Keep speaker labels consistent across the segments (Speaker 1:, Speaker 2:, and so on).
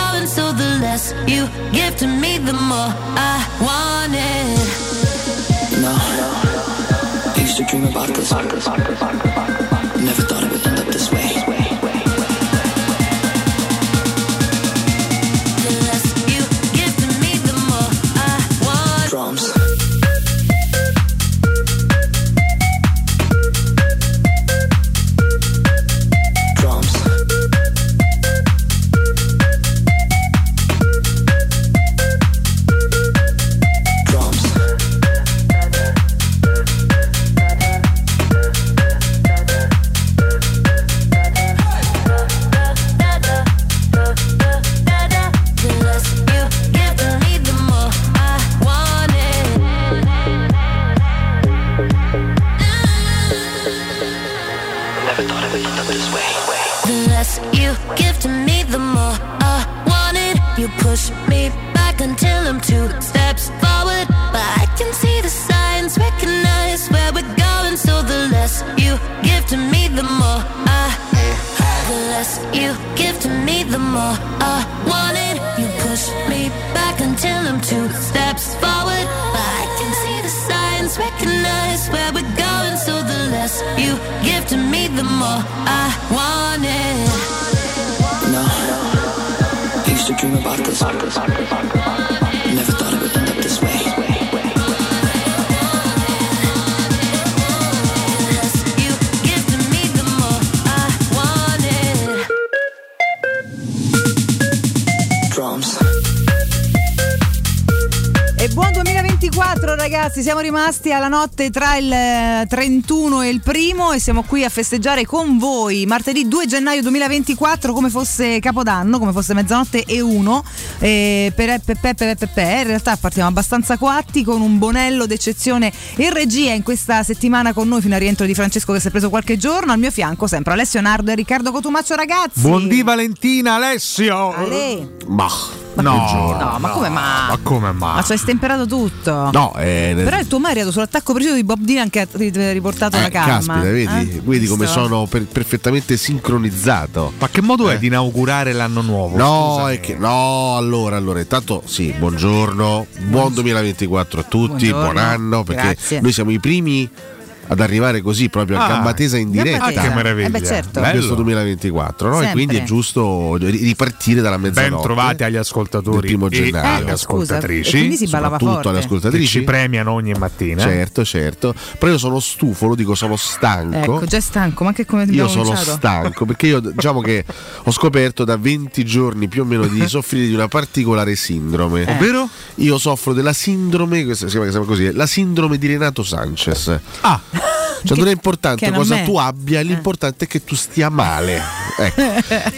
Speaker 1: uh,
Speaker 2: You push me back until I'm two steps forward. But I can see the signs, recognize where we're going. So the less you give to me, the more I. The less you give to me, the more I want it. You push me back until I'm two steps forward. But I can see the signs, recognize where we're going. So the less you give to me, the more I want it.
Speaker 3: No. I used to dream about this. Never thought it would end up this way.
Speaker 2: You give to me the more I want it.
Speaker 3: Drums.
Speaker 4: E buon 2024 ragazzi, siamo rimasti alla notte tra il eh, 31 e il primo e siamo qui a festeggiare con voi martedì 2 gennaio 2024 come fosse Capodanno, come fosse mezzanotte e uno. E per, eh, per, per, per, per- per- in realtà partiamo abbastanza coatti con un bonello d'eccezione in regia in questa settimana con noi fino al rientro di Francesco che si è preso qualche giorno, al mio fianco sempre Alessio Nardo e Riccardo Cotumaccio ragazzi.
Speaker 5: Buondì Valentina, Alessio!
Speaker 4: Ale.
Speaker 6: Ma,
Speaker 5: No,
Speaker 4: No, ma come ma?
Speaker 5: Ma come ma?
Speaker 4: Ma ci hai stemperato tutto.
Speaker 6: no, eh,
Speaker 4: Però il tuo Mario ha dato sull'attacco preciso di Bob Dylan che ha ri- riportato
Speaker 6: eh,
Speaker 4: la calma.
Speaker 6: caspita, vedi,
Speaker 4: Eh?
Speaker 6: vedi come
Speaker 4: Visto?
Speaker 6: sono per- perfettamente sincronizzato.
Speaker 5: Ma che modo
Speaker 6: Eh.
Speaker 5: è di inaugurare l'anno nuovo?
Speaker 6: No,
Speaker 5: Scusami.
Speaker 6: è che- no, allora, allora, intanto sì, buongiorno, buon 2024 a tutti,
Speaker 4: Buongiorno,
Speaker 6: buon anno, perché
Speaker 4: grazie.
Speaker 6: noi siamo i primi ad arrivare così, proprio a
Speaker 5: Ah,
Speaker 6: gamba tesa in
Speaker 4: Gamba
Speaker 6: diretta.
Speaker 4: tesa.
Speaker 5: Ah, che meraviglia.
Speaker 4: Eh beh, certo.
Speaker 5: Bello.
Speaker 6: Questo 2024, no? E
Speaker 4: Sempre.
Speaker 6: quindi è giusto ri- ripartire dalla mezzanotte.
Speaker 5: Ben trovati agli
Speaker 6: del
Speaker 5: ascoltatori
Speaker 6: primo
Speaker 5: e
Speaker 6: gennaio.
Speaker 5: alle
Speaker 4: Eh, scusa, e
Speaker 5: ascoltatrici
Speaker 4: quindi si ballava forte.
Speaker 6: soprattutto alle
Speaker 5: che
Speaker 6: ascoltatrici.
Speaker 5: ci premiano ogni mattina.
Speaker 6: Certo, certo. Però io sono stufo, lo dico, sono stanco.
Speaker 4: Ecco, già stanco, ma anche come
Speaker 6: Io
Speaker 4: abbiamo
Speaker 6: sono
Speaker 4: cominciato.
Speaker 6: stanco perché io diciamo che ho scoperto da 20 giorni più o meno di soffrire di una particolare sindrome.
Speaker 4: Eh.
Speaker 5: Ovvero?
Speaker 6: Io soffro della sindrome, questa si chiama si chiama così, la sindrome di Renato Sanchez. Cioè
Speaker 5: Ah,
Speaker 4: Che-
Speaker 6: non è
Speaker 4: che
Speaker 6: importante
Speaker 4: non
Speaker 6: cosa
Speaker 4: è. Eh.
Speaker 6: tu abbia, l'importante è che tu stia male. Ecco.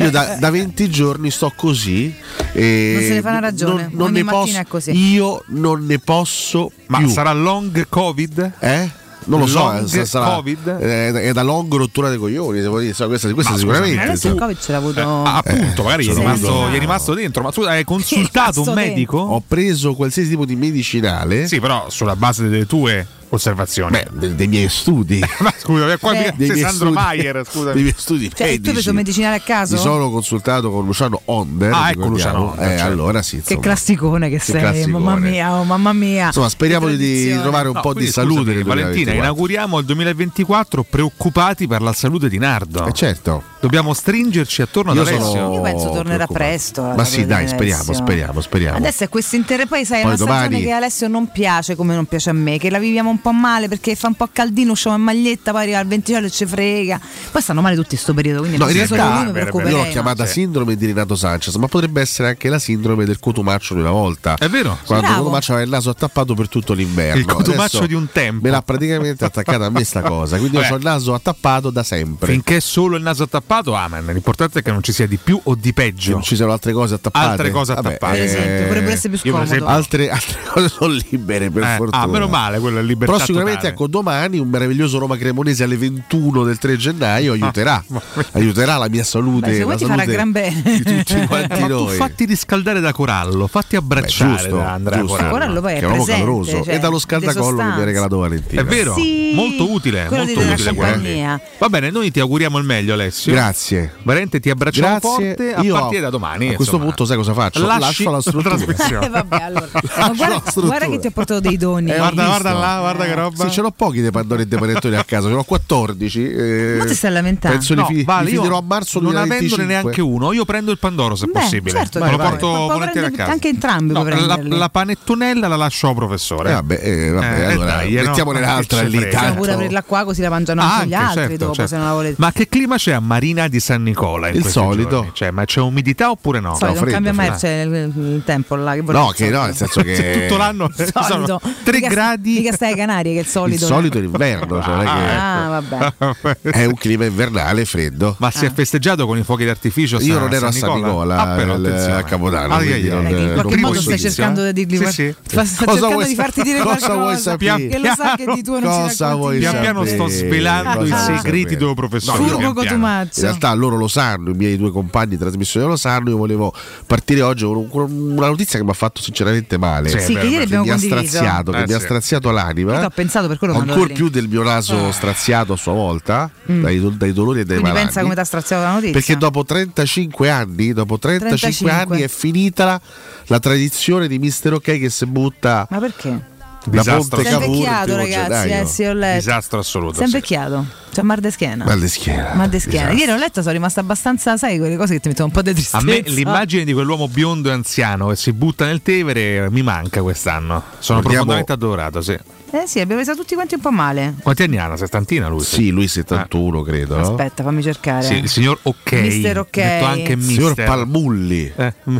Speaker 6: Io da, da 20 giorni sto così e
Speaker 4: Non se ne fa una ragione,
Speaker 6: non- non
Speaker 4: ogni
Speaker 6: ne
Speaker 4: mattina
Speaker 6: posso-
Speaker 4: è così.
Speaker 6: Io non ne posso
Speaker 5: ma
Speaker 6: più.
Speaker 5: sarà long covid?
Speaker 6: Eh? Non lo so,
Speaker 5: Long
Speaker 6: eh, sa- sarà,
Speaker 5: Covid? Ah,
Speaker 6: eh, è da long rottura dei coglioni, devo dire, so, questa, questa
Speaker 5: Ma
Speaker 6: sicuramente. so.
Speaker 4: Adesso il Covid ce l'ha avuto.
Speaker 5: Ah, appunto, magari gli è,
Speaker 6: sono
Speaker 5: rimasto,
Speaker 6: io.
Speaker 5: gli è rimasto dentro. Ma scusa, hai consultato un
Speaker 4: rimasto
Speaker 5: medico?
Speaker 6: Ho preso qualsiasi tipo di medicinale,
Speaker 5: Sì, però sulla base delle tue osservazioni.
Speaker 6: beh, de- dei miei studi.
Speaker 5: ma scusa, qua
Speaker 4: Beh.
Speaker 5: mica-
Speaker 6: dei
Speaker 5: sei
Speaker 6: miei
Speaker 5: Sandro
Speaker 6: studi-
Speaker 5: Maier, scusa.
Speaker 6: dei miei studi
Speaker 4: Cioè, tu hai
Speaker 6: medici.
Speaker 4: preso medicinale a caso?
Speaker 6: Eh, Mi sono consultato con Luciano Onder.
Speaker 5: Ah, ecco
Speaker 6: ricordiamo.
Speaker 5: Luciano Onder,
Speaker 6: Eh,
Speaker 5: certo.
Speaker 6: allora sì.
Speaker 4: Che
Speaker 6: insomma.
Speaker 4: classicone che, sei,
Speaker 6: classicone.
Speaker 4: mamma mia, oh, mamma mia.
Speaker 6: Insomma, speriamo
Speaker 4: Che
Speaker 6: di
Speaker 4: tradizione.
Speaker 6: trovare un
Speaker 5: No,
Speaker 6: po' di
Speaker 5: quindi,
Speaker 6: salute.
Speaker 5: scusami,
Speaker 6: nel
Speaker 5: Valentina,
Speaker 6: 2024.
Speaker 5: inauguriamo il 2024 preoccupati per la salute di Nardo.
Speaker 6: Eh, certo.
Speaker 5: Dobbiamo stringerci attorno ad
Speaker 6: Io
Speaker 5: Alessio.
Speaker 6: sono
Speaker 4: Io penso tornerà
Speaker 6: preoccupato.
Speaker 4: presto. la
Speaker 6: Ma sì,
Speaker 4: salute
Speaker 6: dai,
Speaker 4: di
Speaker 6: speriamo,
Speaker 4: Alessio.
Speaker 6: speriamo, speriamo.
Speaker 4: Adesso è questo intero. Poi sai, è
Speaker 6: Poi
Speaker 4: una stagione
Speaker 6: domani-
Speaker 4: che Alessio non piace come non piace a me, che la viviamo un po' male perché fa un po' caldino, usciamo in maglietta, poi arriva il venticello e ci frega. Poi stanno male tutti sto periodo, quindi
Speaker 6: No,
Speaker 4: non
Speaker 6: in
Speaker 4: so solo
Speaker 6: realtà,
Speaker 4: lui, mi
Speaker 5: vero, vero.
Speaker 4: preoccuperei,
Speaker 6: Io l'ho
Speaker 4: no?
Speaker 6: chiamata
Speaker 5: Sì.
Speaker 6: sindrome di Renato Sanchez, ma potrebbe essere anche la sindrome del cotumaccio di una volta.
Speaker 5: È vero.
Speaker 6: Quando
Speaker 4: Bravo.
Speaker 6: Cotumaccio aveva il naso attappato per tutto l'inverno.
Speaker 5: Il cotumaccio
Speaker 6: Adesso
Speaker 5: di un tempo.
Speaker 6: Me l'ha praticamente attaccata a me sta cosa. Quindi
Speaker 5: Vabbè.
Speaker 6: io ho il naso attappato da sempre.
Speaker 5: Finché è solo il naso attappato, amen. L'importante è che non ci sia di più o
Speaker 6: Che
Speaker 5: di peggio.
Speaker 6: non ci sono altre cose attappate. eh,
Speaker 5: Altre cose attappate.
Speaker 4: Per esempio, potrebbe Esatto, essere più
Speaker 5: io per
Speaker 4: scomodo.
Speaker 5: esempio-
Speaker 6: Altre, altre cose sono libere per
Speaker 5: Eh,
Speaker 6: fortuna.
Speaker 5: ah, meno male, quella è libertà
Speaker 6: Però sicuramente
Speaker 5: totale.
Speaker 6: ecco, domani un meraviglioso Roma Cremonese alle 21 del 3 gennaio
Speaker 5: Ah,
Speaker 6: aiuterà. aiuterà la mia salute.
Speaker 4: Beh, se
Speaker 6: la
Speaker 4: vuoi ti
Speaker 6: salute
Speaker 4: farà gran bene.
Speaker 6: di tutti quanti
Speaker 5: Ma tu
Speaker 6: noi.
Speaker 5: fatti riscaldare da Corallo, fatti
Speaker 6: Beh,
Speaker 5: abbracciare da Andrea
Speaker 6: giusto.
Speaker 5: Corallo.
Speaker 4: Corallo poi è
Speaker 6: che è un uomo
Speaker 4: presente,
Speaker 6: caloroso
Speaker 4: cioè,
Speaker 6: e dallo
Speaker 4: le
Speaker 6: scaldacollo che mi
Speaker 4: sostanze.
Speaker 6: ha regalato Valentina
Speaker 5: È vero,
Speaker 4: Sì,
Speaker 5: molto utile,
Speaker 4: quello
Speaker 5: molto
Speaker 4: di della
Speaker 5: utile. eh.
Speaker 4: compagnia.
Speaker 5: guardi. Va bene, noi ti auguriamo il meglio Alessio.
Speaker 6: grazie
Speaker 5: Veramente ti abbracciamo
Speaker 6: grazie
Speaker 5: forte a
Speaker 6: Io
Speaker 5: partire da domani.
Speaker 6: a questo
Speaker 5: insomma.
Speaker 6: punto sai cosa faccio
Speaker 5: Lasci
Speaker 6: lascio la struttura
Speaker 5: trasmissione.
Speaker 4: Eh, vabbè, allora. Ma
Speaker 6: Lascio la
Speaker 4: guarda,
Speaker 6: struttura.
Speaker 4: guarda che ti ho portato dei doni.
Speaker 6: Eh,
Speaker 5: guarda,
Speaker 6: Ho
Speaker 5: guarda
Speaker 6: visto.
Speaker 5: là, guarda che roba.
Speaker 6: sì, ce l'ho pochi dei pandori e dei panettoni a casa, ce l'ho 14. eh,
Speaker 4: Ma ti stai lamentando?
Speaker 6: Penso li,
Speaker 5: No,
Speaker 6: fi-
Speaker 5: vale,
Speaker 6: li
Speaker 5: io
Speaker 6: fiderò a marzo
Speaker 5: non avendone
Speaker 6: 2025.
Speaker 5: neanche uno, io prendo il Pandoro se
Speaker 4: Beh,
Speaker 5: possibile.
Speaker 4: certo
Speaker 5: Me
Speaker 4: che
Speaker 5: lo
Speaker 4: vai.
Speaker 5: porto
Speaker 4: Ma puoi
Speaker 5: volentieri a
Speaker 4: prendere
Speaker 5: casa.
Speaker 4: anche entrambi
Speaker 5: No,
Speaker 4: puoi
Speaker 5: la,
Speaker 4: prenderli.
Speaker 5: la panettonella la lascio al professore.
Speaker 6: Eh, vabbè, eh, vabbè,
Speaker 5: Eh,
Speaker 6: allora
Speaker 5: dai, eh, no.
Speaker 6: mettiamone
Speaker 5: Che
Speaker 6: un'altra
Speaker 5: ci
Speaker 6: lì.
Speaker 5: frega.
Speaker 4: Possiamo pure
Speaker 6: Tanto.
Speaker 4: aprirla qua così la mangiano
Speaker 5: Ah,
Speaker 4: anche gli
Speaker 5: anche,
Speaker 4: altri
Speaker 5: certo,
Speaker 4: dopo,
Speaker 5: certo.
Speaker 4: se non la volete.
Speaker 5: Ma che clima c'è a Marina di San Nicola? in
Speaker 6: Il
Speaker 5: questi
Speaker 6: solito.
Speaker 5: giorni? Cioè, ma c'è umidità oppure no?
Speaker 4: Solito, non
Speaker 6: freddo,
Speaker 4: cambia mai
Speaker 6: freddo.
Speaker 4: c'è il, il tempo là. Che
Speaker 6: No, che no, nel senso
Speaker 5: Cioè,
Speaker 6: che
Speaker 5: tutto l'anno
Speaker 4: Solito.
Speaker 5: 3
Speaker 4: Mica-
Speaker 5: gradi.
Speaker 4: Mica stai ai Canarie che è il
Speaker 6: il
Speaker 4: solito.
Speaker 6: solito è l'inverno, cioè, non è
Speaker 4: Ah,
Speaker 5: ecco.
Speaker 4: vabbè.
Speaker 6: che è un clima invernale freddo.
Speaker 5: Ma
Speaker 4: Ah.
Speaker 5: si è festeggiato con i fuochi d'artificio? a
Speaker 6: Io
Speaker 5: San-
Speaker 6: non ero a San Nicola,
Speaker 5: Ah, però,
Speaker 6: al-
Speaker 5: attenzione.
Speaker 6: a Capodanno,
Speaker 5: Ah,
Speaker 6: quindi
Speaker 5: ah,
Speaker 6: non-
Speaker 5: ah.
Speaker 4: Eh, che in
Speaker 6: Eh,
Speaker 4: qualche
Speaker 5: primo
Speaker 4: modo stai
Speaker 5: indizio,
Speaker 4: cercando
Speaker 5: eh.
Speaker 4: di, di,
Speaker 5: Sì,
Speaker 4: far-
Speaker 5: sì.
Speaker 4: fa- sta
Speaker 6: Cosa
Speaker 4: cercando
Speaker 6: vuoi
Speaker 4: di farti dire
Speaker 6: sapere?
Speaker 4: qualcosa
Speaker 6: Cosa vuoi sapere?
Speaker 4: che lo sa che di tuo non
Speaker 6: Cosa
Speaker 4: si racconti Ah,
Speaker 6: vuoi
Speaker 4: niente.
Speaker 5: Pian piano sto
Speaker 6: sapere?
Speaker 5: svelando
Speaker 6: Cosa
Speaker 5: i
Speaker 6: vuoi
Speaker 5: segreti
Speaker 6: sapere?
Speaker 5: del professore.
Speaker 4: Furbo
Speaker 5: pian piano.
Speaker 4: Cotumaccio.
Speaker 6: In realtà loro lo sanno, i miei due compagni di trasmissione lo sanno. Io volevo partire oggi con un- con una notizia che mi ha fatto sinceramente male.
Speaker 4: Sì, Sì, che beh, ieri beh.
Speaker 6: che
Speaker 4: abbiamo
Speaker 6: mi ha
Speaker 4: condiviso.
Speaker 6: straziato, che
Speaker 5: Eh,
Speaker 6: mi ha
Speaker 5: sì.
Speaker 6: straziato l'anima.
Speaker 4: Io t'ho pensato per quello che
Speaker 6: eh? Ancora
Speaker 4: mandavo
Speaker 6: più
Speaker 4: il
Speaker 6: del mio naso straziato a sua volta, dai, do- dai dolori e dai
Speaker 4: Mm. Quindi
Speaker 6: malanni.
Speaker 4: pensa come ti ha straziato la notizia.
Speaker 6: Perché dopo 35 anni, dopo 35,
Speaker 4: 35.
Speaker 6: anni è finita la, la tradizione di Mister Ok che si butta
Speaker 4: Ma perché?
Speaker 6: da
Speaker 5: Disastro
Speaker 6: Ponte
Speaker 4: Sei
Speaker 5: Cavour,
Speaker 6: Cavour il
Speaker 4: invecchiato
Speaker 6: primo
Speaker 4: ragazzi,
Speaker 6: gennaio.
Speaker 4: eh sì ho letto.
Speaker 5: Disastro assoluto.
Speaker 4: Sei invecchiato, c'è mal de schiena.
Speaker 6: Mal di schiena.
Speaker 4: Mal de schiena.
Speaker 6: Disastro.
Speaker 4: Ieri ho letto, sono rimasta abbastanza, sai, quelle cose che ti mettono un po' di
Speaker 5: sì. A
Speaker 4: tristezza.
Speaker 5: me l'immagine di quell'uomo biondo e anziano che si butta nel Tevere mi manca quest'anno. Sono
Speaker 6: Guardiamo-
Speaker 5: profondamente adorato, sì.
Speaker 4: Eh sì, abbiamo preso tutti quanti un po' male.
Speaker 5: Quanti anni ha? Una settantina lui? Ah.
Speaker 6: Sì, lui 71 credo. no?
Speaker 4: Aspetta, fammi cercare.
Speaker 5: Oh. Sì, il signor Ok.
Speaker 4: Mister Ok.
Speaker 5: Detto anche Mister.
Speaker 6: Signor Palmulli.
Speaker 5: Eh, m-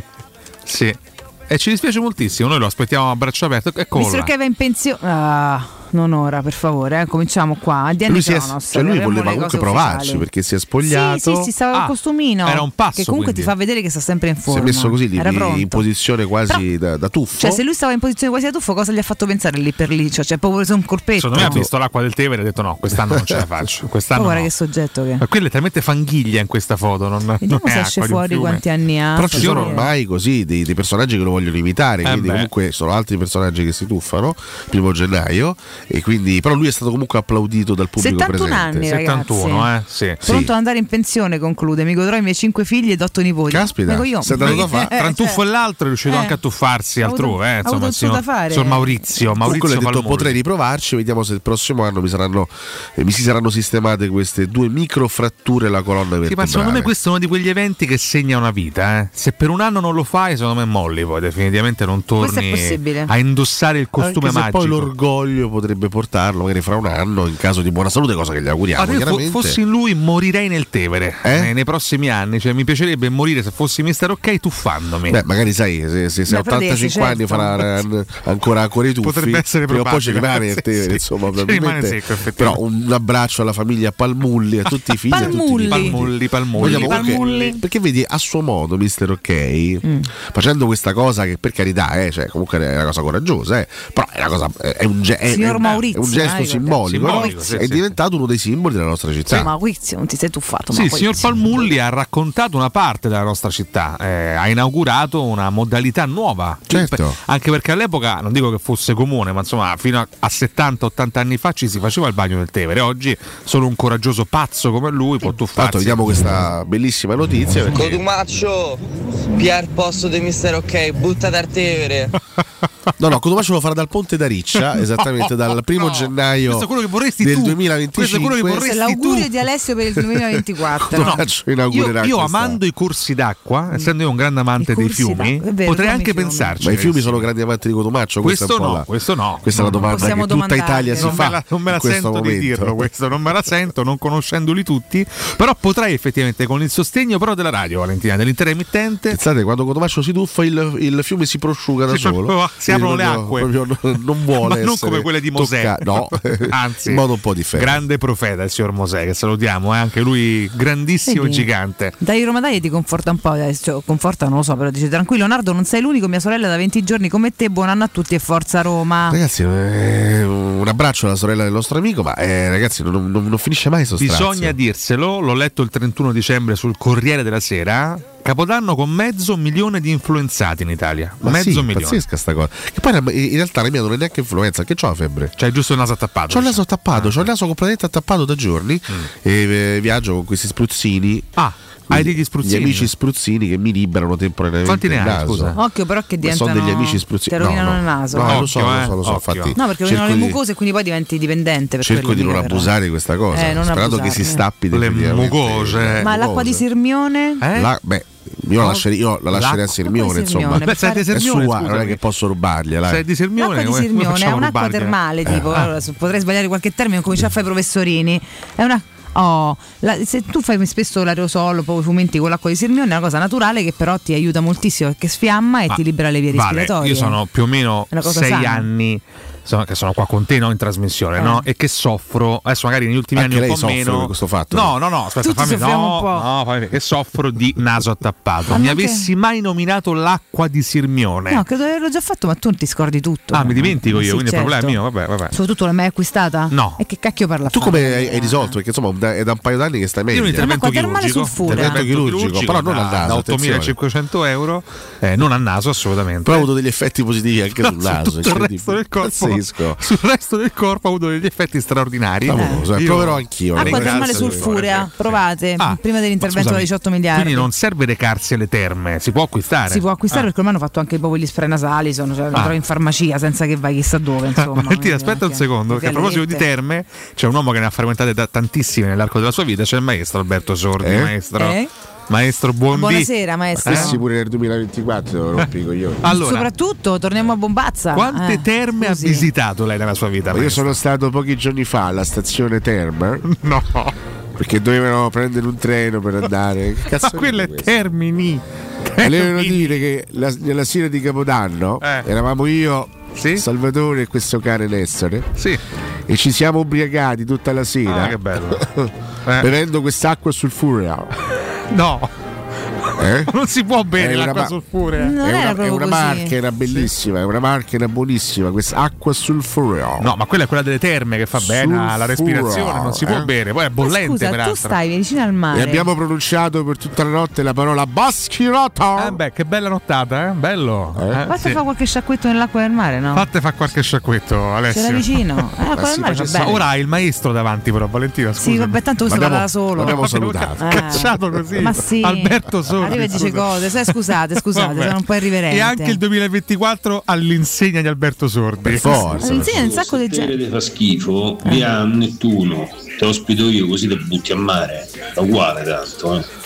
Speaker 5: sì. E ci dispiace moltissimo, noi lo aspettiamo a braccio aperto. Eccolo.
Speaker 4: Mister Cioè,
Speaker 5: là.
Speaker 4: che va in pensione. Ah, non ora, per favore, eh. cominciamo qua. Adriano
Speaker 6: Lui, si è-
Speaker 4: Cronos,
Speaker 6: cioè, lui
Speaker 4: avremo
Speaker 6: voleva
Speaker 4: le cose
Speaker 6: comunque provarci
Speaker 4: ufficiali.
Speaker 6: perché si è spogliato.
Speaker 4: Sì, sì, sì, stava col
Speaker 5: Ah,
Speaker 4: costumino.
Speaker 5: era un passo,
Speaker 4: Che comunque
Speaker 5: quindi.
Speaker 4: ti fa vedere che sta sempre in
Speaker 6: Si
Speaker 4: forma.
Speaker 6: è messo così lì,
Speaker 4: Era
Speaker 6: in- in
Speaker 4: pronto.
Speaker 6: posizione quasi da, da tuffo.
Speaker 4: Cioè, se lui stava in posizione quasi a tuffo, cosa gli ha fatto pensare lì per lì? Cioè, c'è proprio preso un colpetto.
Speaker 5: Secondo me ha visto l'acqua del Tevere e ha detto no, quest'anno non ce la faccio.
Speaker 4: Oh,
Speaker 5: Quest'anno
Speaker 4: guarda
Speaker 5: no.
Speaker 4: che soggetto che. è.
Speaker 5: Ma quella è talmente fanghiglia in questa foto. Non, non
Speaker 4: Vediamo
Speaker 5: è
Speaker 4: se
Speaker 5: acqua
Speaker 4: esce
Speaker 5: di un
Speaker 4: fuori
Speaker 5: fiume.
Speaker 4: quanti anni ha.
Speaker 6: Però ci
Speaker 4: Sì.
Speaker 6: sono ormai così dei, dei personaggi che lo vogliono imitare,
Speaker 5: Eh
Speaker 6: quindi
Speaker 5: beh.
Speaker 6: comunque sono altri personaggi che si tuffano primo gennaio. E quindi, però lui è stato comunque applaudito dal pubblico
Speaker 4: 71
Speaker 6: presente.
Speaker 4: anni, ragazzi.
Speaker 5: 71, eh? Sì.
Speaker 6: Sì.
Speaker 4: Pronto ad andare in pensione, conclude. Mi godrò i miei cinque figli e 8 nipoti.
Speaker 6: Caspita,
Speaker 4: Vengo io. Cioè,
Speaker 6: sei andato da fa-
Speaker 5: Tra un tuffo e l'altro è riuscito
Speaker 4: eh.
Speaker 5: anche a tuffarsi
Speaker 4: Ha avuto-
Speaker 5: altrove,
Speaker 4: ha
Speaker 5: eh, insomma,
Speaker 4: avuto il
Speaker 5: il
Speaker 4: suo da
Speaker 5: signor,
Speaker 4: fare.
Speaker 5: signor Maurizio, Maurizio
Speaker 6: Comunque l'ha detto,
Speaker 5: Palmuri.
Speaker 6: potrei riprovarci, vediamo se il prossimo anno mi, saranno, eh, mi si saranno sistemate queste due microfratture alla colonna vertebrale.
Speaker 5: Sì, ma secondo me questo è uno di quegli eventi che segna una vita. eh. Se per un anno non lo fai, secondo me molli poi definitivamente non
Speaker 4: Questo è
Speaker 5: torni
Speaker 4: possibile.
Speaker 5: a indossare il costume
Speaker 6: Anche se
Speaker 5: magico.
Speaker 6: poi l'orgoglio potrebbe portarlo magari fra un anno in caso di buona salute, cosa che gli auguriamo.
Speaker 5: Guarda, io fo-
Speaker 6: chiaramente.
Speaker 5: fossi in lui morirei nel Tevere
Speaker 6: Eh?
Speaker 5: nei, nei prossimi anni, cioè, mi piacerebbe morire se fossi mister ok tuffandomi.
Speaker 6: Beh, magari sai, se, se, se
Speaker 4: Beh,
Speaker 6: a
Speaker 4: però devi-
Speaker 6: 85 anni
Speaker 4: certo.
Speaker 6: farà eh, ancora ancora i tuffi,
Speaker 5: Potrebbe essere
Speaker 6: prima o poi ci
Speaker 5: probabile.
Speaker 6: rimane il Tevere,
Speaker 5: Sì, sì.
Speaker 6: insomma,
Speaker 5: Ci
Speaker 6: probabilmente.
Speaker 5: rimane secco, effettivamente.
Speaker 6: Però un abbraccio alla famiglia Palmulli, a tutti i figli, a tutti i
Speaker 4: Palmulli.
Speaker 6: nipoti.
Speaker 5: Palmulli, Palmulli, Mm.
Speaker 6: Vogliamo comunque- perché vedi a suo modo Mister Ok facendo questa cosa che per carità eh, cioè, comunque è una cosa coraggiosa eh, però è, una cosa, eh, è, un, ge- è-
Speaker 4: Signor
Speaker 6: è-
Speaker 4: Maurizio,
Speaker 6: è un gesto
Speaker 4: eh,
Speaker 6: simbolico, no?
Speaker 5: Simbolico, sì,
Speaker 6: è
Speaker 5: sì,
Speaker 6: diventato uno dei simboli della nostra città
Speaker 4: Ma Maurizio, non ti sei tuffato.
Speaker 5: Sì, il
Speaker 4: Maurizio.
Speaker 5: signor Palmulli ha raccontato una parte della nostra città, eh, ha inaugurato una modalità nuova.
Speaker 6: Certo.
Speaker 5: Anche perché all'epoca, non dico che fosse comune, ma insomma, fino a, a 70-80 anni fa ci si faceva il bagno del Tevere. Oggi solo un coraggioso pazzo come lui può
Speaker 6: Tanto
Speaker 5: tuffarsi.
Speaker 6: vediamo questa bellissima notizia perché-
Speaker 7: Codumaccio, Pier posto di Mister Ok, butta al Tevere.
Speaker 6: No, no, Cotumaccio lo farà dal Ponte da Riccia, esattamente dal primo
Speaker 5: No.
Speaker 6: gennaio
Speaker 5: Questo è quello che vorresti
Speaker 6: del
Speaker 5: tu. Questo
Speaker 6: 2025.
Speaker 5: è quello che vorresti
Speaker 4: Questo è
Speaker 5: Resti
Speaker 4: l'augurio
Speaker 5: tu.
Speaker 4: di Alessio per il 2024.
Speaker 6: No. Faccio inaugurerà
Speaker 5: Io, io
Speaker 6: questa-
Speaker 5: amando i corsi d'acqua, essendo io un grande amante
Speaker 4: I
Speaker 5: dei
Speaker 4: corsi
Speaker 5: fiumi,
Speaker 4: d'acqua, è vero,
Speaker 5: potrei
Speaker 4: dammi i
Speaker 5: anche
Speaker 4: fiumi.
Speaker 5: pensarci.
Speaker 6: Ma i fiumi sono grandi amanti di Cotumaccio? Questa è
Speaker 5: Questo
Speaker 6: un po'
Speaker 5: no,
Speaker 6: la-
Speaker 5: questo no.
Speaker 6: Questa è la domanda
Speaker 4: Possiamo
Speaker 6: che tutta
Speaker 4: domandarglielo.
Speaker 6: Italia si
Speaker 5: non
Speaker 6: fa.
Speaker 5: me la, non me la
Speaker 6: in questo
Speaker 5: sento di
Speaker 6: momento.
Speaker 5: dirlo questo, non me la sento, non conoscendoli tutti, però potrei effettivamente con il sostegno però della radio
Speaker 6: Eh,
Speaker 5: Valentina, dell'intera emittente,
Speaker 6: Pensate, quando Cotumaccio si tuffa, il, il fiume si prosciuga da
Speaker 5: Sì,
Speaker 6: solo.
Speaker 5: proprio- si
Speaker 6: Quindi
Speaker 5: aprono le
Speaker 6: proprio-
Speaker 5: acque.
Speaker 6: proprio non- non vuole.
Speaker 5: ma non
Speaker 6: essere
Speaker 5: come quelle di Mosè,
Speaker 6: tocca- no,
Speaker 5: anzi,
Speaker 6: in modo un po' differente.
Speaker 5: Grande profeta il signor Mosè, che salutiamo, è anche lui grandissimo e
Speaker 4: Vedi?
Speaker 5: gigante.
Speaker 4: Dai Roma Dai ti conforta un po', dai, cioè, conforta non lo so, però dice tranquillo Nardo non sei l'unico, mia sorella da 20 giorni come te, buon anno a tutti e forza
Speaker 5: Ah.
Speaker 4: Roma.
Speaker 6: Ragazzi, eh, un abbraccio alla sorella del nostro amico, ma eh, ragazzi, non, non- non finisce mai questo strazio.
Speaker 5: Bisogna dirselo, l'ho letto il 31 dicembre sul Corriere della Sera, Capodanno con mezzo milione di influenzati in Italia,
Speaker 6: Ma
Speaker 5: mezzo
Speaker 6: sì,
Speaker 5: milione.
Speaker 6: pazzesca sta cosa. Che poi in in realtà la mia non è neanche influenza, che c'ho la febbre.
Speaker 5: Cioè giusto il naso attappato.
Speaker 6: C'ho il
Speaker 5: diciamo. Mm.
Speaker 6: naso tappato, c'ho il naso completamente attappato da giorni e eh, viaggio con questi spruzzini.
Speaker 5: Ah, hai degli
Speaker 6: Gli
Speaker 5: spruzzini.
Speaker 6: amici spruzzini che mi liberano temporaneamente
Speaker 5: Quanti ne
Speaker 6: il
Speaker 5: hai,
Speaker 6: naso.
Speaker 5: scusa?
Speaker 4: Occhio però che
Speaker 6: Ma sono
Speaker 4: diventano
Speaker 6: degli amici spruzzini.
Speaker 4: Ti
Speaker 6: No,
Speaker 4: rovinano
Speaker 6: no.
Speaker 4: il naso.
Speaker 6: No,
Speaker 4: eh.
Speaker 5: Occhio,
Speaker 6: lo so, lo
Speaker 5: eh,
Speaker 6: so, lo so,
Speaker 5: occhio.
Speaker 6: infatti.
Speaker 4: No,
Speaker 6: cerco
Speaker 4: perché rovinano le
Speaker 6: di-
Speaker 4: mucose quindi poi diventi dipendente per
Speaker 6: Cerco
Speaker 4: quello
Speaker 6: di
Speaker 4: lì,
Speaker 6: non
Speaker 4: però.
Speaker 6: abusare di questa cosa,
Speaker 4: Eh, non
Speaker 6: sperando
Speaker 4: abusare.
Speaker 6: che si stappi
Speaker 5: Le
Speaker 6: definitivamente.
Speaker 5: mucose.
Speaker 4: Ma l'acqua di
Speaker 6: Mucose.
Speaker 4: Oh. Sirmione?
Speaker 5: Eh?
Speaker 6: La- beh, io, la lascerei- io la lascerei a
Speaker 5: L'acqua-
Speaker 6: Sirmione,
Speaker 4: L'acqua di
Speaker 6: insomma.
Speaker 4: Sirmione.
Speaker 5: Beh, sei di
Speaker 6: È
Speaker 5: Sermione,
Speaker 6: sua, non è
Speaker 5: scusami.
Speaker 6: che posso rubargliela. eh.
Speaker 5: Sei di Sermione,
Speaker 4: L'acqua di
Speaker 5: come- come
Speaker 4: Sirmione è
Speaker 5: facciamo a
Speaker 4: un'acqua
Speaker 5: rubargliela?
Speaker 4: termale, tipo, allora, se potrei sbagliare qualche termine, cominciare a fare i professorini. È una. Oh, la- se tu fai spesso l'aerosol, poi fumenti con l'acqua di Sirmione, è una cosa naturale che però ti aiuta moltissimo perché sfiamma e
Speaker 5: Ma-
Speaker 4: Eh, ti libera le vie
Speaker 5: Vale,
Speaker 4: respiratorie.
Speaker 5: Io sono più o meno
Speaker 4: È una cosa
Speaker 5: sei
Speaker 4: sana. Eh.
Speaker 5: anni sono- che sono qua con te no, in trasmissione no? e che soffro adesso magari negli ultimi
Speaker 6: Anche
Speaker 5: anni
Speaker 6: lei
Speaker 5: un po'
Speaker 6: soffre
Speaker 5: meno
Speaker 6: per questo fatto? eh.
Speaker 5: no no no aspetta
Speaker 6: Tutti
Speaker 5: fammi
Speaker 6: soffriamo
Speaker 5: no,
Speaker 6: un po'.
Speaker 5: no, fammi- che soffro di naso attappato
Speaker 4: Ah,
Speaker 5: mi
Speaker 4: ma che-
Speaker 5: avessi mai nominato l'acqua di Sirmione
Speaker 4: No, credo di averlo già fatto, ma tu non ti scordi tutto.
Speaker 5: eh. ah mi dimentico io
Speaker 4: Sì,
Speaker 5: quindi il
Speaker 4: certo.
Speaker 5: problema è mio vabbè vabbè
Speaker 4: Soprattutto l'hai mai acquistata?
Speaker 5: No.
Speaker 4: E che cacchio parla
Speaker 6: Tu
Speaker 4: a
Speaker 6: come
Speaker 4: fare?
Speaker 6: hai, hai risolto? Perché insomma da- è da un paio d'anni che stai meglio.
Speaker 5: Io un intervento chirurgico, intervento chirurgico,
Speaker 6: però non
Speaker 5: da-
Speaker 6: al naso.
Speaker 5: da
Speaker 6: attenzione.
Speaker 5: 8.500 euro, eh, non al naso assolutamente.
Speaker 6: Però ha avuto degli effetti positivi anche sul naso.
Speaker 5: tutto il resto del corpo,
Speaker 6: Pazzesco.
Speaker 5: sul resto del corpo ha avuto degli effetti straordinari.
Speaker 6: Favoloso, eh, proverò anch'io.
Speaker 4: Acqua termale sulfurea, provate prima dell'intervento da 18 miliardi.
Speaker 5: Ah. Quindi non serve recarsi alle terme, si può acquistare.
Speaker 4: Si può acquistare
Speaker 5: Ah.
Speaker 4: perché ormai hanno fatto anche proprio gli spray nasali, sono cioè, lo
Speaker 5: Ah.
Speaker 4: trovi in farmacia senza che vai chissà dove, insomma.
Speaker 5: Martina, aspetta un secondo, che a proposito di terme, c'è un uomo che ne ha frequentate da tantissime nell'arco della sua vita, c'è il maestro Alberto Sordi,
Speaker 6: Eh?
Speaker 5: maestro.
Speaker 4: Eh?
Speaker 5: Maestro, buon Eh?
Speaker 4: Buonasera, maestro.
Speaker 6: Stessi pure nel 2024, rompi i coglioni.
Speaker 5: Allora,
Speaker 4: Soprattutto torniamo a Bombazza.
Speaker 5: Quante
Speaker 4: eh.
Speaker 5: terme ha visitato lei nella sua vita?
Speaker 6: Io
Speaker 5: maestro?
Speaker 6: sono stato pochi giorni fa alla stazione Terma.
Speaker 5: No.
Speaker 6: Perché dovevano prendere un treno per andare. Eh, Che cazzo Eh,
Speaker 5: Ma quello è Termini.
Speaker 6: Volevano dire che la- nella sera di Capodanno
Speaker 5: Eh.
Speaker 6: eravamo io, Salvatore e questo cane Nessore. E ci siamo ubriacati tutta la sera.
Speaker 5: Ah, che bello. Eh.
Speaker 6: Bevendo quest'acqua sul furia.
Speaker 5: No.
Speaker 6: Eh?
Speaker 5: Non si può bere
Speaker 6: È una
Speaker 5: l'acqua
Speaker 6: ba-
Speaker 5: sulfurea.
Speaker 4: Non
Speaker 6: è
Speaker 4: era
Speaker 6: una, è
Speaker 4: proprio
Speaker 6: una
Speaker 4: così.
Speaker 6: marchena bellissima, è una marchena buonissima, quest'acqua sul furio.
Speaker 5: No, ma quella è quella delle terme che fa bene alla respirazione, non si può bere, poi è
Speaker 4: Ma
Speaker 5: bollente
Speaker 4: scusa,
Speaker 5: peraltro.
Speaker 4: tu stai vicino al mare.
Speaker 6: E abbiamo pronunciato per tutta la notte la parola baschirota.
Speaker 5: Eh beh, che bella nottata, eh? Bello. Eh,
Speaker 4: Basta
Speaker 5: sì.
Speaker 4: fa qualche sciacquetto nell'acqua del mare, no?
Speaker 5: Fate fa qualche sciacquetto, Alessio.
Speaker 4: C'era vicino. Eh, Ma quello si là va facesse- bene.
Speaker 5: ora hai il maestro davanti, però, Valentino. Scusa.
Speaker 4: Sì, vabbè, tanto questo
Speaker 5: L'abbiamo-
Speaker 4: parla da solo. Eh.
Speaker 5: l'abbiamo salutato. Eh. Cacciato così.
Speaker 4: Ma sì.
Speaker 5: Alberto Soli.
Speaker 4: Arriva e dice
Speaker 5: scusa.
Speaker 4: cose. sai, Scusate, scusate,
Speaker 5: Vabbè.
Speaker 4: sono un po' irriverente.
Speaker 5: E anche il 2024 all'insegna di Alberto Sordi. Per
Speaker 4: forza. All'insegna di un sacco di gente. Eh.
Speaker 8: Te fa schifo, via Nettuno, te lo spido io così te butti a mare, è uguale tanto. Eh.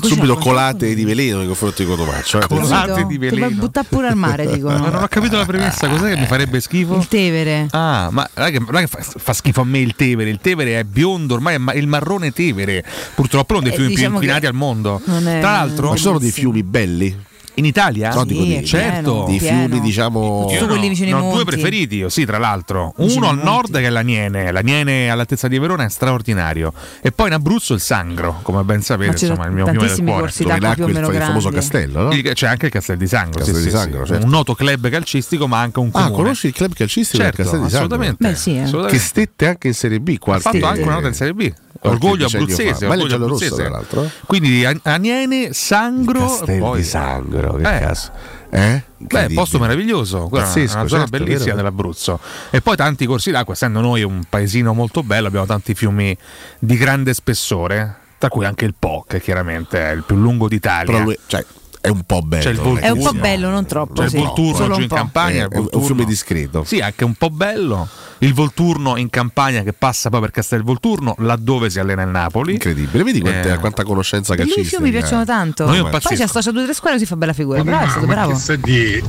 Speaker 6: Subito colate di veleno nei confronti di Cotomaccio. eh,
Speaker 4: Capito?
Speaker 5: Colate di
Speaker 4: Ti puoi
Speaker 5: veleno.
Speaker 4: buttare pure al mare,
Speaker 5: Ma non
Speaker 4: dicono.
Speaker 5: ho capito la premessa, cos'è che mi farebbe schifo?
Speaker 4: Il Tevere.
Speaker 5: Ah, ma non è che, non è che fa, fa schifo a me il Tevere, il Tevere è biondo, ormai è ma- il marrone Tevere, purtroppo uno dei
Speaker 4: Eh,
Speaker 5: fiumi
Speaker 4: diciamo
Speaker 5: più inquinati
Speaker 4: che
Speaker 5: al mondo.
Speaker 4: non è
Speaker 5: Tra l'altro,
Speaker 6: Ma ci sono dei fiumi belli?
Speaker 5: in Italia?
Speaker 6: No, dico Sì, dei- è
Speaker 5: certo.
Speaker 6: pieno, Dei pieno. fiumi, diciamo-
Speaker 5: Io
Speaker 6: Su quelli vicino ai
Speaker 5: ne ho due
Speaker 6: monti.
Speaker 5: preferiti, io, sì, tra l'altro.
Speaker 6: Vicino
Speaker 5: Uno
Speaker 6: ai
Speaker 5: al nord che è la Niene, la Niene all'altezza di Verona è straordinario. E poi in Abruzzo il Sangro, come ben sapete,
Speaker 6: Ma ci sono
Speaker 5: insomma, il mio fiume del
Speaker 6: tantissimi
Speaker 5: cuore.
Speaker 6: corsi Dove d'acqua nacque più o il- meno il famoso grandi. castello, no?
Speaker 5: Il- c'è anche il Castello di Sangro,
Speaker 6: Castello
Speaker 5: sì,
Speaker 6: di
Speaker 5: sì,
Speaker 6: Sangro,
Speaker 5: sì.
Speaker 6: certo.
Speaker 5: Un noto club calcistico, ma anche un
Speaker 6: Ah,
Speaker 5: comune.
Speaker 6: conosci il club calcistico
Speaker 5: Certo,
Speaker 6: del Castel di Sangro?
Speaker 5: assolutamente. Beh, sì, eh.
Speaker 6: Che
Speaker 5: Assolutamente.
Speaker 6: stette anche in Serie B.
Speaker 5: Ha
Speaker 6: Qualche...
Speaker 5: fatto anche una nota in Serie B. Orgoglio
Speaker 6: decennio
Speaker 5: abruzzese,
Speaker 6: fa. Bello
Speaker 5: orgoglio
Speaker 6: giallorosso,
Speaker 5: abruzzese.
Speaker 6: tra l'altro, eh.
Speaker 5: Quindi a- Aniene, Sangro,
Speaker 6: Castel
Speaker 5: poi-
Speaker 6: di Sangro, che
Speaker 5: Eh.
Speaker 6: caso. Eh?
Speaker 5: Beh, posto meraviglioso, quella è una-
Speaker 6: Pazzesco,
Speaker 5: una zona
Speaker 6: certo,
Speaker 5: bellissima
Speaker 6: vero?
Speaker 5: dell'Abruzzo. E poi tanti corsi d'acqua, essendo noi un paesino molto bello, abbiamo tanti fiumi di grande spessore, tra cui anche il Po, che chiaramente è il più lungo d'Italia.
Speaker 6: Però lui- cioè, è un po' bello.
Speaker 5: C'è il
Speaker 4: È un po'
Speaker 5: Volturno.
Speaker 4: bello, non troppo.
Speaker 5: C'è il
Speaker 4: sì.
Speaker 5: Volturno
Speaker 4: Solo
Speaker 5: giù
Speaker 4: un
Speaker 5: in
Speaker 4: po'.
Speaker 5: Campania.
Speaker 6: Eh, è
Speaker 5: il
Speaker 6: un- è un
Speaker 5: Volturno.
Speaker 6: fiume discreto.
Speaker 5: Sì, anche un po' bello. Il Volturno in Campania che passa poi per Castel Volturno, laddove si allena il Napoli. Eh.
Speaker 6: Incredibile, vedi quanta- quanta conoscenza
Speaker 4: E lui i fiumi piacciono tanto.
Speaker 5: Noi
Speaker 4: Poi ci associa due o tre squadre e si fa bella figura. Bravo, è stato
Speaker 9: Ah, Ma
Speaker 4: bravo.
Speaker 9: che se di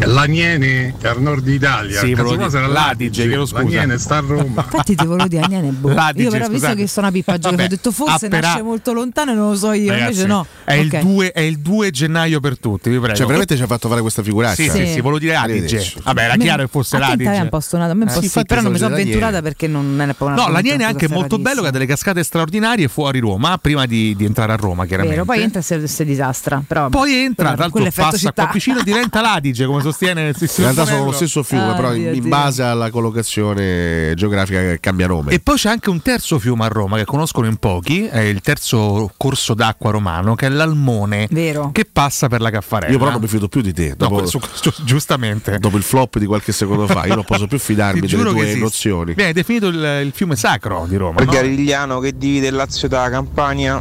Speaker 9: la Niene è al nord d'Italia,
Speaker 5: Sì, volevo
Speaker 9: Casomai
Speaker 5: dire,
Speaker 9: sarà
Speaker 5: l'Adige, chiedo scusa.
Speaker 9: la Niene sta a Roma.
Speaker 4: Infatti ti volevo dire Agnane è boh.
Speaker 5: L'Adige,
Speaker 4: Io però ho visto
Speaker 5: scusate.
Speaker 4: che sono una pippa gioca,
Speaker 5: Vabbè,
Speaker 4: ho detto forse
Speaker 5: appena-
Speaker 4: nasce molto lontano e non lo so io,
Speaker 5: Ragazzi,
Speaker 4: invece no.
Speaker 5: È,
Speaker 4: Ok.
Speaker 5: il 2, è il due gennaio per tutti, vi prego.
Speaker 6: Cioè, veramente ci ha fatto fare questa figuraccia.
Speaker 5: Sì, sì,
Speaker 4: Sì.
Speaker 5: sì, volevo dire Adige.
Speaker 6: Arrivederci.
Speaker 5: Vabbè, era
Speaker 4: Me-
Speaker 5: chiaro che fosse
Speaker 4: a te in Italia è
Speaker 5: l'Adige.
Speaker 4: un po' stonato, a me è un
Speaker 5: Eh,
Speaker 4: po'
Speaker 5: sì,
Speaker 4: sì,
Speaker 5: infatti
Speaker 4: però non mi
Speaker 5: sono
Speaker 4: sono
Speaker 5: della
Speaker 4: avventurata perché non è proprio una
Speaker 5: No, la
Speaker 4: niente
Speaker 5: Niene è anche molto bello che ha delle cascate straordinarie fuori Roma, prima di, di entrare a Roma, chiaramente.
Speaker 4: Vero, poi entra se, se disastra. Però
Speaker 5: Poi entra, tra
Speaker 4: Quello-
Speaker 5: l'altro
Speaker 4: quello è effetto
Speaker 5: passa
Speaker 4: città.
Speaker 5: qua vicino e diventa l'Adige, come sostiene il
Speaker 6: In
Speaker 5: sistema.
Speaker 6: realtà sono lo stesso fiume,
Speaker 4: Ah,
Speaker 6: però
Speaker 4: Dio,
Speaker 6: in, in
Speaker 4: Dio.
Speaker 6: base alla collocazione geografica che cambia nome.
Speaker 5: E poi c'è anche un terzo fiume a Roma che conoscono in pochi, è il terzo corso d'acqua romano, che è l'Almone,
Speaker 4: Vero.
Speaker 5: che passa per la Caffarella.
Speaker 6: Io però non mi fido più di te.
Speaker 5: No,
Speaker 6: Dopo,
Speaker 5: questo- giu- giustamente.
Speaker 6: dopo il flop di qualche secondo fa, io non posso più fidarmi
Speaker 5: Ti
Speaker 6: delle
Speaker 5: giuro che
Speaker 6: tue
Speaker 5: esiste.
Speaker 6: nozioni.
Speaker 5: Viene definito il, il fiume sacro di Roma. no?
Speaker 10: Garigliano che divide il Lazio dalla Campania.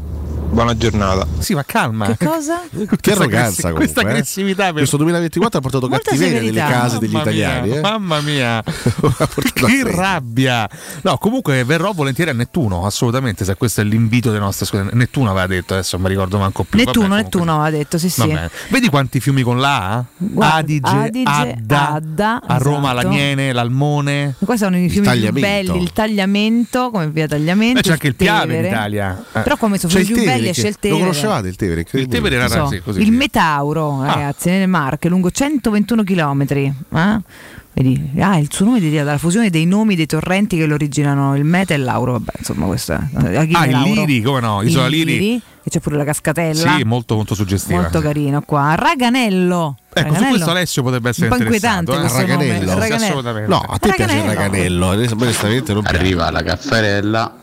Speaker 10: Buona giornata.
Speaker 5: Sì, ma calma.
Speaker 4: Che cosa?
Speaker 6: Che
Speaker 5: Ah. Questa
Speaker 6: arroganza
Speaker 5: aggressi-
Speaker 6: comunque,
Speaker 5: Questa
Speaker 6: eh.
Speaker 5: aggressività per-
Speaker 6: Questo 2024 ha portato
Speaker 5: Molta
Speaker 6: cattiveria nelle
Speaker 5: severità.
Speaker 6: case degli
Speaker 5: Mamma mia,
Speaker 6: italiani. eh.
Speaker 5: Mamma mia, che rabbia! No, comunque verrò volentieri a Nettuno, assolutamente, se questo è l'invito delle nostre scuole. Nettuno aveva detto, adesso non mi ricordo manco più. Vabbè,
Speaker 4: Nettuno,
Speaker 5: comunque-
Speaker 4: Nettuno ha detto, sì, sì.
Speaker 5: Vabbè. Vedi quanti fiumi con la A?
Speaker 4: Guarda,
Speaker 5: Adige,
Speaker 4: Adige,
Speaker 5: Adda,
Speaker 4: Adda,
Speaker 5: a Roma
Speaker 4: esatto.
Speaker 5: l'Aniene, l'Almone.
Speaker 4: Questi sono i fiumi più
Speaker 5: tagliamento.
Speaker 4: belli, il tagliamento, come via tagliamento.
Speaker 5: Beh, c'è anche il Piave in
Speaker 4: Tevere.
Speaker 5: Italia. Eh.
Speaker 4: Però come sono
Speaker 5: C'è
Speaker 4: i
Speaker 5: il
Speaker 4: più
Speaker 5: Tevere
Speaker 4: belli
Speaker 5: che-
Speaker 4: c'è il
Speaker 5: lo
Speaker 4: Tevere.
Speaker 5: conoscevate
Speaker 6: il Tevere?
Speaker 5: Il Tevere era
Speaker 4: Non so.
Speaker 5: sì, così. Ah.
Speaker 4: il Metauro, ragazzi, nelle Marche, lungo 121 km. eh? Vedi? Ah, il suo nome deriva dalla fusione dei nomi dei torrenti che lo originano il Meta e l'Auro. Vabbè, insomma, questo è.
Speaker 5: Ah, il Liri, come no?
Speaker 4: Il
Speaker 5: Isola Liri.
Speaker 4: Liri, E c'è pure la cascatella.
Speaker 5: Sì, molto, molto suggestiva.
Speaker 4: Molto carino qua. Raganello.
Speaker 5: Ecco, su
Speaker 4: Raganello.
Speaker 5: questo Alessio potrebbe essere
Speaker 4: Un po'
Speaker 5: interessato.
Speaker 4: inquietante questo nome.
Speaker 5: Raganello.
Speaker 4: Raganello.
Speaker 5: Sì, assolutamente.
Speaker 6: No, a te piace il raganello, adesso onestamente non piace.
Speaker 11: Arriva la caffarella,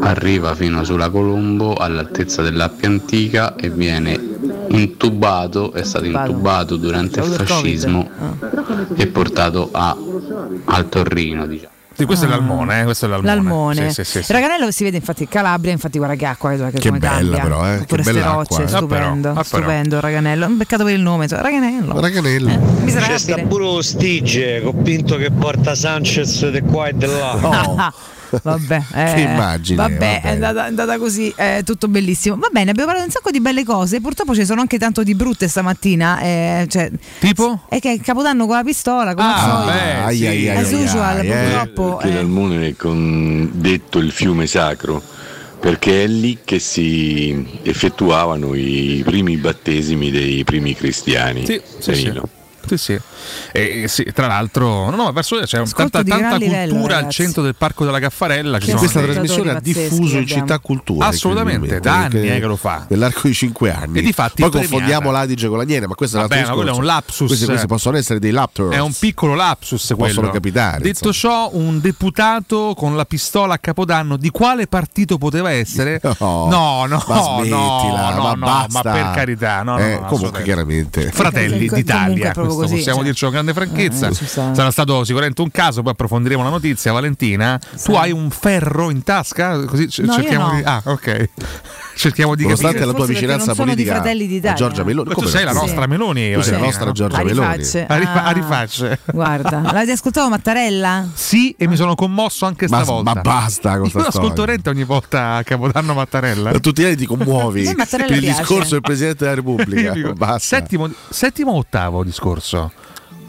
Speaker 11: arriva fino sulla Colombo all'altezza dell'Appia Antica e viene intubato, è stato intubato durante il
Speaker 4: Dopo il Ah.
Speaker 11: fascismo e portato a, al Torrino. Diciamo.
Speaker 5: Sì, questo è l'almone, eh, questo è l'almone.
Speaker 4: L'almone.
Speaker 5: Sì, sì, sì, sì.
Speaker 4: Raganello si vede infatti in Calabria, infatti guarda che acqua che, eh, come cambia. Oppure ste rocce,
Speaker 5: Ah,
Speaker 4: stupendo, stupendo Raganello. Un peccato per il nome, cioè, Raganello.
Speaker 6: Raganello.
Speaker 12: C'è sta pure lo Stige, col pinto che porta Sanchez di qua e di là.
Speaker 4: vabbè, eh,
Speaker 12: Che immagine,
Speaker 4: vabbè,
Speaker 12: vabbè.
Speaker 4: È, andata, è andata così, è tutto bellissimo. Va bene, abbiamo parlato di un sacco di belle cose. Purtroppo ce ne sono anche tanto di brutte stamattina. eh, cioè,
Speaker 5: tipo?
Speaker 4: È che è Capodanno con la pistola, come al solito.
Speaker 8: Ah, ai, ai, eh,
Speaker 4: As usual, purtroppo. eh,
Speaker 8: Perché l'Almone è con- detto il fiume sacro, perché è lì che si effettuavano i primi battesimi dei primi cristiani.
Speaker 5: Sì, sì, sì.
Speaker 8: Danilo.
Speaker 5: Sì, sì. E, e sì, tra l'altro, no, no, verso c'è un- tanta,
Speaker 4: di
Speaker 5: tanta
Speaker 4: gran
Speaker 5: cultura
Speaker 4: livello,
Speaker 5: al
Speaker 4: ragazzi.
Speaker 5: centro del Parco della Caffarella. Ci
Speaker 6: Che
Speaker 5: sono
Speaker 6: questa
Speaker 5: dei-
Speaker 6: trasmissione ha diffuso in città cultura
Speaker 5: Assolutamente, da anni eh, che lo fa.
Speaker 6: nell'arco di 5 anni
Speaker 5: E difatti
Speaker 6: poi
Speaker 5: premiata.
Speaker 6: confondiamo l'Adige con la Niene ma questo è un
Speaker 5: Vabbè,
Speaker 6: altro
Speaker 5: ma quello
Speaker 6: discorso.
Speaker 5: è un lapsus.
Speaker 6: questi, questi possono essere dei lapsus
Speaker 5: È un piccolo lapsus
Speaker 6: Possono
Speaker 5: quello.
Speaker 6: capitare,
Speaker 5: Detto ciò, un deputato con la pistola a capodanno di quale partito poteva essere? No, no, no,
Speaker 6: ma smettila,
Speaker 5: no,
Speaker 6: ma
Speaker 5: no,
Speaker 6: basta.
Speaker 5: ma per carità, no, no,
Speaker 6: Eh,
Speaker 5: no,
Speaker 6: comunque
Speaker 5: assolutamente.
Speaker 6: chiaramente
Speaker 5: Fratelli
Speaker 6: Comunque- comunque
Speaker 5: d'Italia,
Speaker 6: è proprio
Speaker 5: questo
Speaker 6: così,
Speaker 5: possiamo
Speaker 6: cioè.
Speaker 5: dircelo con grande franchezza.
Speaker 6: Eh, ci sta.
Speaker 5: Sarà stato sicuramente un caso, poi approfondiremo la notizia. Valentina, tu hai un ferro in tasca? Così c-
Speaker 4: No, io
Speaker 5: cerchiamo
Speaker 4: no.
Speaker 5: di... Ah, ok. Cerchiamo di
Speaker 6: Nonostante
Speaker 5: capire.
Speaker 6: la tua Forse perché vicinanza non sono di politica Fratelli d'Italia. a Giorgia Meloni,
Speaker 5: Ma tu
Speaker 6: come
Speaker 5: sei la
Speaker 6: no?
Speaker 5: nostra
Speaker 6: Sì.
Speaker 5: Meloni.
Speaker 6: Tu sei la
Speaker 5: Valentina,
Speaker 6: nostra
Speaker 5: no?
Speaker 6: Giorgia
Speaker 4: A Meloni. rifacce.
Speaker 5: A, rifa- a
Speaker 4: Ah.
Speaker 5: rifacce.
Speaker 4: Guarda, l'avete ascoltato Mattarella?
Speaker 5: eh, Sì, e mi sono commosso anche
Speaker 6: Ma-
Speaker 5: stavolta.
Speaker 6: ma basta con
Speaker 5: Io
Speaker 6: sta
Speaker 5: lo ascolto
Speaker 6: storia.
Speaker 5: Renta ogni volta a Capodanno Mattarella. eh.
Speaker 6: Ma tutti gli anni ti commuovi
Speaker 4: Eh,
Speaker 5: A me Mattarella
Speaker 6: per il
Speaker 5: piace.
Speaker 6: discorso del Presidente della Repubblica
Speaker 5: Io dico,
Speaker 6: basta
Speaker 5: Settimo, settimo o ottavo discorso?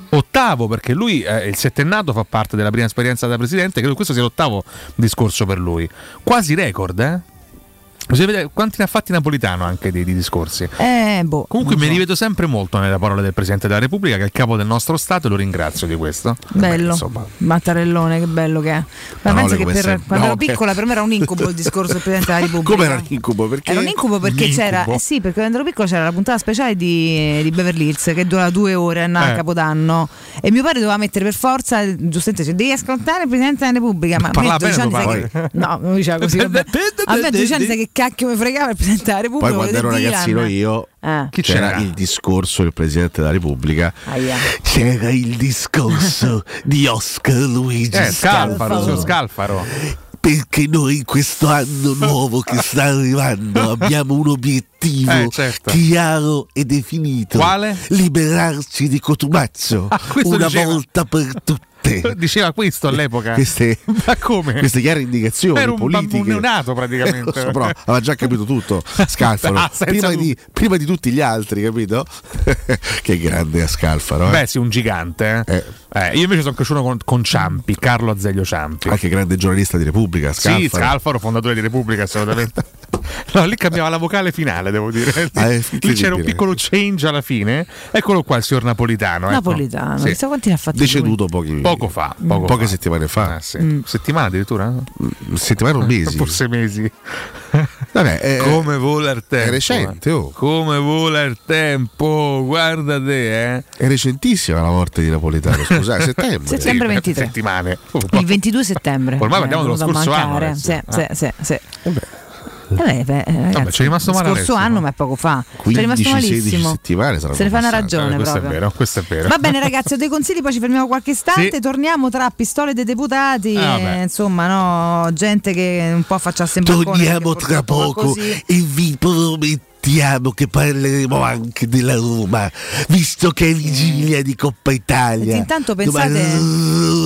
Speaker 5: Ottavo, perché lui, eh, il settennato, fa parte della prima esperienza da presidente, credo questo sia l'ottavo discorso per lui. Quasi record, eh? Bisogna vedere quanti ne ha fatti Napolitano anche di, di discorsi.
Speaker 4: Eh, boh.
Speaker 5: Comunque mi rivedo sempre molto nelle parole del Presidente della Repubblica, che è il capo del nostro Stato, e lo ringrazio di questo.
Speaker 4: Bello,
Speaker 5: insomma.
Speaker 4: Mattarellone, che bello che è. Ma
Speaker 5: Parole
Speaker 4: penso che
Speaker 5: come
Speaker 4: per-
Speaker 5: sempre.
Speaker 4: quando
Speaker 5: No,
Speaker 4: ero
Speaker 5: che-
Speaker 4: piccola per me era un incubo il discorso del Presidente della Repubblica.
Speaker 6: come era l'incubo perché
Speaker 4: Era un incubo perché
Speaker 6: L'incubo.
Speaker 4: c'era, eh sì, perché quando ero piccola c'era la puntata speciale di, di Beverly Hills che durava due ore a
Speaker 6: Eh.
Speaker 4: Capodanno e mio padre doveva mettere per forza, giustamente, dice, devi ascoltare il Presidente della Repubblica. Ma a me
Speaker 6: Parlava
Speaker 4: a 12 anni
Speaker 6: bene tuo
Speaker 4: sai che, no, non diceva così. vabbè. A me a 12 anni sai che cacchio mi fregava il Presidente della Repubblica.
Speaker 6: poi quando ero
Speaker 4: volevo dire
Speaker 6: ragazzino
Speaker 4: Dylan.
Speaker 6: io
Speaker 4: Ah. Chi
Speaker 6: c'era,
Speaker 4: c'era?
Speaker 6: il discorso del Presidente della Repubblica
Speaker 4: Aia.
Speaker 6: c'era il discorso di Oscar Luigi
Speaker 5: Eh, Scalfaro,
Speaker 6: Scalfaro.
Speaker 5: signor Scalfaro.
Speaker 6: perché noi in questo anno nuovo che sta arrivando abbiamo un obiettivo
Speaker 5: Eh, certo.
Speaker 6: chiaro e definito.
Speaker 5: Quale?
Speaker 6: Liberarci di Cotumazzo
Speaker 5: Ah, questo
Speaker 6: una
Speaker 5: diceva.
Speaker 6: volta per tutte.
Speaker 5: Diceva questo all'epoca.
Speaker 6: Queste,
Speaker 5: Ma come?
Speaker 6: queste chiare indicazioni
Speaker 5: Era un
Speaker 6: politiche.
Speaker 5: bambino neonato, praticamente.
Speaker 6: Lo so, però aveva già capito tutto. Scalfaro,
Speaker 5: Ah, senza
Speaker 6: prima,
Speaker 5: dubbio.
Speaker 6: di, prima di tutti gli altri, capito? che grande a Scalfaro. eh.
Speaker 5: Beh, sì, un gigante. eh. Eh, io invece sono cresciuto con, con Ciampi, Carlo Azeglio Ciampi.
Speaker 6: Anche grande giornalista di Repubblica, Scalfaro.
Speaker 5: Sì, Scalfaro, fondatore di Repubblica, assolutamente. No, lì cambiava la vocale finale, devo dire.
Speaker 6: Ah, è
Speaker 5: lì c'era un
Speaker 6: incredibile.
Speaker 5: piccolo change alla fine. Eccolo qua, il signor Napolitano. ecco.
Speaker 4: Napolitano,
Speaker 5: Sì.
Speaker 4: chissà quanti ne ha fatti. Mm.
Speaker 6: Deceduto pochi-
Speaker 5: Poco fa, poco
Speaker 6: poche
Speaker 5: fa.
Speaker 6: settimane fa. Mm,
Speaker 5: Ah, sì. Settimane addirittura? Eh,
Speaker 6: Settimane o mesi?
Speaker 5: Forse mesi.
Speaker 6: Vabbè, eh,
Speaker 5: Come vola il tempo. eh.
Speaker 6: è recente, oh.
Speaker 5: Come vola il tempo, guarda te, eh.
Speaker 6: È recentissima la morte di Napolitano, scusate, settembre.
Speaker 4: Settembre
Speaker 5: Sì,
Speaker 4: 23.
Speaker 5: Settimane.
Speaker 4: Il 22 settembre.
Speaker 5: Ormai parliamo
Speaker 4: è
Speaker 5: dello
Speaker 4: venuto a
Speaker 5: scorso anno,
Speaker 4: mancare.
Speaker 5: adesso.
Speaker 4: Sì,
Speaker 5: Ah.
Speaker 4: sì, sì, sì. Eh beh, beh, ragazzi,
Speaker 5: ci è rimasto male
Speaker 4: Lo scorso
Speaker 5: Alessio,
Speaker 4: anno, ma è poco fa. Ci è rimasto
Speaker 6: 15-16
Speaker 4: malissimo.
Speaker 6: settimane saranno
Speaker 4: Se ne fa una
Speaker 6: passate.
Speaker 4: ragione
Speaker 5: Eh, questo
Speaker 4: proprio.
Speaker 5: è vero, questo è vero.
Speaker 4: Va bene ragazzi, ho dei consigli, poi ci fermiamo qualche istante,
Speaker 5: Sì.
Speaker 4: torniamo tra pistole dei deputati,
Speaker 6: Ah, vabbè.
Speaker 4: eh, insomma, no, gente che un po' faccia sembrare
Speaker 6: Torniamo tra poco e vi promettiamo che parleremo anche della Roma, visto che è vigilia di Coppa Italia.
Speaker 4: Senti, Eh. intanto
Speaker 6: Domani
Speaker 4: pensate-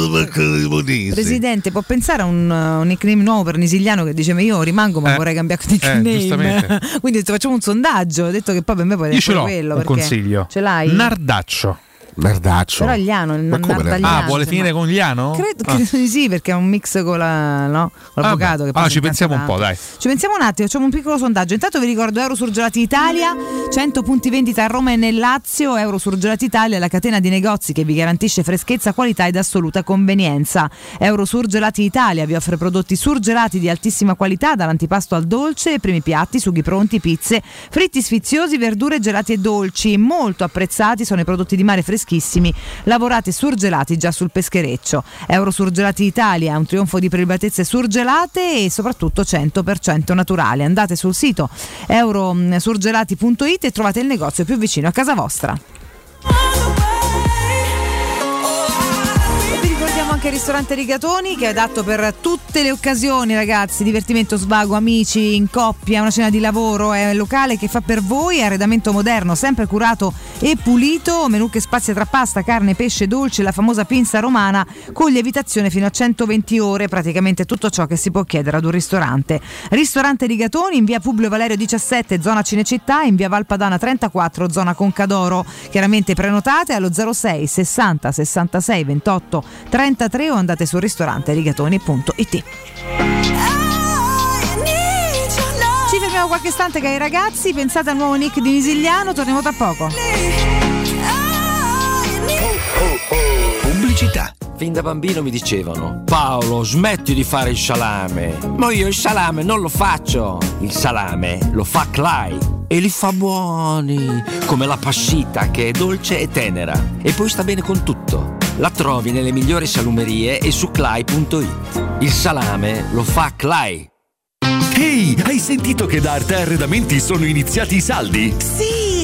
Speaker 6: Roma Cremonese.
Speaker 4: Presidente, può pensare a un, uh, un nickname nuovo per Nisiliano che dice ma io rimango ma
Speaker 5: Eh.
Speaker 4: vorrei cambiare
Speaker 5: Eh,
Speaker 4: nickname.
Speaker 5: giustamente.
Speaker 4: Quindi facciamo un sondaggio, ho detto che poi per me può
Speaker 5: Io ce
Speaker 4: essere
Speaker 5: l'ho
Speaker 4: quello
Speaker 5: un
Speaker 4: perché
Speaker 5: consiglio.
Speaker 4: Ce l'hai?
Speaker 5: Nardaccio.
Speaker 13: Nardaccio.
Speaker 4: Però Liano, il Nardagliano.
Speaker 5: Ah, vuole
Speaker 4: insomma.
Speaker 5: finire con Gliano?
Speaker 4: Credo,
Speaker 5: Ah.
Speaker 4: credo di sì, perché è un mix con, la, no? con l'avvocato. che
Speaker 5: Ah,
Speaker 4: poi si
Speaker 5: ci pensiamo un
Speaker 4: incazza
Speaker 5: po',
Speaker 4: tanto.
Speaker 5: dai.
Speaker 4: Ci pensiamo un attimo, facciamo un piccolo sondaggio. Intanto vi ricordo Eurosurgelati Italia, 100 punti vendita a Roma e nel Lazio. Eurosurgelati Italia è la catena di negozi che vi garantisce freschezza, qualità ed assoluta convenienza. Eurosurgelati Italia vi offre prodotti surgelati di altissima qualità, dall'antipasto al dolce, primi piatti, sughi pronti, pizze, fritti sfiziosi, verdure, gelati e dolci. Molto apprezzati sono i prodotti di mare freschissimi, lavorati e surgelati già sul peschereccio. Eurosurgelati Italia è un trionfo di prelibatezze surgelate e soprattutto 100% naturale. Andate sul sito mm, eurosurgelati.it e trovate il negozio più vicino a casa vostra. Vi ricordiamo anche il ristorante Rigatoni che è adatto per tutte le occasioni ragazzi, divertimento, svago, amici, in coppia, una cena di lavoro, è un locale che fa per voi, arredamento moderno, sempre curato e pulito, menù che spazia tra pasta, carne, pesce, dolce, la famosa pinza romana con lievitazione fino a 120 ore, praticamente tutto ciò che si può chiedere ad un ristorante. Ristorante Rigatoni in via Publio Valerio 17, zona Cinecittà, in via Valpadana 34, zona Concadoro. Chiaramente prenotate allo 06 60 66 28 33 o andate sul ristorante rigatoni.it. Ci fermiamo qualche istante cari ragazzi, pensate al nuovo nick di Misigliano, torniamo tra poco.
Speaker 14: Pubblicità. Fin da bambino mi dicevano: Paolo, smetti di fare il salame. Ma io il salame non lo faccio. Il salame lo fa Clai. E li fa buoni, come la passita che è dolce e tenera. E poi sta bene con tutto. La trovi nelle migliori salumerie e su Clai.it. Il salame lo fa Clai.
Speaker 15: Ehi, hai sentito che da Arte Arredamenti sono iniziati i saldi?
Speaker 16: Sì,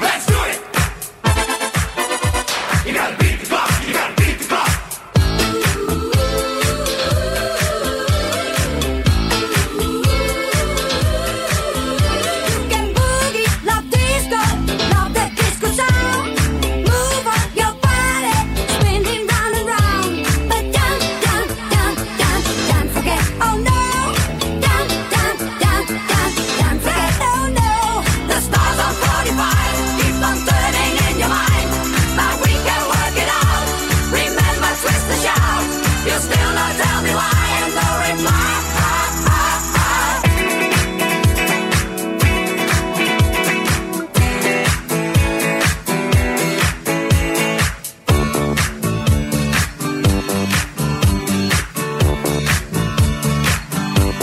Speaker 1: Let's do it. You gotta beat the clock. You gotta beat the clock. You can boogie, love disco, love the disco sound. Move on your body, spinning round and round. But don't, don't, don't, don't, don't forget. Oh no, don't, don't, don't, don't, Uh,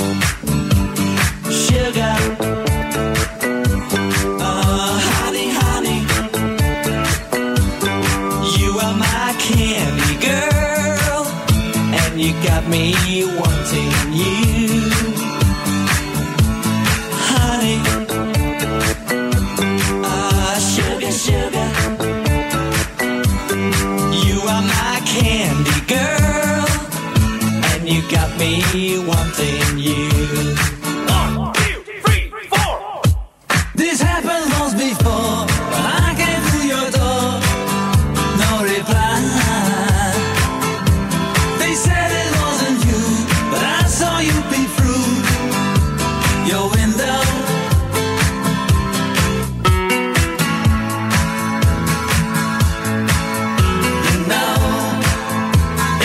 Speaker 1: me wanting you. Honey, ah, sugar, sugar. You are my candy girl, and you got me wanting you. One, two, three, four. This happened once before, when I came through your door. No reply. They said it wasn't you, but I saw you peep through your window. You know,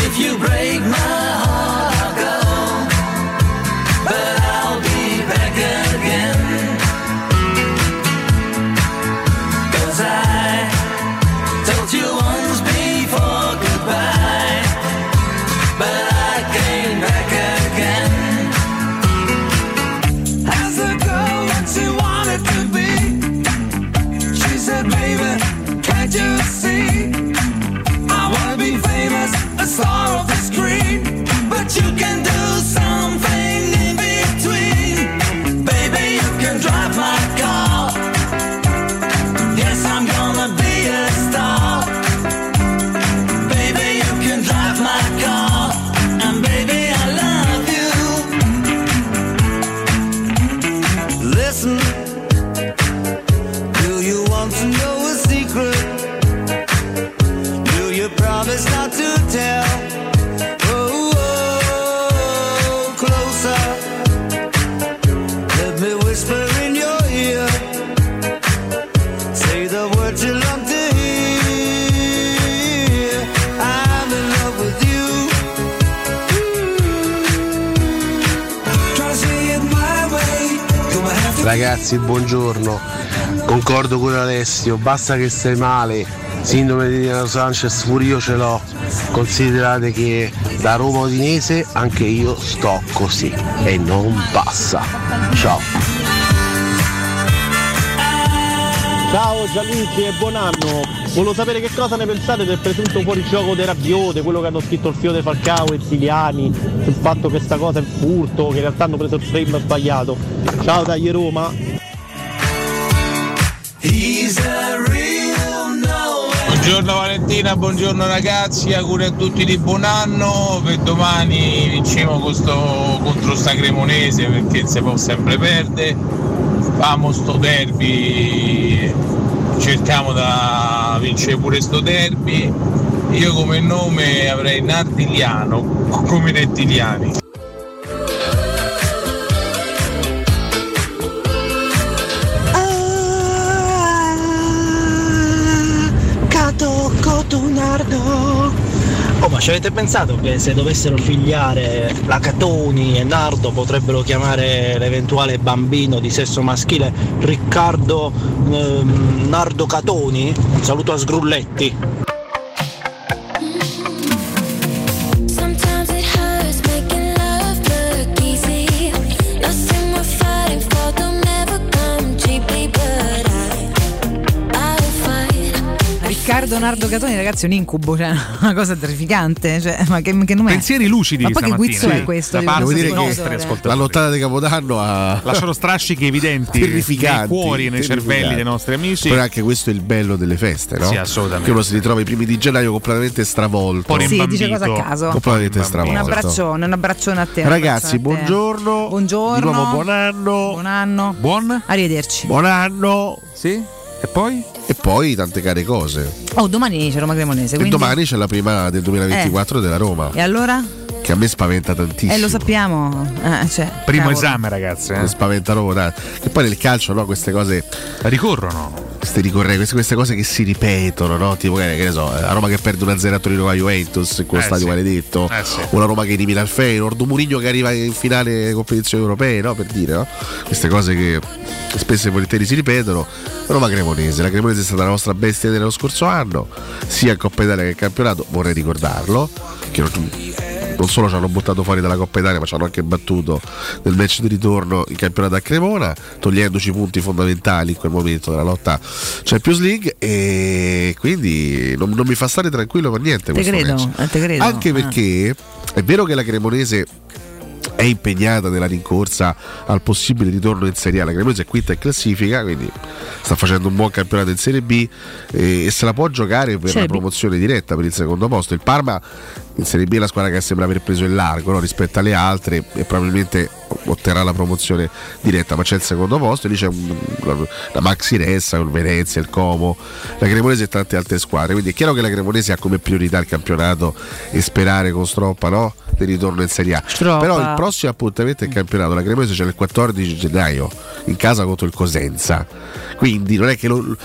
Speaker 1: if you break my heart, I'll go, but I'll be back again. 'Cause I told you once before goodbye. But I came back again As a girl that she wanted to be She said, baby, can't you see? I wanna be famous, a star of the screen But you can do something in between Baby, you can drive my car Yes, I'm gonna be a star Baby, you can drive my car and baby, I love you. Listen, do you want to know a secret? Do you promise not to tell? Oh, oh, closer. Let me whisper in your ear. Say the words you long to hear. I'm in love with you. Mm.
Speaker 17: Ragazzi, buongiorno. Concordo con Alessio, basta che stai male. Sindrome di Diego Sanchez pure io ce l'ho. Considerate che da Roma Udinese anche io sto così e non passa. Ciao.
Speaker 18: Ciao Gianluigi e buon anno! Volevo sapere che cosa ne pensate del presunto fuorigioco dei Rabiot, quello che hanno scritto il fiore Falcao e Siliani, sul fatto che sta cosa è furto, che in realtà hanno preso il frame sbagliato. Ciao dagli Roma!
Speaker 1: He's a real no
Speaker 5: Buongiorno Valentina, buongiorno ragazzi, auguri a tutti di buon anno, per domani vinciamo con sto- contro sta Cremonese perché si può sempre perdere, famo sto derby, cerchiamo da vincere pure sto derby, io come nome avrei Nardiliano, come rettiliani.
Speaker 7: Cato Cotunardo. Oh, ma ci avete pensato che se dovessero figliare la Catoni e Nardo potrebbero chiamare l'eventuale bambino di sesso maschile Riccardo ehm, Nardo Catoni? Un saluto a Sgrulletti.
Speaker 19: Sometimes it hurts making love look easy. Nothing we're fighting for don't ever come cheaply, but I, I will fight.
Speaker 4: Riccardo Nardo Catoni, ragazzi, è un incubo, cioè una cosa terrificante. Cioè, ma che, che nome è?
Speaker 20: Pensieri lucidi
Speaker 4: Ma poi che
Speaker 20: stamattina,
Speaker 4: guizzo
Speaker 20: sì,
Speaker 4: è questo?
Speaker 20: da
Speaker 4: di
Speaker 20: parte
Speaker 4: questo
Speaker 20: dei nostri
Speaker 4: ascoltatore?
Speaker 20: ascoltatori.
Speaker 6: eh, La lottata di Capodanno ha
Speaker 20: Lasciano strascichi evidenti nei
Speaker 6: terrificanti,
Speaker 20: cuori, nei
Speaker 6: terrificanti.
Speaker 20: cervelli dei nostri amici.
Speaker 6: Però anche questo è il bello delle feste, no?
Speaker 20: Sì, assolutamente.
Speaker 6: Che uno si ritrova i primi di gennaio completamente stravolto.
Speaker 4: Sì, dice cose a caso.
Speaker 6: Completamente stravolto.
Speaker 4: Un abbraccione, un abbraccione a te. un
Speaker 6: Ragazzi,
Speaker 4: abbraccione a te.
Speaker 6: buongiorno.
Speaker 4: Buongiorno.
Speaker 6: Di nuovo buon anno.
Speaker 4: Buon anno.
Speaker 20: Buon.
Speaker 4: Arrivederci.
Speaker 6: Buon anno.
Speaker 20: Sì. E poi?
Speaker 6: E poi tante care cose.
Speaker 4: Oh, domani c'è Roma Cremonese.
Speaker 6: E
Speaker 4: Quindi...
Speaker 6: domani c'è la prima del
Speaker 20: Eh.
Speaker 6: 2024 della Roma.
Speaker 4: E allora?
Speaker 6: Che a me spaventa tantissimo.
Speaker 4: Eh, lo sappiamo. Eh, cioè,
Speaker 6: Primo
Speaker 4: cavolo.
Speaker 6: esame,
Speaker 20: ragazzi. eh.
Speaker 6: Mi spaventano proprio tanto. Che poi nel calcio, no, queste cose.
Speaker 20: Ricorrono.
Speaker 6: Queste, ricorre- queste, queste cose che si ripetono, no? Tipo, che che ne so, eh, la Roma che perde 1-0 a Torino con la Juventus, con lo
Speaker 20: Eh,
Speaker 6: stadio
Speaker 20: sì.
Speaker 6: maledetto.
Speaker 20: Eh, sì.
Speaker 6: O la Roma che elimina il Feyenoord, un Murigno che arriva in finale delle competizioni europee, no? Per dire, no? Queste cose che spesso e volentieri si ripetono. Roma Cremonese, la Cremonese è stata la nostra bestia dello scorso anno, sia in Coppa Italia che in campionato, vorrei ricordarlo, che non, non solo ci hanno buttato fuori dalla Coppa Italia, ma ci hanno anche battuto nel match di ritorno in campionato a Cremona, togliendoci punti fondamentali in quel momento della lotta Champions League. E quindi non, non mi fa stare tranquillo per niente
Speaker 4: Te
Speaker 6: questo
Speaker 4: credo,
Speaker 6: match.
Speaker 4: eh, te credo.
Speaker 6: Anche perché È vero che la Cremonese è impegnata nella rincorsa al possibile ritorno in Serie A. La Cremonese è quinta in classifica, quindi sta facendo un buon campionato in Serie B eh, e se la può giocare per
Speaker 4: Serie
Speaker 6: la
Speaker 4: B.
Speaker 6: promozione diretta per il secondo posto. Il Parma in Serie B è la squadra che sembra aver preso il largo no, rispetto alle altre e probabilmente otterrà la promozione diretta, ma c'è il secondo posto e lì c'è un- la, la Maxi Ressa, il Venezia, il Como, la Cremonese e tante altre squadre. Quindi è chiaro che la Cremonese ha come priorità il campionato e sperare con stroppa no, del ritorno in Serie A.
Speaker 4: Stroppa.
Speaker 6: Però il prossimo appuntamento è il campionato. La Cremonese c'è il 14 gennaio in casa contro il Cosenza. Quindi non è che lo-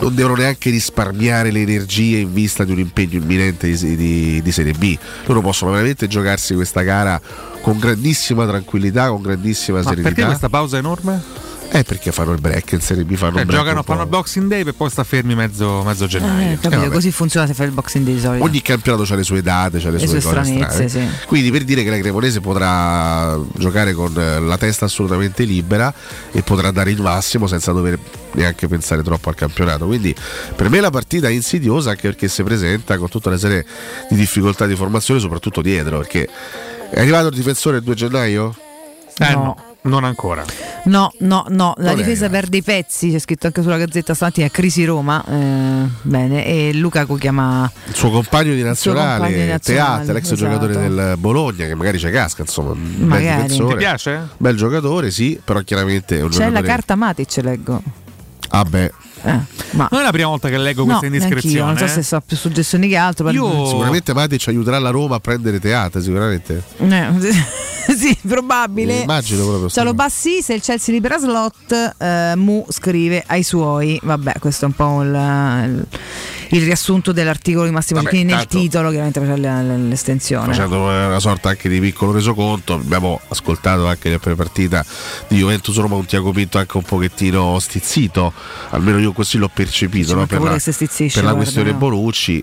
Speaker 6: non devono neanche risparmiare le energie in vista di un impegno imminente di, di- di Serie B. Loro possono veramente giocarsi questa gara con grandissima tranquillità, con grandissima
Speaker 5: Ma
Speaker 6: serenità.
Speaker 5: perché questa pausa enorme?
Speaker 6: Eh, perché fanno il break in Serie B, fanno
Speaker 5: Eh,
Speaker 6: il break
Speaker 5: giocano,
Speaker 6: un po'.
Speaker 5: fanno il boxing day per poi sta fermi mezzo, mezzo gennaio. Cioè,
Speaker 21: Eh, capito, così funziona se fai il boxing dei solito.
Speaker 6: Ogni campionato ha le sue date, ha le,
Speaker 21: Le
Speaker 6: sue,
Speaker 21: sue
Speaker 6: cose
Speaker 21: stranezze,
Speaker 6: strane. eh. Quindi per dire che la Cremonese potrà giocare con eh, la testa assolutamente libera e potrà dare il massimo senza dover neanche pensare troppo al campionato. Quindi per me la partita è insidiosa anche perché si presenta con tutta una serie di difficoltà di formazione, soprattutto dietro, perché è arrivato il difensore il 2 gennaio?
Speaker 5: Eh no, non ancora.
Speaker 21: No, no, no,
Speaker 6: Non
Speaker 21: la
Speaker 6: è
Speaker 21: difesa perde i pezzi, c'è scritto anche sulla gazzetta stamattina, Crisi Roma, eh, bene, e Lukaku chiama...
Speaker 6: Il suo compagno di nazionale,
Speaker 21: compagno di nazionale,
Speaker 6: Teate, l'ex
Speaker 21: esatto.
Speaker 6: giocatore del Bologna, che magari c'è casca, insomma, un bel
Speaker 21: Magari.
Speaker 6: difensore.
Speaker 21: Ti piace?
Speaker 6: Bel giocatore, sì, però chiaramente è un
Speaker 21: C'è la
Speaker 6: giocatore-
Speaker 21: carta Matic, leggo.
Speaker 6: Ah beh.
Speaker 5: Non è la prima volta che leggo
Speaker 21: No,
Speaker 5: questa
Speaker 21: neanch'io,
Speaker 5: indiscrezione.
Speaker 21: non so
Speaker 6: eh.
Speaker 21: se so più suggestioni che altro. però-
Speaker 6: Sicuramente Matic aiuterà la Roma a prendere teatro, sicuramente.
Speaker 21: Eh, sì, probabile.
Speaker 6: Eh, immagino proprio, sì.
Speaker 21: Ciao lo bassi, se il Chelsea libera slot, eh, Mu scrive ai suoi. Vabbè, questo è un po' il, il riassunto dell'articolo di Massimo
Speaker 6: Vabbè,
Speaker 21: Cecchini nel
Speaker 6: tanto-
Speaker 21: titolo, chiaramente faceva l- l'estensione.
Speaker 6: Facendo eh, una sorta anche di piccolo resoconto, abbiamo ascoltato anche la prepartita di Juventus Roma un Tiago Pinto anche un pochettino stizzito, almeno io così l'ho percepito, no?
Speaker 21: manca
Speaker 6: per,
Speaker 21: pure
Speaker 6: la,
Speaker 21: che si stizzisce,
Speaker 6: per la
Speaker 21: guarda,
Speaker 6: questione
Speaker 21: no.
Speaker 6: Bonucci.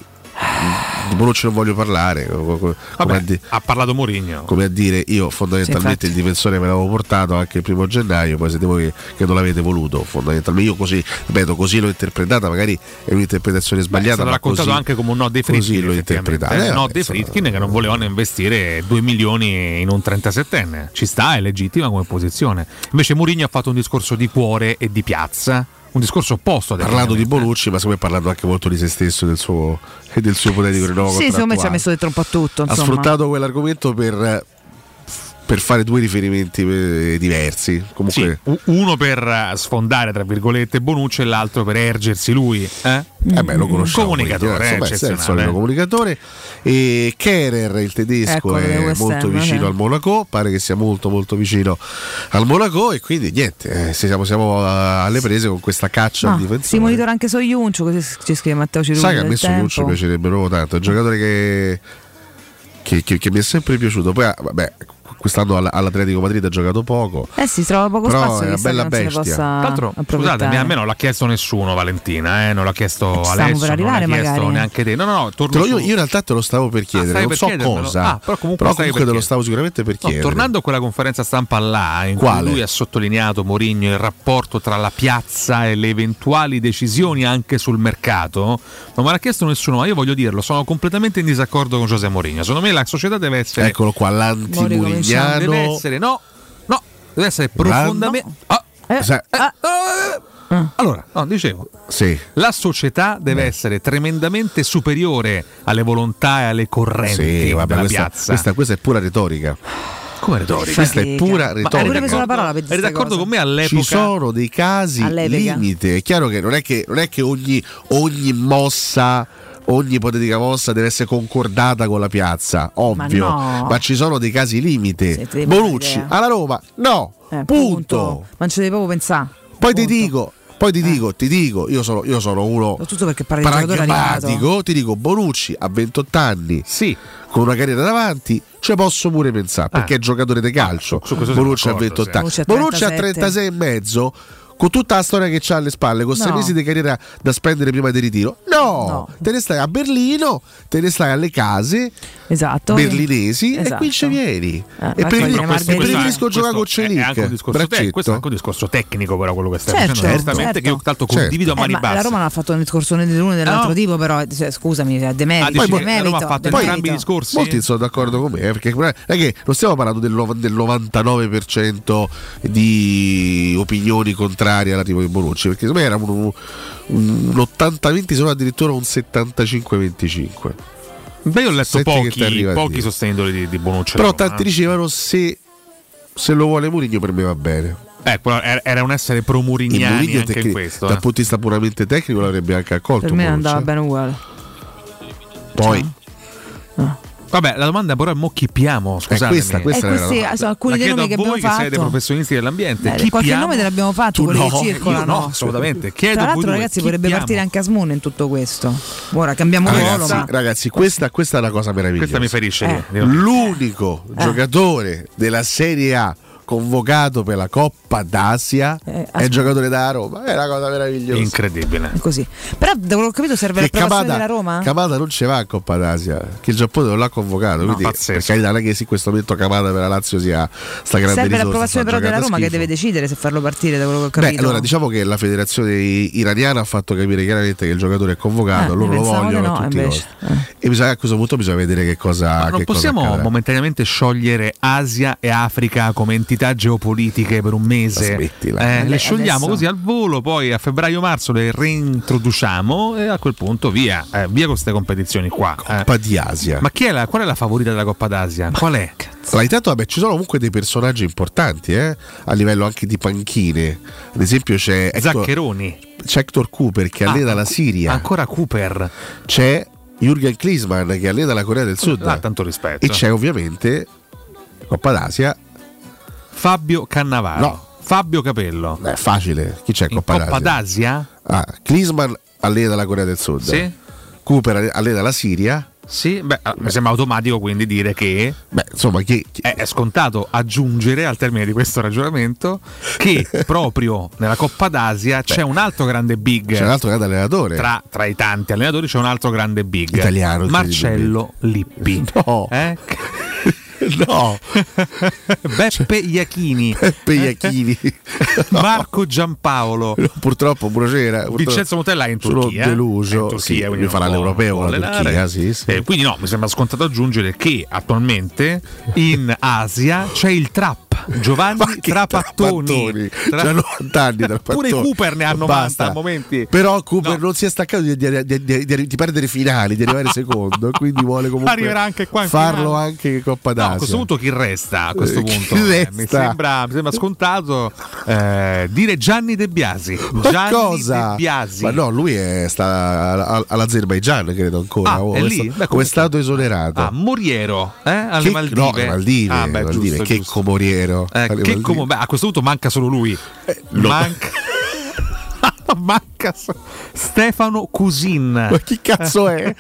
Speaker 6: Di Bonucci non voglio parlare, co- co- come, a di-
Speaker 5: Ha parlato Mourinho.
Speaker 6: come a dire io fondamentalmente
Speaker 5: Sì, infatti.
Speaker 6: il difensore me l'avevo portato anche il primo gennaio, poi siete voi che non l'avete voluto, fondamentalmente io così, ripeto, così l'ho interpretata, magari è un'interpretazione
Speaker 5: È
Speaker 6: sbagliata.
Speaker 5: stato
Speaker 6: ma
Speaker 5: raccontato
Speaker 6: così-
Speaker 5: anche come un no dei
Speaker 6: così
Speaker 5: Fritkin.
Speaker 6: l'ho
Speaker 5: effettivamente.
Speaker 6: interpretato. Eh,
Speaker 5: no
Speaker 6: vabbè,
Speaker 5: dei Fritkin che non volevano investire 2 milioni in un 37enne. Ci sta, è legittima come posizione. Invece Mourinho ha fatto un discorso di cuore e di piazza. Un discorso opposto.
Speaker 6: parlando di Bonucci, ma secondo me parlando anche molto di se stesso e del suo, e del suo ipotetico rinnovo.
Speaker 21: Sì, secondo me ci ha
Speaker 6: contrattuale.
Speaker 21: messo dentro un po' tutto.
Speaker 6: Ha
Speaker 21: Insomma.
Speaker 6: sfruttato quell'argomento per, per fare due riferimenti eh, diversi. Comunque,
Speaker 5: Sì, u- uno per eh, sfondare tra virgolette Bonucci e l'altro per ergersi lui. Eh?
Speaker 6: Eh beh, lo conosciamo.
Speaker 5: Comunicatore,
Speaker 6: quindi,
Speaker 5: eh,
Speaker 6: insomma, è il
Speaker 5: eccezionale.
Speaker 6: solito comunicatore. E Kerer, il tedesco,
Speaker 21: Ecco,
Speaker 5: Eccolo, del
Speaker 6: è
Speaker 5: West
Speaker 6: molto
Speaker 5: Ham,
Speaker 6: vicino
Speaker 5: eh.
Speaker 6: al Monaco. Pare che sia molto, molto vicino al Monaco. E quindi, niente, eh, siamo, siamo, eh, alle prese con questa caccia
Speaker 21: Ah,
Speaker 6: al difensore.
Speaker 21: si monitora anche Soyuncu, così ci scrive Matteo Cirullo.
Speaker 6: Sai che a me
Speaker 21: del tempo.
Speaker 6: Sonuccio piacerebbe proprio tanto, è un giocatore che, che- che- che mi è sempre piaciuto. Poi, ah, vabbè, quest'anno all- all'Atletico Madrid ha giocato poco.
Speaker 21: Eh sì, si trova poco
Speaker 6: Però è
Speaker 21: spazio,
Speaker 6: una
Speaker 21: chissà che
Speaker 6: bella
Speaker 21: non se ne
Speaker 6: bestia.
Speaker 21: possa
Speaker 6: Tra
Speaker 5: L'altro,
Speaker 21: approfittare.
Speaker 5: scusate, a me non l'ha chiesto nessuno Valentina, eh? non l'ha chiesto
Speaker 21: stiamo
Speaker 5: Alessio,
Speaker 21: per arrivare,
Speaker 5: non l'ha chiesto
Speaker 21: magari. eh.
Speaker 5: neanche te. No, no, no,
Speaker 6: Te
Speaker 5: torno
Speaker 6: lo-
Speaker 5: su-
Speaker 6: io, io in realtà te lo stavo per chiedere,
Speaker 5: stavi
Speaker 6: non
Speaker 5: per
Speaker 6: so
Speaker 5: chiedermelo.
Speaker 6: cosa,
Speaker 5: Ah, però comunque stavi per
Speaker 6: te lo
Speaker 5: chiedere.
Speaker 6: stavo sicuramente per
Speaker 5: No,
Speaker 6: chiedere.
Speaker 5: tornando a quella conferenza stampa là, in
Speaker 6: Quale?
Speaker 5: cui lui ha sottolineato Mourinho il rapporto tra la piazza e le eventuali decisioni anche sul mercato, non me l'ha chiesto nessuno, ma io voglio dirlo, sono completamente in disaccordo con José Mourinho. Secondo me la società deve essere
Speaker 6: Eccolo qua, l'anti-Murignano.
Speaker 5: deve essere no, no, deve essere profondamente Ah,
Speaker 6: Sai-
Speaker 5: ah, ah, ah. Allora, no, dicevo,
Speaker 6: Sì.
Speaker 5: la società deve essere tremendamente superiore alle volontà e alle correnti
Speaker 6: Sì, vabbè,
Speaker 5: della
Speaker 6: questa,
Speaker 5: piazza.
Speaker 6: questa- questa è pura retorica.
Speaker 5: Come retorica?
Speaker 6: Questa è
Speaker 5: Fatica. Ma
Speaker 6: pura
Speaker 5: hai
Speaker 6: retorica.
Speaker 5: pure preso la parola per dire Eri d'accordo questa cosa? con me all'epoca?
Speaker 6: Ci sono dei casi
Speaker 5: All'epoca.
Speaker 6: limite. È chiaro che non è che, non è che ogni, ogni mossa. Ogni ipotetica mossa deve essere concordata con la piazza, ovvio, ma,
Speaker 21: no.
Speaker 6: ci sono dei casi limite.
Speaker 21: devi fare
Speaker 6: Bonucci
Speaker 21: idea.
Speaker 6: alla Roma, no,
Speaker 21: Eh,
Speaker 6: punto.
Speaker 21: Ma non ci devi proprio pensare. Eh.
Speaker 6: Poi ti dico, poi ti dico, ti dico, io sono, io sono uno
Speaker 21: Soprattutto perché parli di giocatore arrivato.
Speaker 6: pragmatico, ti dico Bonucci a 28 anni, con una carriera davanti, ci posso pure pensare, perché è giocatore di calcio.
Speaker 5: Ah. questo siamo
Speaker 6: Bonucci a
Speaker 5: d'accordo,
Speaker 6: 28 anni.
Speaker 5: sì.
Speaker 6: Bonucci a
Speaker 5: 37.
Speaker 6: 36 e mezzo. con tutta la storia che c'ha alle spalle, con sei
Speaker 21: No.
Speaker 6: mesi di carriera da spendere prima del ritiro. No, te ne stai a Berlino, te ne stai alle case berlinesi e
Speaker 5: Esatto.
Speaker 6: qui ci vieni. e
Speaker 5: Ma
Speaker 6: prevedi-
Speaker 5: questo- questo-
Speaker 6: e preferisco
Speaker 5: questo
Speaker 6: giocare con
Speaker 5: è- è anche un
Speaker 6: Celic,
Speaker 5: discorso te-
Speaker 6: braccetto. Eh,
Speaker 5: Questo è anche un discorso tecnico, però, quello che stai
Speaker 21: Certo,
Speaker 5: facendo. Certamente
Speaker 21: certo.
Speaker 5: che io tanto condivido a mani
Speaker 21: Eh, ma la
Speaker 5: basse.
Speaker 21: Roma non ha fatto un discorso né dell'uno né dell'altro tipo, però cioè, scusami, a
Speaker 5: Ah,
Speaker 21: demerito.
Speaker 6: Poi
Speaker 21: a demerito, a demerito.
Speaker 6: Molti sono d'accordo con me, eh, perché non è che non stiamo parlando del, nov- del 99% di opinioni contrarie all'arrivo di Bonucci, perché secondo me era un, un 80-20, se non addirittura un 75-25.
Speaker 5: Beh, io ho letto
Speaker 6: Senti che ti
Speaker 5: pochi,
Speaker 6: arriva a
Speaker 5: pochi
Speaker 6: dire.
Speaker 5: sostenitori di, di Bonucci.
Speaker 6: Però
Speaker 5: alla Roma,
Speaker 6: tanti
Speaker 5: eh.
Speaker 6: dicevano se, se lo vuole Mourinho per me va bene.
Speaker 5: Eh, però era era un essere
Speaker 6: E
Speaker 5: pro-Murignani
Speaker 6: Mourinho
Speaker 5: anche
Speaker 6: tecni-
Speaker 5: in questo.
Speaker 6: dal
Speaker 5: eh.
Speaker 6: punto di vista puramente tecnico l'avrebbe anche accolto.
Speaker 21: Per me cioè,
Speaker 6: Bonucci.
Speaker 21: andava bene uguale.
Speaker 6: Poi
Speaker 5: Vabbè, la domanda però è mo chi piamo, scusate.
Speaker 6: questa- questa
Speaker 21: Eh, era la questi domanda. sono alcuni
Speaker 5: La
Speaker 21: dei
Speaker 5: chiedo
Speaker 21: nomi
Speaker 5: a
Speaker 21: che
Speaker 5: voi
Speaker 21: abbiamo
Speaker 5: che siete
Speaker 21: fatto.
Speaker 5: professionisti dell'ambiente.
Speaker 21: Beh,
Speaker 5: chi
Speaker 21: qualche
Speaker 5: piamo?
Speaker 21: nome te l'abbiamo fatto,
Speaker 5: Tu
Speaker 21: quelli che
Speaker 5: no, io
Speaker 21: circolano.
Speaker 5: no, assolutamente. Chiedo
Speaker 21: Tra
Speaker 5: a voi
Speaker 21: l'altro,
Speaker 5: due,
Speaker 21: ragazzi,
Speaker 5: chi
Speaker 21: potrebbe
Speaker 5: piamo? Ah,
Speaker 21: partire anche Asmun in tutto questo. Ora cambiamo ruolo,
Speaker 6: Ah, Ragazzi,
Speaker 21: ma
Speaker 6: ragazzi, questa, questa è una cosa meravigliosa.
Speaker 5: Questa mi ferisce, Eh. devo dire.
Speaker 6: L'unico
Speaker 21: Eh.
Speaker 6: giocatore della Serie A convocato per la Coppa d'Asia
Speaker 21: Eh,
Speaker 6: è il giocatore da Roma. È una cosa meravigliosa.
Speaker 5: Incredibile.
Speaker 21: così. Però da quello che ho capito serve la promozione della Roma?
Speaker 6: Kamada non ce va a Coppa d'Asia, che il Giappone non l'ha convocato. quindi, per carità, non è che sì, in questo momento Kamada per la Lazio sia sta grande
Speaker 21: serve
Speaker 6: risorsa,
Speaker 21: l'approvazione
Speaker 6: sta
Speaker 21: però della
Speaker 6: giocando
Speaker 21: Roma
Speaker 6: a
Speaker 21: che
Speaker 6: schifo.
Speaker 21: deve decidere se farlo partire da quello che ho
Speaker 6: Beh,
Speaker 21: capito.
Speaker 6: allora diciamo che la federazione i- iraniana ha fatto capire chiaramente che il giocatore è convocato,
Speaker 21: Eh,
Speaker 6: loro lo
Speaker 21: pensavo di
Speaker 6: vogliono
Speaker 21: no,
Speaker 6: a tutti i
Speaker 21: invece. eh.
Speaker 6: costi. E bisogna, a questo punto bisogna vedere che cosa.
Speaker 5: Ma non
Speaker 6: che cosa
Speaker 5: possiamo
Speaker 6: accadrà.
Speaker 5: momentaneamente sciogliere Asia e Africa come entità geopolitiche per un mese. Eh, le
Speaker 6: Vabbè,
Speaker 5: sciogliamo
Speaker 6: adesso-
Speaker 5: così al volo, poi a febbraio-marzo le reintroduciamo e a quel punto via, eh, via con queste competizioni qua. Coppa
Speaker 6: di Asia.
Speaker 5: Ma chi è la, qual è la favorita della Coppa d'Asia? Qual è?
Speaker 6: Allora, intanto vabbè, ci sono comunque dei personaggi importanti eh, a livello anche di panchine. Ad esempio c'è Hector-
Speaker 5: Zaccheroni.
Speaker 6: C'è Hector Cooper che
Speaker 5: Ah,
Speaker 6: allena la Siria.
Speaker 5: Ancora Cooper.
Speaker 6: C'è Jürgen Klinsmann che allena la Corea del Sud.
Speaker 5: Ah, tanto rispetto.
Speaker 6: E c'è ovviamente Coppa d'Asia.
Speaker 5: Fabio Cannavaro.
Speaker 6: No.
Speaker 5: Fabio Capello.
Speaker 6: Beh, è facile. Chi c'è in Coppa,
Speaker 5: Coppa d'Asia?
Speaker 6: Ah, Klinsmann allena la Corea del Sud.
Speaker 5: Sì.
Speaker 6: Cooper alle- allena la Siria.
Speaker 5: Sì, beh, ah, mi sembra automatico quindi dire che
Speaker 6: insomma,
Speaker 5: è, è scontato aggiungere al termine di questo ragionamento che proprio nella Coppa d'Asia c'è un altro grande big.
Speaker 6: C'è un altro grande allenatore.
Speaker 5: Tra, tra i tanti allenatori c'è un altro grande big.
Speaker 6: Italiano,
Speaker 5: Marcello Lippi. Eh?
Speaker 6: No. No.
Speaker 5: Beppe Iachini. Eh?
Speaker 6: Beppe Iachini.
Speaker 5: Marco Giampaolo.
Speaker 6: Purtroppo pure c'era. purtroppo-
Speaker 5: Vincenzo Montella è in
Speaker 6: Eh, Sono
Speaker 5: Turchia. eh.
Speaker 6: deluso.
Speaker 5: È in Turchia,
Speaker 6: Sì,
Speaker 5: quindi
Speaker 6: lui
Speaker 5: non
Speaker 6: farà
Speaker 5: può-
Speaker 6: l'europeo
Speaker 5: non
Speaker 6: con la
Speaker 5: può allenare.
Speaker 6: Turchia, sì, sì.
Speaker 5: Eh, quindi no, mi sembra scontato aggiungere che attualmente in Asia c'è il trap Giovanni Trapattoni. Tra-
Speaker 6: C'ha 90 anni dal pattone.
Speaker 5: Pure Cooper ne ha 90
Speaker 6: Basta.
Speaker 5: a momenti.
Speaker 6: Però Cooper non si è staccato di, di- di- di- di- di perdere finali, di arrivare secondo. e Quindi vuole comunque
Speaker 5: Arriverà anche qua in
Speaker 6: farlo
Speaker 5: finale.
Speaker 6: anche in Coppa
Speaker 5: No,
Speaker 6: d'Asia.
Speaker 5: a questo punto chi resta? A
Speaker 6: Eh,
Speaker 5: questo
Speaker 6: chi
Speaker 5: punto eh, mi,
Speaker 6: resta?
Speaker 5: sembra, mi sembra scontato eh, dire Gianni De Biasi.
Speaker 6: Ma
Speaker 5: Gianni
Speaker 6: cosa?
Speaker 5: De Biasi.
Speaker 6: Ma no, lui è sta a- a- all'Azerbaigian, credo ancora.
Speaker 5: Ah,
Speaker 6: Oh,
Speaker 5: è
Speaker 6: come
Speaker 5: lì?
Speaker 6: sta-
Speaker 5: Beh,
Speaker 6: come è
Speaker 5: comunque-
Speaker 6: stato esonerato?
Speaker 5: Ah, Moriero eh? alle
Speaker 6: Che-
Speaker 5: Maldive.
Speaker 6: No, alle Maldive,
Speaker 5: Ah, beh,
Speaker 6: Maldive,
Speaker 5: giusto,
Speaker 6: che
Speaker 5: giusto.
Speaker 6: comoriero.
Speaker 5: Eh,
Speaker 6: Alle
Speaker 5: che
Speaker 6: Maldive.
Speaker 5: com- beh, a questo punto manca solo lui.
Speaker 6: Eh,
Speaker 5: Manca. manca so- Stefano Cusin. Ma
Speaker 6: chi cazzo è?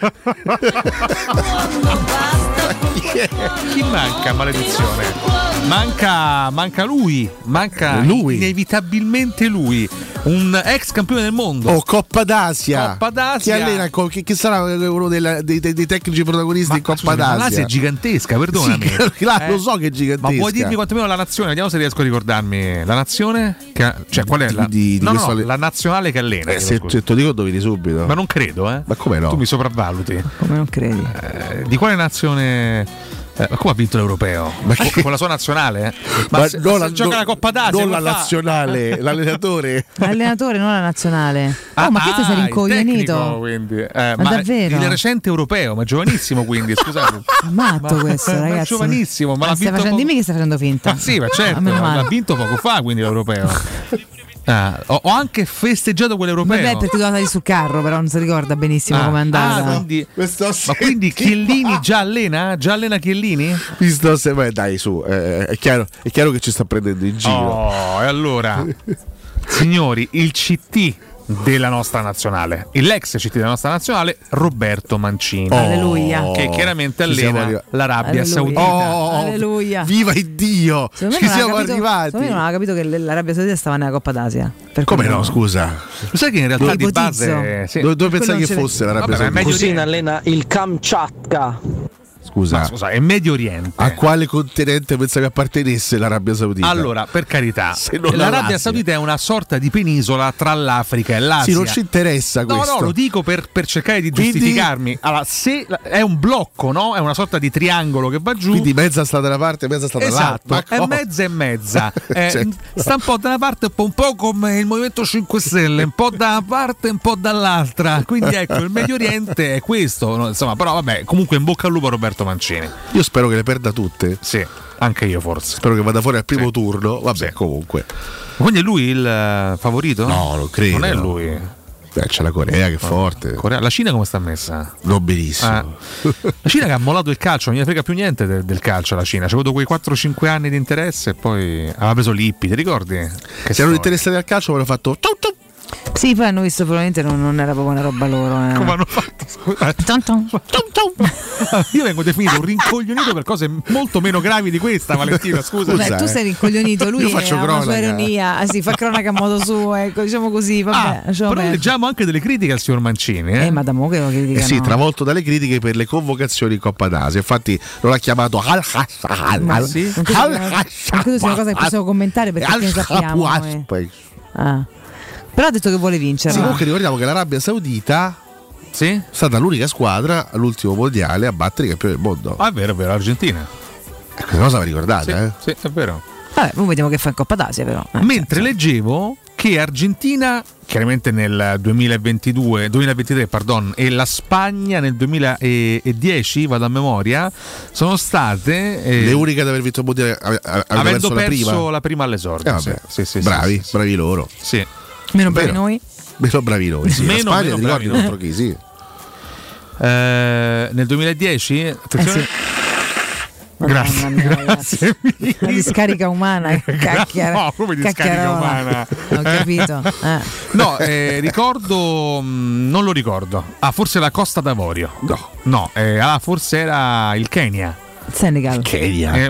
Speaker 5: chi manca, maledizione? Manca, manca lui, manca
Speaker 6: Eh, Lui.
Speaker 5: inevitabilmente lui, un ex campione del mondo.
Speaker 6: Oh, Coppa d'Asia.
Speaker 5: Coppa d'Asia.
Speaker 6: Chi allena? co- Chi, chi sarà uno della- dei, dei- dei tecnici protagonisti in Coppa
Speaker 5: Scusami, ma
Speaker 6: d'Asia?
Speaker 5: L'Asia è gigantesca, perdonami.
Speaker 6: Sì, la- lo
Speaker 5: Eh?
Speaker 6: so che è
Speaker 5: Ma
Speaker 6: gigantesca.
Speaker 5: vuoi dirmi quantomeno la nazione? Vediamo se riesco a ricordarmi. La nazione? Che, ha- cioè, qual è la,
Speaker 6: Di- di
Speaker 5: No, no,
Speaker 6: questo
Speaker 5: no,
Speaker 6: alle-
Speaker 5: la nazionale che allena?
Speaker 6: Eh,
Speaker 5: chiedo
Speaker 6: se,
Speaker 5: scusa.
Speaker 6: se te lo dico dovini subito.
Speaker 5: Ma non credo, eh.
Speaker 6: Ma come no?
Speaker 5: Tu mi sopravvaluti. Eh,
Speaker 21: Come non credi?
Speaker 5: di quale nazione. eh, ma come ha vinto l'europeo? Ma
Speaker 6: che-
Speaker 5: Con la sua nazionale? Ma,
Speaker 6: Ma
Speaker 5: se,
Speaker 6: no,
Speaker 5: se
Speaker 6: la-
Speaker 5: gioca
Speaker 6: no,
Speaker 5: la Coppa d'Asia.
Speaker 6: non la
Speaker 5: come fa?
Speaker 6: nazionale, l'allenatore.
Speaker 21: Allenatore, non la nazionale. Oh, ma che te sei
Speaker 5: ah, il tecnico,
Speaker 21: rincoglionito?
Speaker 5: quindi. Eh,
Speaker 21: Ma davvero?
Speaker 5: Il recente europeo, ma giovanissimo quindi, scusate.
Speaker 21: Matto
Speaker 5: Ma-
Speaker 21: questo,
Speaker 5: ma è
Speaker 21: ragazzi.
Speaker 5: giovanissimo, ma l'ha
Speaker 21: stai
Speaker 5: vinto
Speaker 21: facendo,
Speaker 5: poco-
Speaker 21: dimmi che stai facendo finta.
Speaker 5: Ma sì, ma certo,
Speaker 21: Ah, meno male.
Speaker 5: l'ha vinto poco fa quindi l'europeo. Ah, ho, ho anche festeggiato quell'europeo.
Speaker 21: Vabbè, perché tu andare sul carro, però non si ricorda benissimo
Speaker 5: Ah,
Speaker 21: come è andata.
Speaker 5: ah, quindi- ma quindi Chiellini già allena? Già allena Chiellini?
Speaker 6: Visto se- beh, dai, su, eh, è, chiaro, è chiaro che ci sta prendendo in giro.
Speaker 5: Oh, e allora, signori, il CT della nostra nazionale, E l'ex CT della nostra nazionale Roberto Mancini,
Speaker 6: Oh, Alleluia.
Speaker 5: che chiaramente
Speaker 6: ci siamo
Speaker 5: allena
Speaker 6: arrivati.
Speaker 5: l'Arabia
Speaker 6: Alleluia.
Speaker 5: Saudita.
Speaker 6: Oh,
Speaker 4: Alleluia.
Speaker 6: Viva il Dio!
Speaker 4: Secondo me
Speaker 6: Ci
Speaker 4: non aveva
Speaker 6: siamo
Speaker 4: capito-
Speaker 6: arrivati.
Speaker 4: secondo me non aveva capito che l- l'Arabia Saudita stava nella Coppa d'Asia.
Speaker 6: Come no, scusa?
Speaker 5: sai che in realtà di
Speaker 4: Ipotizzo.
Speaker 5: base sì.
Speaker 6: Dove, dove
Speaker 5: Quello
Speaker 6: pensavi
Speaker 5: non
Speaker 6: che
Speaker 5: c'è-
Speaker 6: fosse l'Arabia
Speaker 5: Vabbè,
Speaker 6: Saudita?
Speaker 5: ma è Medio Oriente.
Speaker 7: allena il Kamchatka.
Speaker 6: Scusa.
Speaker 5: Ma scusa, è Medio Oriente.
Speaker 6: A quale continente pensavi appartenesse l'Arabia Saudita?
Speaker 5: Allora, per carità,
Speaker 6: Se non
Speaker 5: l'Arabia
Speaker 6: l'Asia.
Speaker 5: Saudita è una sorta di penisola tra l'Africa e l'Asia.
Speaker 6: Sì, non ci interessa
Speaker 5: No,
Speaker 6: questo.
Speaker 5: no, lo dico per, per cercare di
Speaker 6: Quindi-
Speaker 5: giustificarmi. Allora, se la- è un blocco, no? È una sorta di triangolo che va giù.
Speaker 6: Quindi mezza sta da una parte, mezza sta
Speaker 5: Esatto,
Speaker 6: dall'altra.
Speaker 5: è mezza e mezza. Eh,
Speaker 6: Cioè,
Speaker 5: Sta un po' da una parte, un po', un po' come il Movimento 5 Stelle, un po' da una parte, un po' dall'altra. Quindi ecco, il Medio Oriente è questo. no? Insomma, però vabbè, comunque in bocca al lupo a Roberto Mancini.
Speaker 6: Io spero che le perda tutte.
Speaker 5: Sì, anche io forse.
Speaker 6: Spero che vada fuori al primo turno. Vabbè, comunque.
Speaker 5: Quindi è lui il eh, favorito? No, lo
Speaker 6: credo.
Speaker 5: Non è lui. Oh.
Speaker 6: Beh, c'è la Corea che è forte.
Speaker 5: Corea- La Cina come sta messa?
Speaker 6: Non benissimo.
Speaker 5: Ah. La Cina che ha mollato il calcio, non gli frega più niente del, del calcio la Cina. C'è avuto quei 4-5 anni di interesse e poi aveva preso Lippi, ti ricordi? Che
Speaker 6: Se erano interessati al calcio, avevano fatto. "Ciao, ciao".
Speaker 4: Sì, poi hanno visto probabilmente non, non era proprio una roba loro. Eh.
Speaker 5: Come hanno fatto? Scusa. Io vengo definito un rincoglionito per cose molto meno gravi di questa, Valentina. Scusa. eh.
Speaker 4: Beh, tu sei rincoglionito, lui
Speaker 5: Io
Speaker 4: è
Speaker 5: faccio
Speaker 4: una sua
Speaker 5: cronaca.
Speaker 4: ironia, ah, sì, fa cronaca a modo suo, ecco, diciamo così, vabbè, lasciamo
Speaker 5: Ah, Però
Speaker 4: perdere.
Speaker 5: leggiamo anche delle critiche al signor Mancini. Eh,
Speaker 4: ma da mo che lo critica.
Speaker 6: Eh sì, travolto dalle critiche per le convocazioni in Coppa d'Asia. Infatti, lo ha chiamato al
Speaker 4: Ma
Speaker 6: al
Speaker 4: sì? Non credo sia una- non credo sia una cosa che possiamo commentare Eh, perché ne sappiamo. eh. Ah. Però ha detto che vuole vincere.
Speaker 6: Sì, comunque ricordiamo che l'Arabia Saudita
Speaker 5: è
Speaker 6: stata l'unica squadra all'ultimo mondiale a battere il campione del mondo.
Speaker 5: Ah, è vero, è vero, l'Argentina.
Speaker 6: Questa cosa va ricordata, eh?
Speaker 5: Sì, è vero.
Speaker 4: Vabbè, poi vediamo che fa in Coppa d'Asia
Speaker 6: Ah,
Speaker 4: però.
Speaker 6: certo,
Speaker 4: Eh.
Speaker 5: Mentre leggevo che Argentina, chiaramente nel 2022, 2023, pardon, e la Spagna nel 2010, vado a memoria, sono state eh,
Speaker 6: Le uniche ad aver vinto il mondiale ave- ave- avevano
Speaker 5: avendo
Speaker 6: perso la prima.
Speaker 5: all'esordio.
Speaker 6: Eh,
Speaker 5: sì.
Speaker 6: vabbè. bravi, bravi loro.
Speaker 5: Sì.
Speaker 4: Meno
Speaker 5: bravi
Speaker 4: noi.
Speaker 6: Meno bravi noi. Sì.
Speaker 5: Meno-
Speaker 6: la Spagna
Speaker 5: meno
Speaker 6: ti ricordi
Speaker 5: bravi noi.
Speaker 6: contro chi? Sì.
Speaker 5: Eh, nel 2010, attenzione. Grazie, grazie mille.
Speaker 4: La discarica umana, cacchia.
Speaker 5: No, come discarica
Speaker 4: cacchiarola.
Speaker 5: umana?
Speaker 4: Ho capito. Eh.
Speaker 5: No, eh, ricordo, mh, non lo ricordo. Ah, forse la Costa d'Avorio. No, eh, ah, forse era il Kenya.
Speaker 4: Senegal.
Speaker 6: Kenya.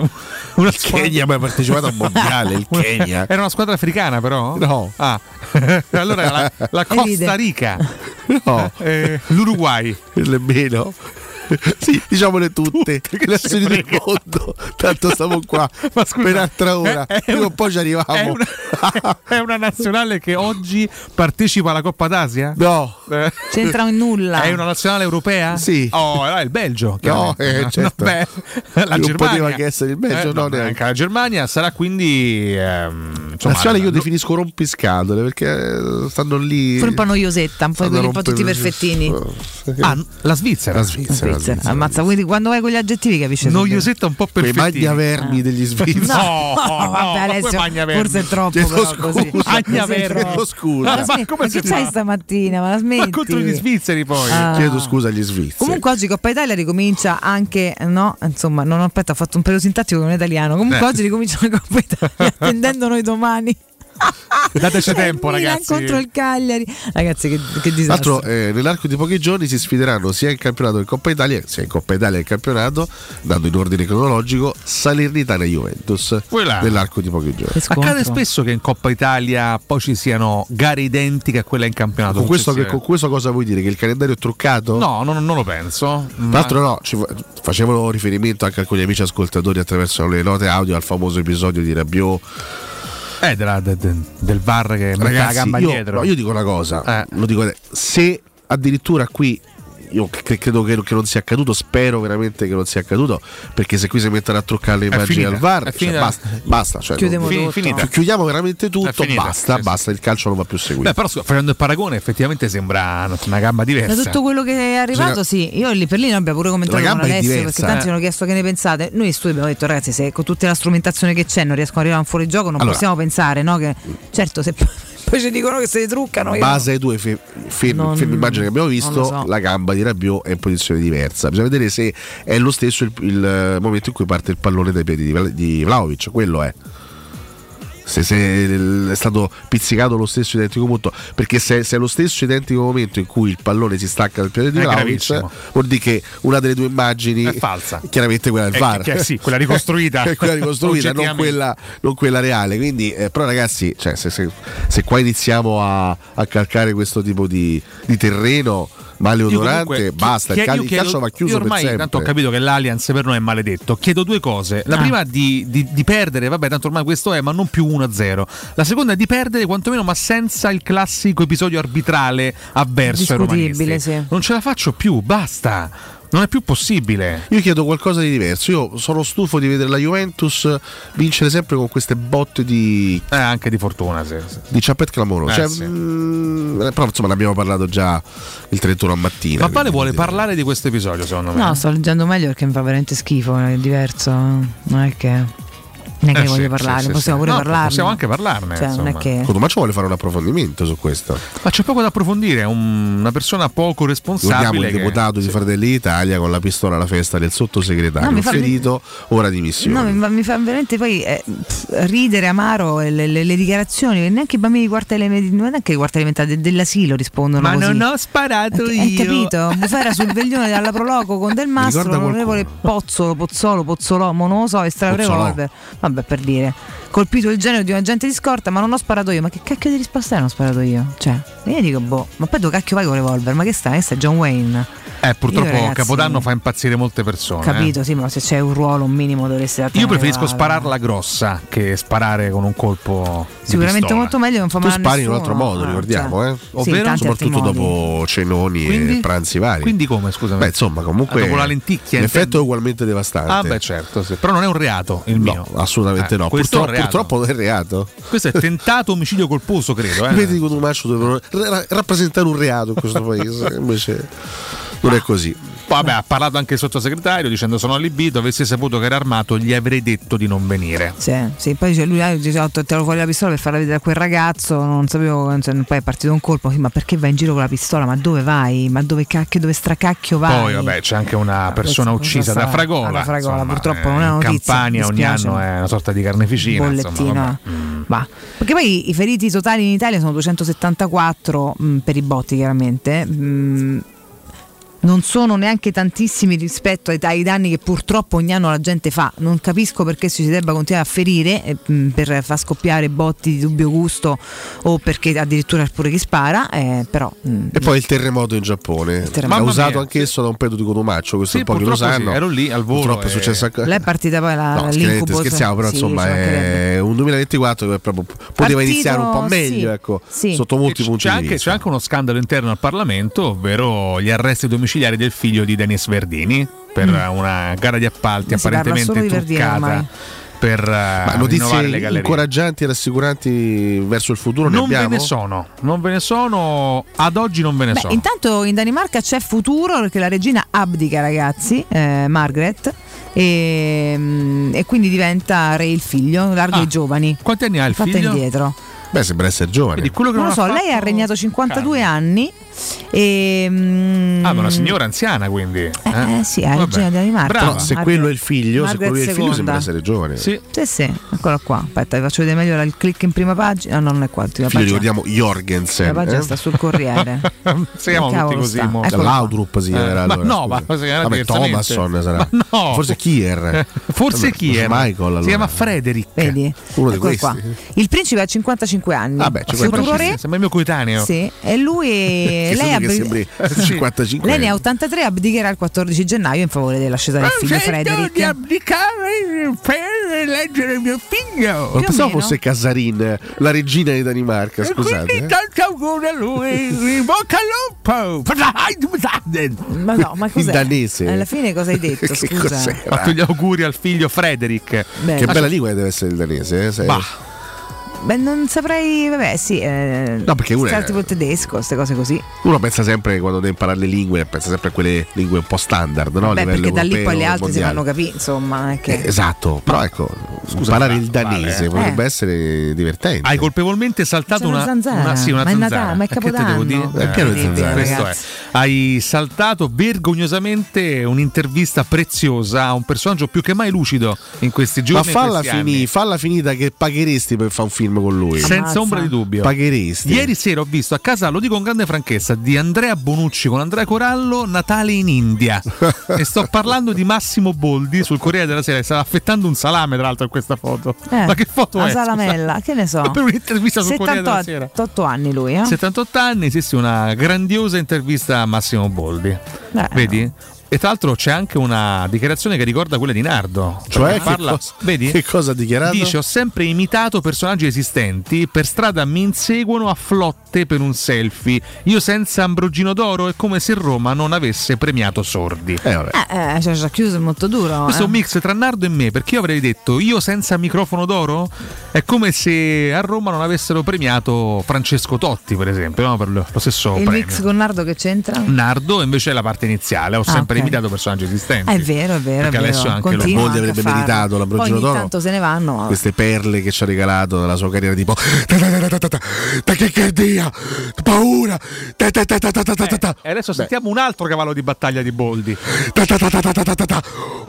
Speaker 5: il
Speaker 6: Kenya, ma ha partecipato a un mondiale, il Kenya.
Speaker 5: Era una squadra africana, però?
Speaker 6: No.
Speaker 5: Ah, allora era la, la
Speaker 6: E
Speaker 5: Costa
Speaker 6: ride.
Speaker 5: Rica.
Speaker 6: No.
Speaker 5: Eh, L'Uruguay.
Speaker 6: Nemmeno. Sì, diciamole tutte, le azioni del mondo. Tanto stavo qua per un'altra ora.
Speaker 5: è- è
Speaker 6: Prima o poi ci arriviamo.
Speaker 5: È una, è una nazionale che oggi partecipa alla Coppa d'Asia? Eh.
Speaker 6: No.
Speaker 4: C'entra in nulla.
Speaker 5: È una nazionale europea? Sì. Oh, era il Belgio. chiaramente.
Speaker 6: eh, certo.
Speaker 5: beh, la
Speaker 6: Non
Speaker 5: Germania.
Speaker 6: poteva che essere il Belgio, no,
Speaker 5: neanche.
Speaker 6: neanche.
Speaker 5: la Germania sarà quindi... ehm, insomma,
Speaker 6: Nazionale io
Speaker 5: la-
Speaker 6: definisco rompiscatole perché eh, stanno lì.
Speaker 4: Pure un po' noiosetta, un po' quelli un po' tutti perfettini.
Speaker 5: Ah, la Svizzera.
Speaker 6: La Svizzera. La Svizzera.
Speaker 4: Ammazza, quindi quando vai con gli aggettivi capisci. Ah.
Speaker 5: Noiosetta un po'
Speaker 6: Quei
Speaker 5: perfettini.
Speaker 6: magnavermi degli svizzeri.
Speaker 4: No, no, vabbè, Alessio, forse è troppo
Speaker 6: Chiedo
Speaker 4: però
Speaker 6: scusa.
Speaker 4: così.
Speaker 6: Magnavermi.
Speaker 4: Così è troppo.
Speaker 6: Chiedo scusa.
Speaker 4: Ma, smetti- ma che c'hai stamattina? Ma la smetti?
Speaker 5: contro gli svizzeri poi.
Speaker 4: Ah.
Speaker 6: Chiedo scusa agli svizzeri.
Speaker 4: Comunque oggi Coppa Italia ricomincia anche, no? Insomma, non aspetta, ho fatto un pelo sintattico con un italiano. Comunque
Speaker 5: Eh.
Speaker 4: oggi ricomincia la Coppa Italia, attendendo noi domani.
Speaker 5: Dateci tempo,
Speaker 4: Milan
Speaker 5: Oh, ragazzi.
Speaker 4: contro il Cagliari. Ragazzi, che, che
Speaker 6: Tra
Speaker 4: disastro.
Speaker 6: l'altro, eh, nell'arco di pochi giorni si sfideranno sia in campionato che in Coppa Italia, sia in Coppa Italia che in campionato, dando in ordine cronologico Salernitana e Juventus.
Speaker 5: là.
Speaker 6: Nell'arco di pochi giorni.
Speaker 5: Accade spesso che in Coppa Italia poi ci siano gare identiche a quella in campionato.
Speaker 6: Con questo, che-
Speaker 5: successive.
Speaker 6: con questo cosa vuoi dire? Che il calendario è truccato?
Speaker 5: No, non, non lo penso.
Speaker 6: Tra l'altro no, ci fa- facevano riferimento anche a alcuni amici ascoltatori attraverso le note audio al famoso episodio di Rabiot
Speaker 5: Eh, della- de- de- del VAR che mette la
Speaker 6: Ragazzi,
Speaker 5: gamba
Speaker 6: io,
Speaker 5: dietro. Eh.
Speaker 6: no, io dico una cosa, lo dico adesso. se addirittura qui io cre- credo che, che non sia accaduto, spero veramente che non sia accaduto, perché se qui si mettono a truccare le
Speaker 5: È
Speaker 6: immagini
Speaker 5: finita,
Speaker 6: al VAR,
Speaker 5: è
Speaker 6: cioè,
Speaker 5: finita.
Speaker 6: basta, basta, cioè,
Speaker 5: Chiudiamo
Speaker 6: non-
Speaker 5: tutto.
Speaker 6: fi-
Speaker 5: Finita.
Speaker 6: chiudiamo veramente tutto,
Speaker 5: È finita,
Speaker 6: basta, basta, il calcio non va più seguito.
Speaker 5: Beh, però scusa, facendo il paragone, effettivamente sembra una gamba
Speaker 4: Da
Speaker 5: diversa.
Speaker 4: tutto quello che è arrivato,
Speaker 5: Bisogna-
Speaker 4: sì, io lì per lì ne abbiamo pure commentato
Speaker 5: La
Speaker 4: con
Speaker 5: gamba è
Speaker 4: Alessio
Speaker 5: diversa,
Speaker 4: perché tanti
Speaker 5: eh.
Speaker 4: ci hanno chiesto che ne pensate. Noi in studio abbiamo detto, ragazzi, se con tutta la strumentazione che c'è non riescono ad arrivare a un fuorigioco, non
Speaker 6: Allora.
Speaker 4: possiamo pensare, no? Che certo, se poi ci dicono che se li truccano. io-
Speaker 6: base ai due fe- film,
Speaker 4: Non-
Speaker 6: film immagini che abbiamo visto,
Speaker 4: non lo so.
Speaker 6: la gamba di Rabiot è in posizione diversa. Bisogna vedere se è lo stesso il, il, eh, momento in cui parte il pallone dai piedi di, Vla- di Vlaovic. Quello è. Se, se il- è stato pizzicato lo stesso identico punto, perché se, se è lo stesso identico momento in cui il pallone si stacca dal piede di
Speaker 5: È
Speaker 6: Vlaovic,
Speaker 5: gravissimo.
Speaker 6: vuol dire che una delle due immagini è falsa. Chiaramente quella del
Speaker 5: È-
Speaker 6: VAR.
Speaker 5: che- sì, quella ricostruita.
Speaker 6: è quella ricostruita, non
Speaker 5: Oggettivamente.
Speaker 6: quella, non quella reale. Quindi, eh, però, ragazzi, cioè, se, se- se qua iniziamo a, a calcare questo tipo di, di terreno, male
Speaker 5: Io
Speaker 6: odorante,
Speaker 5: comunque chi-
Speaker 6: basta.
Speaker 5: chi-
Speaker 6: il, cal-
Speaker 5: io
Speaker 6: il
Speaker 5: chiedo-
Speaker 6: calcio va chiuso
Speaker 5: io ormai
Speaker 6: per sempre.
Speaker 5: tanto ho capito che l'Allianz per noi è maledetto. Chiedo due cose. La
Speaker 6: Ah.
Speaker 5: prima di, di- di perdere, vabbè, tanto ormai questo è, ma non più 1-0. La seconda è di perdere quantomeno, ma senza il classico episodio arbitrale avverso ai romanisti.
Speaker 4: Discutibile, sì.
Speaker 5: Non ce la faccio più, basta. Non è più possibile.
Speaker 6: Io chiedo qualcosa di diverso. Io sono stufo di vedere la Juventus vincere sempre con queste botte di.
Speaker 5: Eh, anche di fortuna, sì, sì.
Speaker 6: Di ciappet clamoroso.
Speaker 5: Eh,
Speaker 6: Cioè,
Speaker 5: sì.
Speaker 6: mm, però insomma ne abbiamo parlato già il 31 a mattina.
Speaker 5: Ma Vale vuole parlare di questo episodio, secondo me.
Speaker 4: No, sto leggendo meglio perché mi fa veramente schifo, è diverso. Non è che.
Speaker 5: Eh,
Speaker 4: Neanche
Speaker 5: sì,
Speaker 4: che voglio
Speaker 5: sì,
Speaker 4: parlare,
Speaker 5: sì,
Speaker 4: possiamo
Speaker 5: sì.
Speaker 4: pure
Speaker 5: No,
Speaker 4: parlarne.
Speaker 5: Possiamo anche parlarne.
Speaker 4: Cioè, non è che.
Speaker 6: Secondo me ci vuole fare un approfondimento su questo.
Speaker 5: Ma c'è poco da approfondire, è un- una persona poco
Speaker 6: Ricordiamo
Speaker 5: responsabile.
Speaker 6: il
Speaker 5: che-
Speaker 6: deputato di Fratelli d'Italia con la pistola alla festa del sottosegretario.
Speaker 4: No, mi
Speaker 6: un
Speaker 4: fa-
Speaker 6: ferito, ora dimissioni.
Speaker 4: No, mi, fa- mi fa veramente poi eh, pff, ridere amaro le, le- le dichiarazioni. Neanche i bambini di quarta elementare, non neanche di quarta elementare, de- dell'asilo rispondono.
Speaker 5: Ma
Speaker 4: così.
Speaker 5: non ho sparato
Speaker 4: Hai- Hai
Speaker 5: io.
Speaker 4: capito? Bufera sul veglione dalla Proloco con Del Mastro,
Speaker 5: ricorda
Speaker 4: l'onorevole Pozzolo, Pozzolo, Pozzolomo, non lo so, estrae un
Speaker 5: Pozzolò.
Speaker 4: revolver. Vabbè, per dire. Colpito il genio di un agente di scorta, ma non ho sparato io. Ma che cacchio di risposta è non ho sparato io? Cioè, io dico, boh, ma poi dove cacchio vai con il revolver? Ma che sta? Che sta John Wayne?
Speaker 5: Eh, purtroppo
Speaker 4: Io, ragazzi,
Speaker 5: Capodanno fa impazzire molte persone. eh.
Speaker 4: Capito, sì, ma se c'è un ruolo, un minimo dovresti
Speaker 5: Io preferisco spararla grossa che sparare con un colpo. di
Speaker 4: Sicuramente
Speaker 5: pistola.
Speaker 4: molto meglio, non fa
Speaker 6: Tu
Speaker 4: male a
Speaker 6: spari in un altro
Speaker 4: nessuno.
Speaker 6: modo,
Speaker 4: Ah,
Speaker 6: ricordiamo,
Speaker 4: cioè,
Speaker 6: eh?
Speaker 4: sì,
Speaker 6: ovvero
Speaker 4: tanti altri
Speaker 6: soprattutto
Speaker 4: modi.
Speaker 6: dopo cenoni
Speaker 5: Quindi?
Speaker 6: e pranzi vari.
Speaker 5: Quindi come, scusami? Ah,
Speaker 6: Beh, insomma, comunque
Speaker 5: Dopo la lenticchia,
Speaker 6: l'effetto è ugualmente devastante.
Speaker 5: Ah, beh, certo, sì. però non è un reato il mio.
Speaker 6: Assolutamente
Speaker 5: Eh,
Speaker 6: no.
Speaker 5: questo
Speaker 6: Purtroppo,
Speaker 5: è un reato.
Speaker 6: purtroppo non è reato.
Speaker 5: Questo è tentato omicidio colposo, credo. Eh.
Speaker 6: Vedi con un macio dovevano ra- ra- rappresentare un reato in questo paese. Invece non è così.
Speaker 5: Ah, Vabbè, ha parlato anche il sottosegretario dicendo sono allibito, avessi saputo che era armato gli avrei detto di non venire.
Speaker 4: Sì, sì, poi c'è lui ha detto tiro fuori la pistola per farla vedere a quel ragazzo, non sapevo, cioè, poi è partito un colpo, sì, ma perché vai in giro con la pistola? Ma dove vai? Ma dove cacchio, dove stracacchio vai?
Speaker 5: Poi vabbè c'è anche una persona
Speaker 4: questo-
Speaker 5: uccisa da
Speaker 4: questa-
Speaker 5: Fragola.
Speaker 4: alla Fragola,
Speaker 5: insomma,
Speaker 4: purtroppo
Speaker 5: eh,
Speaker 4: non è una
Speaker 5: in
Speaker 4: notizia,
Speaker 5: Campania ogni
Speaker 4: dispiace.
Speaker 5: anno è una sorta di carneficina.
Speaker 4: Bollettino,
Speaker 5: Insomma,
Speaker 4: eh. Ma- Perché poi i feriti totali in Italia sono 274 mh, per i botti chiaramente. mh, non sono neanche tantissimi rispetto ai, ai danni che purtroppo ogni anno la gente fa. Non capisco perché ci si debba continuare a ferire eh, mh, per far scoppiare botti di dubbio gusto o perché addirittura pure chi spara, eh, però mh,
Speaker 6: E poi il terremoto in Giappone.
Speaker 4: terremoto.
Speaker 6: Ha
Speaker 4: Mamma
Speaker 6: usato
Speaker 4: mia.
Speaker 6: anch'esso da un pedo di Cotumaccio. Questo
Speaker 5: Sì,
Speaker 6: è un po' che lo
Speaker 5: purtroppo sì,
Speaker 6: sanno.
Speaker 5: ero lì al volo eh.
Speaker 6: Purtroppo
Speaker 5: e-
Speaker 6: è successo anche.
Speaker 4: là è partita poi la,
Speaker 6: Eh, No,
Speaker 4: Ah, l'incubo.
Speaker 6: scherzo, scherziamo, però
Speaker 4: Sì,
Speaker 6: insomma
Speaker 4: ci mancherebbe.
Speaker 6: è un 2024 che proprio poteva
Speaker 4: Partito,
Speaker 6: iniziare un po' meglio,
Speaker 4: sì,
Speaker 6: ecco,
Speaker 4: sì.
Speaker 6: sotto molti punti
Speaker 5: C'è
Speaker 6: di
Speaker 5: anche,
Speaker 6: vista.
Speaker 5: c'è anche uno scandalo interno al Parlamento, ovvero gli arresti domiciliari del figlio di Denis Verdini per
Speaker 6: Mm.
Speaker 5: eh, una gara di appalti
Speaker 6: Ma si parla
Speaker 5: apparentemente
Speaker 6: solo di Verdini
Speaker 5: truccata
Speaker 6: ormai.
Speaker 5: per eh,
Speaker 6: Ma
Speaker 5: rinnovare le
Speaker 6: notizie
Speaker 5: gallerie.
Speaker 6: incoraggianti e rassicuranti verso il futuro ne
Speaker 5: non
Speaker 6: abbiamo?
Speaker 5: ve ne sono, non ve ne sono, ad oggi non ve ne
Speaker 4: Beh,
Speaker 5: sono.
Speaker 4: intanto in Danimarca c'è futuro perché la regina abdica, ragazzi, eh, Margaret, e, mm, e quindi diventa re il figlio,
Speaker 5: Ah,
Speaker 4: largo ai giovani.
Speaker 5: Quanti anni ha il
Speaker 4: Fatta
Speaker 5: figlio?
Speaker 4: indietro.
Speaker 6: Beh, sembra essere giovane.
Speaker 4: non lo so, lei ha regnato 52 anni. E,
Speaker 5: Ah, ma una signora anziana quindi.
Speaker 4: Mm. Eh, eh, sì, è la regina di Danimarca.
Speaker 6: Però se
Speaker 4: Margaret-
Speaker 6: quello è il figlio, se
Speaker 4: Margaret
Speaker 6: quello è il figlio
Speaker 4: seconda.
Speaker 6: sembra essere giovane.
Speaker 4: Sì. sì, eccola qua. Aspetta, vi faccio vedere meglio la- il click in prima pagina. No, non è qua, ultima
Speaker 6: Il figlio
Speaker 4: pagina.
Speaker 6: ricordiamo
Speaker 5: Cioè,
Speaker 6: Jorgensen.
Speaker 4: La pagina
Speaker 6: eh?
Speaker 4: sta sul Corriere.
Speaker 5: si chiamano
Speaker 4: Cavolo
Speaker 5: tutti così.
Speaker 4: sta.
Speaker 5: mo.
Speaker 4: Eccolo qua.
Speaker 6: Laudrup si chiamerà
Speaker 5: Eh, ma
Speaker 6: allora,
Speaker 5: no, ma
Speaker 6: scusa.
Speaker 5: si chiamerà
Speaker 6: Vabbè,
Speaker 5: diversamente.
Speaker 6: Thomasson sarà.
Speaker 5: Ma no.
Speaker 6: Forse Kier.
Speaker 5: Forse
Speaker 6: Vabbè,
Speaker 5: chi è?
Speaker 6: Michael allora.
Speaker 5: Si chiama Frederick.
Speaker 4: Vedi?
Speaker 6: Uno di
Speaker 4: Eccolo
Speaker 6: questi.
Speaker 4: qua. Il principe ha 55 anni.
Speaker 6: Vabbè,
Speaker 4: futuro
Speaker 6: 55.
Speaker 4: re.
Speaker 5: Sembra il mio coetaneo.
Speaker 4: Sì, e lui
Speaker 6: Che
Speaker 4: lei,
Speaker 6: sono che
Speaker 4: abdi-
Speaker 6: sembri 55
Speaker 4: lei ne ha
Speaker 6: anni.
Speaker 4: 83 abdicherà il 14 gennaio in favore dell'ascesa del figlio
Speaker 5: di
Speaker 4: Frederick.
Speaker 5: abdicare per leggere mio figlio.
Speaker 6: Non pensavo fosse Casarin, la regina di Danimarca, scusate. eh.
Speaker 5: tanto auguri a lui, in bocca al lupo.
Speaker 4: Ma no, ma cos'è?
Speaker 5: In danese.
Speaker 4: Alla fine cosa hai
Speaker 6: eh?
Speaker 4: detto?
Speaker 5: Che
Speaker 4: Scusa.
Speaker 5: cos'era? Fatto gli auguri al figlio Frederick.
Speaker 4: Beh.
Speaker 6: Che
Speaker 4: Ma-
Speaker 6: bella lingua che deve essere il danese, eh? sai?
Speaker 5: Bah.
Speaker 4: Beh, non saprei, vabbè, sì, eh,
Speaker 6: No, perché uno è-
Speaker 4: sarà tipo il tedesco, queste cose così.
Speaker 6: Uno pensa sempre quando deve imparare le lingue, pensa sempre a quelle lingue un po' standard, no? A
Speaker 4: Beh,
Speaker 6: livello
Speaker 4: perché da lì
Speaker 6: europeo,
Speaker 4: poi le altre si
Speaker 6: mondiale.
Speaker 4: fanno capire, insomma, è che
Speaker 6: Eh, Esatto, però ecco, imparare il danese
Speaker 5: eh.
Speaker 6: potrebbe essere divertente.
Speaker 5: Hai colpevolmente saltato
Speaker 4: C'è una
Speaker 5: una,
Speaker 4: zanzara.
Speaker 5: una- sì, una
Speaker 4: Ma è
Speaker 5: zanzara. Eh,
Speaker 4: Natale, ma è
Speaker 5: che te devo
Speaker 4: Capodanno.
Speaker 6: Eh,
Speaker 5: dire?
Speaker 4: È pieno di zanzare,
Speaker 5: questo è.
Speaker 4: ragazzi.
Speaker 5: hai saltato vergognosamente un'intervista preziosa a un personaggio più che mai lucido in questi giorni.
Speaker 6: Ma
Speaker 5: e in
Speaker 6: falla,
Speaker 5: questi
Speaker 6: finì,
Speaker 5: anni.
Speaker 6: falla finita che pagheresti per fare un film con lui.
Speaker 5: Senza ombra di dubbio.
Speaker 6: Pagheresti.
Speaker 5: Ieri sera ho visto a casa, lo dico con grande franchezza, di Andrea Bonucci con Andrea Corallo, Natale in India. e sto parlando di Massimo Boldi sul Corriere della Sera, che stava affettando un salame tra l'altro in questa foto.
Speaker 4: Eh,
Speaker 5: Ma che foto
Speaker 4: la
Speaker 5: è? scusa?
Speaker 4: Salamella, che ne so.
Speaker 5: Per un'intervista sul Corriere della
Speaker 4: 78
Speaker 5: Sera.
Speaker 4: 78 anni lui, eh?
Speaker 5: 78 anni, sì, sì, una grandiosa intervista a Massimo Boldi.
Speaker 4: Beh.
Speaker 5: Vedi? E tra l'altro c'è anche una dichiarazione che ricorda quella di Nardo.
Speaker 6: Cioè,
Speaker 5: Perché
Speaker 6: che cosa- che cosa ha dichiarato?
Speaker 5: Dice: Ho sempre imitato personaggi esistenti. Per strada mi inseguono a flotte per un selfie. Io senza Ambrogino d'oro è come se Roma non avesse premiato sordi.
Speaker 4: Eh, eh, cioè, ci ha chiuso molto duro.
Speaker 5: Questo è
Speaker 4: eh.
Speaker 5: un mix tra Nardo e me, perché io avrei detto io senza microfono d'oro? È come se a Roma non avessero premiato Francesco Totti, per esempio, no? per lo lo stesso
Speaker 4: E il
Speaker 5: premio. Mm.
Speaker 4: mix con Nardo che c'entra?
Speaker 5: Nardo invece è la parte iniziale, ho sempre
Speaker 4: ok.
Speaker 5: imitato personaggi esistenti.
Speaker 4: Ah, è vero, è vero.
Speaker 5: Perché
Speaker 4: è vero.
Speaker 5: adesso anche lo-
Speaker 4: Continua
Speaker 5: Boldi
Speaker 4: anche
Speaker 5: avrebbe
Speaker 4: a farlo.
Speaker 6: meritato la
Speaker 4: Poi
Speaker 6: Brogino
Speaker 4: ogni
Speaker 6: d'Oro.
Speaker 4: tanto se ne vanno.
Speaker 6: Queste perle che ci ha regalato dalla sua carriera, tipo "Ta ta ta ta ta ta,
Speaker 5: Eh,
Speaker 6: tachicardia, paura. ta ta ta ta ta ta ta ta ta".
Speaker 5: E adesso sentiamo un altro cavallo di battaglia di Boldi. Eh.
Speaker 6: Ta ta ta ta ta ta ta ta ta.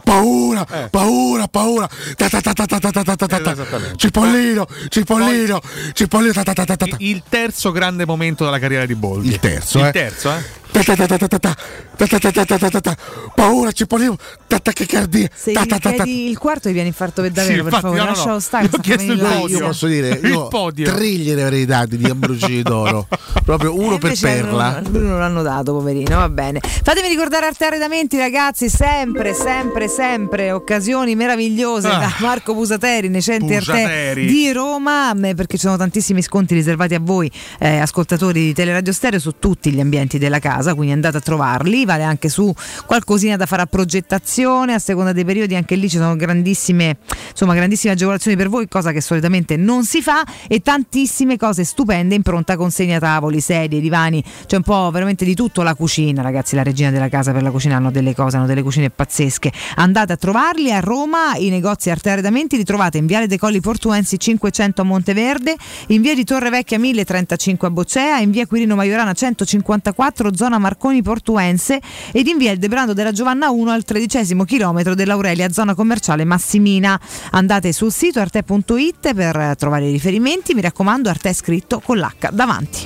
Speaker 6: Paura, paura, paura. Ta ta ta ta ta ta ta ta ta ta ta. Cipollino, cipollino, cipollino. ta ta ta ta ta ta.
Speaker 5: Il terzo grande momento della carriera di Boldi. Il
Speaker 6: terzo,
Speaker 5: Il
Speaker 6: eh.
Speaker 5: terzo, eh?
Speaker 6: Ta ta ta ta ta ta ta. Ta ta ta ta ta ta ta ta. Paura, cipollino. Ta tachicardia.
Speaker 4: Se
Speaker 6: Ta
Speaker 4: gli
Speaker 6: ta ta ta ta.
Speaker 4: chiedi il quarto ti viene infarto per davvero, per favore, lascialo stare. sta famiglia
Speaker 6: Io
Speaker 4: laica.
Speaker 6: posso dire, io tre gliene avrei dati di Ambrogini d'oro. Proprio uno
Speaker 4: Eh,
Speaker 6: per
Speaker 4: invece
Speaker 6: perla.
Speaker 4: Bruno, Bruno l'hanno dato, poverino, va bene. Fatemi ricordare Arte Arredamenti, ragazzi, sempre, sempre, sempre occasioni meravigliose
Speaker 21: Ah.
Speaker 4: da Marco Pusateri, nei centri Arte
Speaker 21: Pusateri.
Speaker 4: di Roma, mh, perché ci sono tantissimi sconti riservati a voi, eh, ascoltatori di Teleradio Stereo, su tutti gli ambienti della casa, quindi andate a trovarli, vale anche su qualcosina da fare a progettazione, a seconda dei periodi, anche lì ci sono grandissime, insomma, grandissime agevolazioni per voi, cosa che solitamente non si fa, e tantissime cose stupende in pronta consegna tavoli, sedie, divani, c'è un po' veramente di tutto, la cucina, ragazzi, la regina della casa per la cucina hanno delle cose, hanno delle cucine pazzesche. Andate a trovarli a Roma, i negozi Arte Arredamenti li trovate in Viale dei Colli Portuensi 500 a Monteverde, in Via di Torre Vecchia 1035 a Boccea, in Via Quirino Maiorana 154 zona Marconi Portuense ed in Via Il Debrando della Giovanna 1 al tredicesimo chilometro dell'Aurelia zona commerciale Massimina. Andate sul sito arte.it per eh, trovare i riferimenti, mi raccomando Arte è scritto con l'H davanti.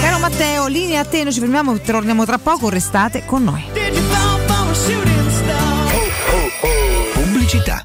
Speaker 4: Caro Matteo, linea a te, noi ci fermiamo, torniamo tra poco, restate con noi.
Speaker 8: Pubblicità.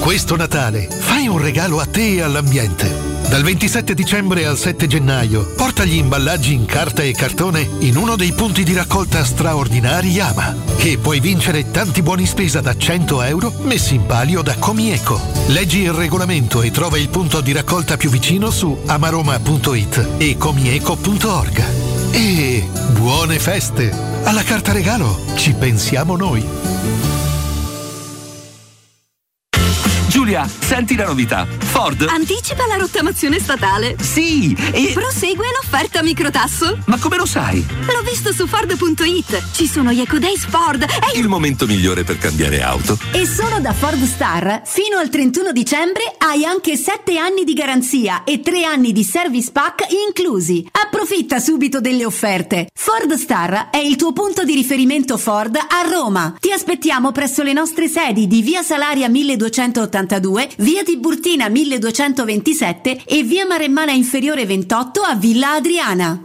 Speaker 20: Questo Natale fai un regalo a te e all'ambiente. Dal 27 dicembre al 7 gennaio porta gli imballaggi in carta e cartone in uno dei punti di raccolta straordinari Yama e puoi vincere tanti buoni spesa da 100 euro messi in palio da Comieco. Leggi il regolamento e trova il punto di raccolta più vicino su amaroma.it e comieco.org. E buone feste! Alla carta regalo ci pensiamo noi.
Speaker 8: Giulia, senti la novità. Ford.
Speaker 22: Anticipa la rottamazione statale.
Speaker 8: Sì, e-
Speaker 22: Prosegue l'offerta microtasso.
Speaker 8: Ma come lo sai?
Speaker 22: L'ho visto su Ford.it. Ci sono gli Eco Days Ford e
Speaker 8: Il momento migliore per cambiare auto.
Speaker 23: E solo da Ford Star fino al 31 dicembre hai anche 7 anni di garanzia e 3 anni di service pack inclusi. Approfitta subito delle offerte. Ford Star è il tuo punto di riferimento Ford a Roma. Ti aspettiamo presso le nostre sedi di Via Salaria 1282, Via Tiburtina 1227 e Via Maremmana Inferiore 28 a Villa Adriana.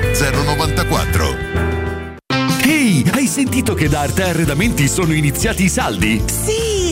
Speaker 24: 094.
Speaker 25: Ehi, hai sentito che da Arte Arredamenti sono iniziati i saldi?
Speaker 16: Sì,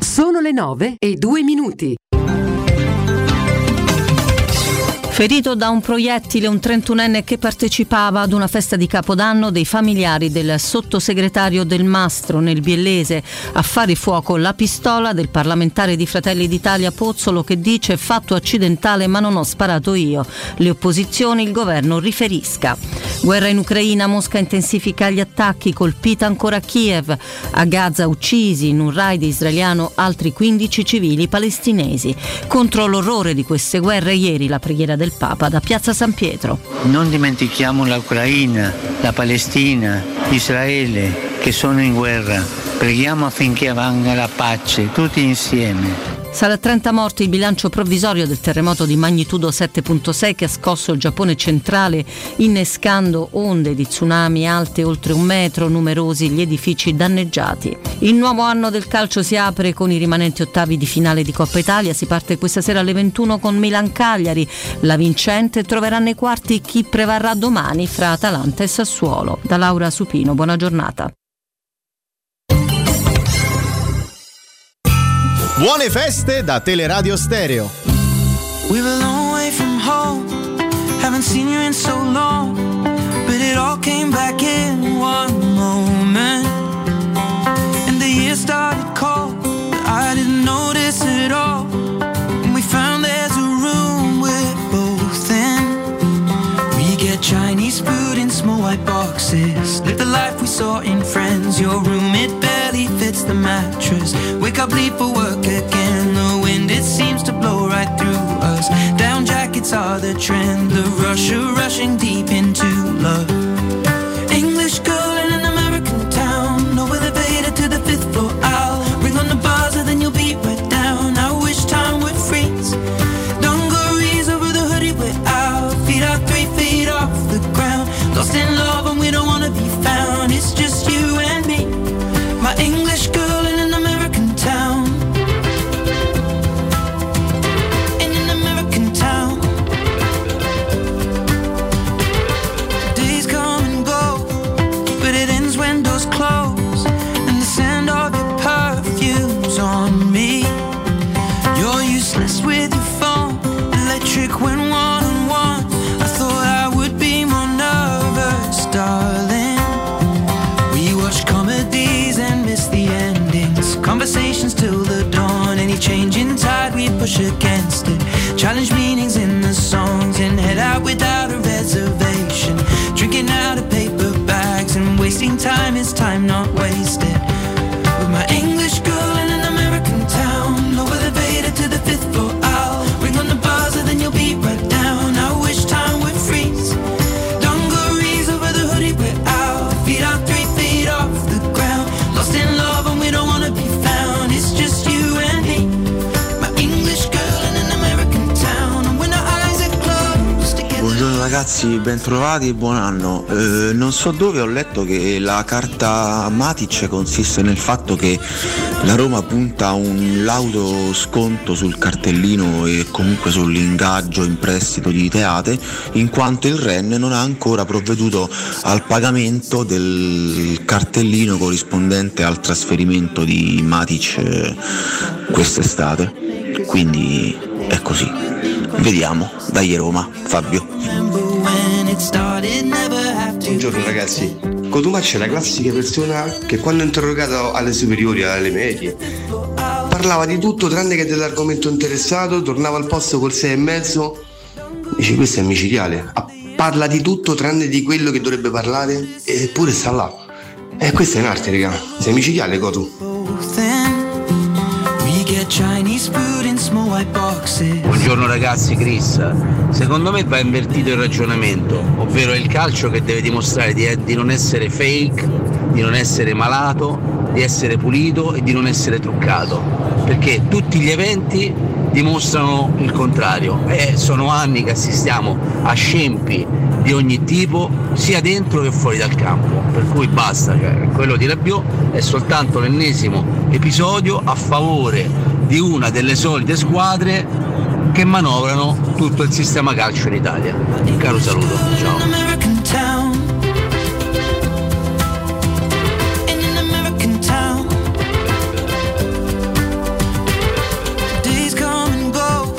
Speaker 26: Sono le 9 e 2 minuti.
Speaker 27: Ferito da un proiettile un 31enne che partecipava ad una festa di Capodanno dei familiari del sottosegretario del Mastro nel Biellese. A fare fuoco la pistola del parlamentare di Fratelli d'Italia Pozzolo che dice fatto accidentale ma non ho sparato io. Le opposizioni, il governo riferisca. Guerra in Ucraina, Mosca intensifica gli attacchi, colpita ancora Kiev. A Gaza uccisi in un raid israeliano altri 15 civili palestinesi. Contro l'orrore di queste guerre ieri la preghiera del Papa da Piazza San Pietro.
Speaker 28: Non dimentichiamo l'Ucraina, la Palestina, Israele che sono in guerra. Preghiamo affinché avvenga la pace tutti insieme.
Speaker 27: Sarà 30 morti il bilancio provvisorio del terremoto di magnitudo 7.6 che ha scosso il Giappone centrale, innescando onde di tsunami alte oltre un metro, numerosi gli edifici danneggiati. Il nuovo anno del calcio si apre con i rimanenti ottavi di finale di Coppa Italia. Si parte questa sera alle 21 con Milan Cagliari. La vincente troverà nei quarti chi prevarrà domani fra Atalanta e Sassuolo. Da Laura Supino, buona giornata.
Speaker 18: Buone feste da Teleradio Stereo.
Speaker 29: We were a long way from home. Haven't seen you in so long. But it all came back in one moment. And the year started cold. But I didn't notice it all. And we found there's a room we're both in. We get Chinese food in small white boxes. Live the life we saw in friends. Your room, it barely fits the mattress. Wake up, leave for work again. The wind, it seems to blow right through us. Down jackets are the trend. The rush of rushing deep into love. English girl in an American town. No elevator to the fifth floor. I'll ring on the buzzer, then you'll be right down. I wish time would freeze. Dungarees over the hoodie, we're out. Feet are three feet off the ground. Lost in love, and we don't wanna be found. It's just you and me. My English girl in an American town. In an American town. Days come and go, but it ends when doors close. And the scent of your perfume's on me. You're useless with your phone, electric when one on one. I thought I would be more nervous, darling. We watch comedies and miss the endings. Conversations till the dawn. Any change in tide, we push against it. Challenge meanings in the songs and head out without a reservation. Drinking out of paper bags and wasting time is time not wasted. With my English girl in an American town, over the Veda to the fifth floor. I'll ring on the buzzer, then you'll be right down. I wish time would freeze. Dungarees over the hoodie, we're out. Feet are three feet off the ground. Lost in love and we don't wanna be found. It's just you and me. My English girl in an American town. And when our eyes are closed together.
Speaker 30: Buongiorno ragazzi, bentrovati e buon anno. Eh, non so dove ho letto che la carta Matic consiste nel fatto che la Roma punta un laudo sconto sul cartellino e comunque sull'ingaggio in prestito di Teate, in quanto il REN non ha ancora provveduto al pagamento del cartellino corrispondente al trasferimento di Matic eh, quest'estate. Quindi è così. Vediamo. Dai Roma, Fabio.
Speaker 29: Remember when it started, never happened.
Speaker 31: Buongiorno ragazzi. Cotumaccio è la classica persona che quando interrogato alle superiori, alle medie, parlava di tutto tranne che dell'argomento interessato, tornava al posto col 6 e mezzo, dice questo è micidiale, Ah, parla di tutto tranne di quello che dovrebbe parlare eppure sta là. E questa è un'arte, raga, sei micidiale Cotu.
Speaker 2: We get Chinese food in small white boxes.
Speaker 11: Buongiorno ragazzi, Chris. Secondo me va invertito il ragionamento, ovvero è il calcio che deve dimostrare di, eh, di non essere fake, di non essere malato, di essere pulito e di non essere truccato, perché tutti gli eventi dimostrano il contrario e sono anni che assistiamo a scempi di ogni tipo sia dentro che fuori dal campo, per cui basta, cioè, quello di Rabiot è soltanto l'ennesimo episodio a favore di una delle solite squadre che manovrano tutto il sistema calcio in Italia. Un caro saluto, ciao.
Speaker 2: American town. In an American town. Days come and go,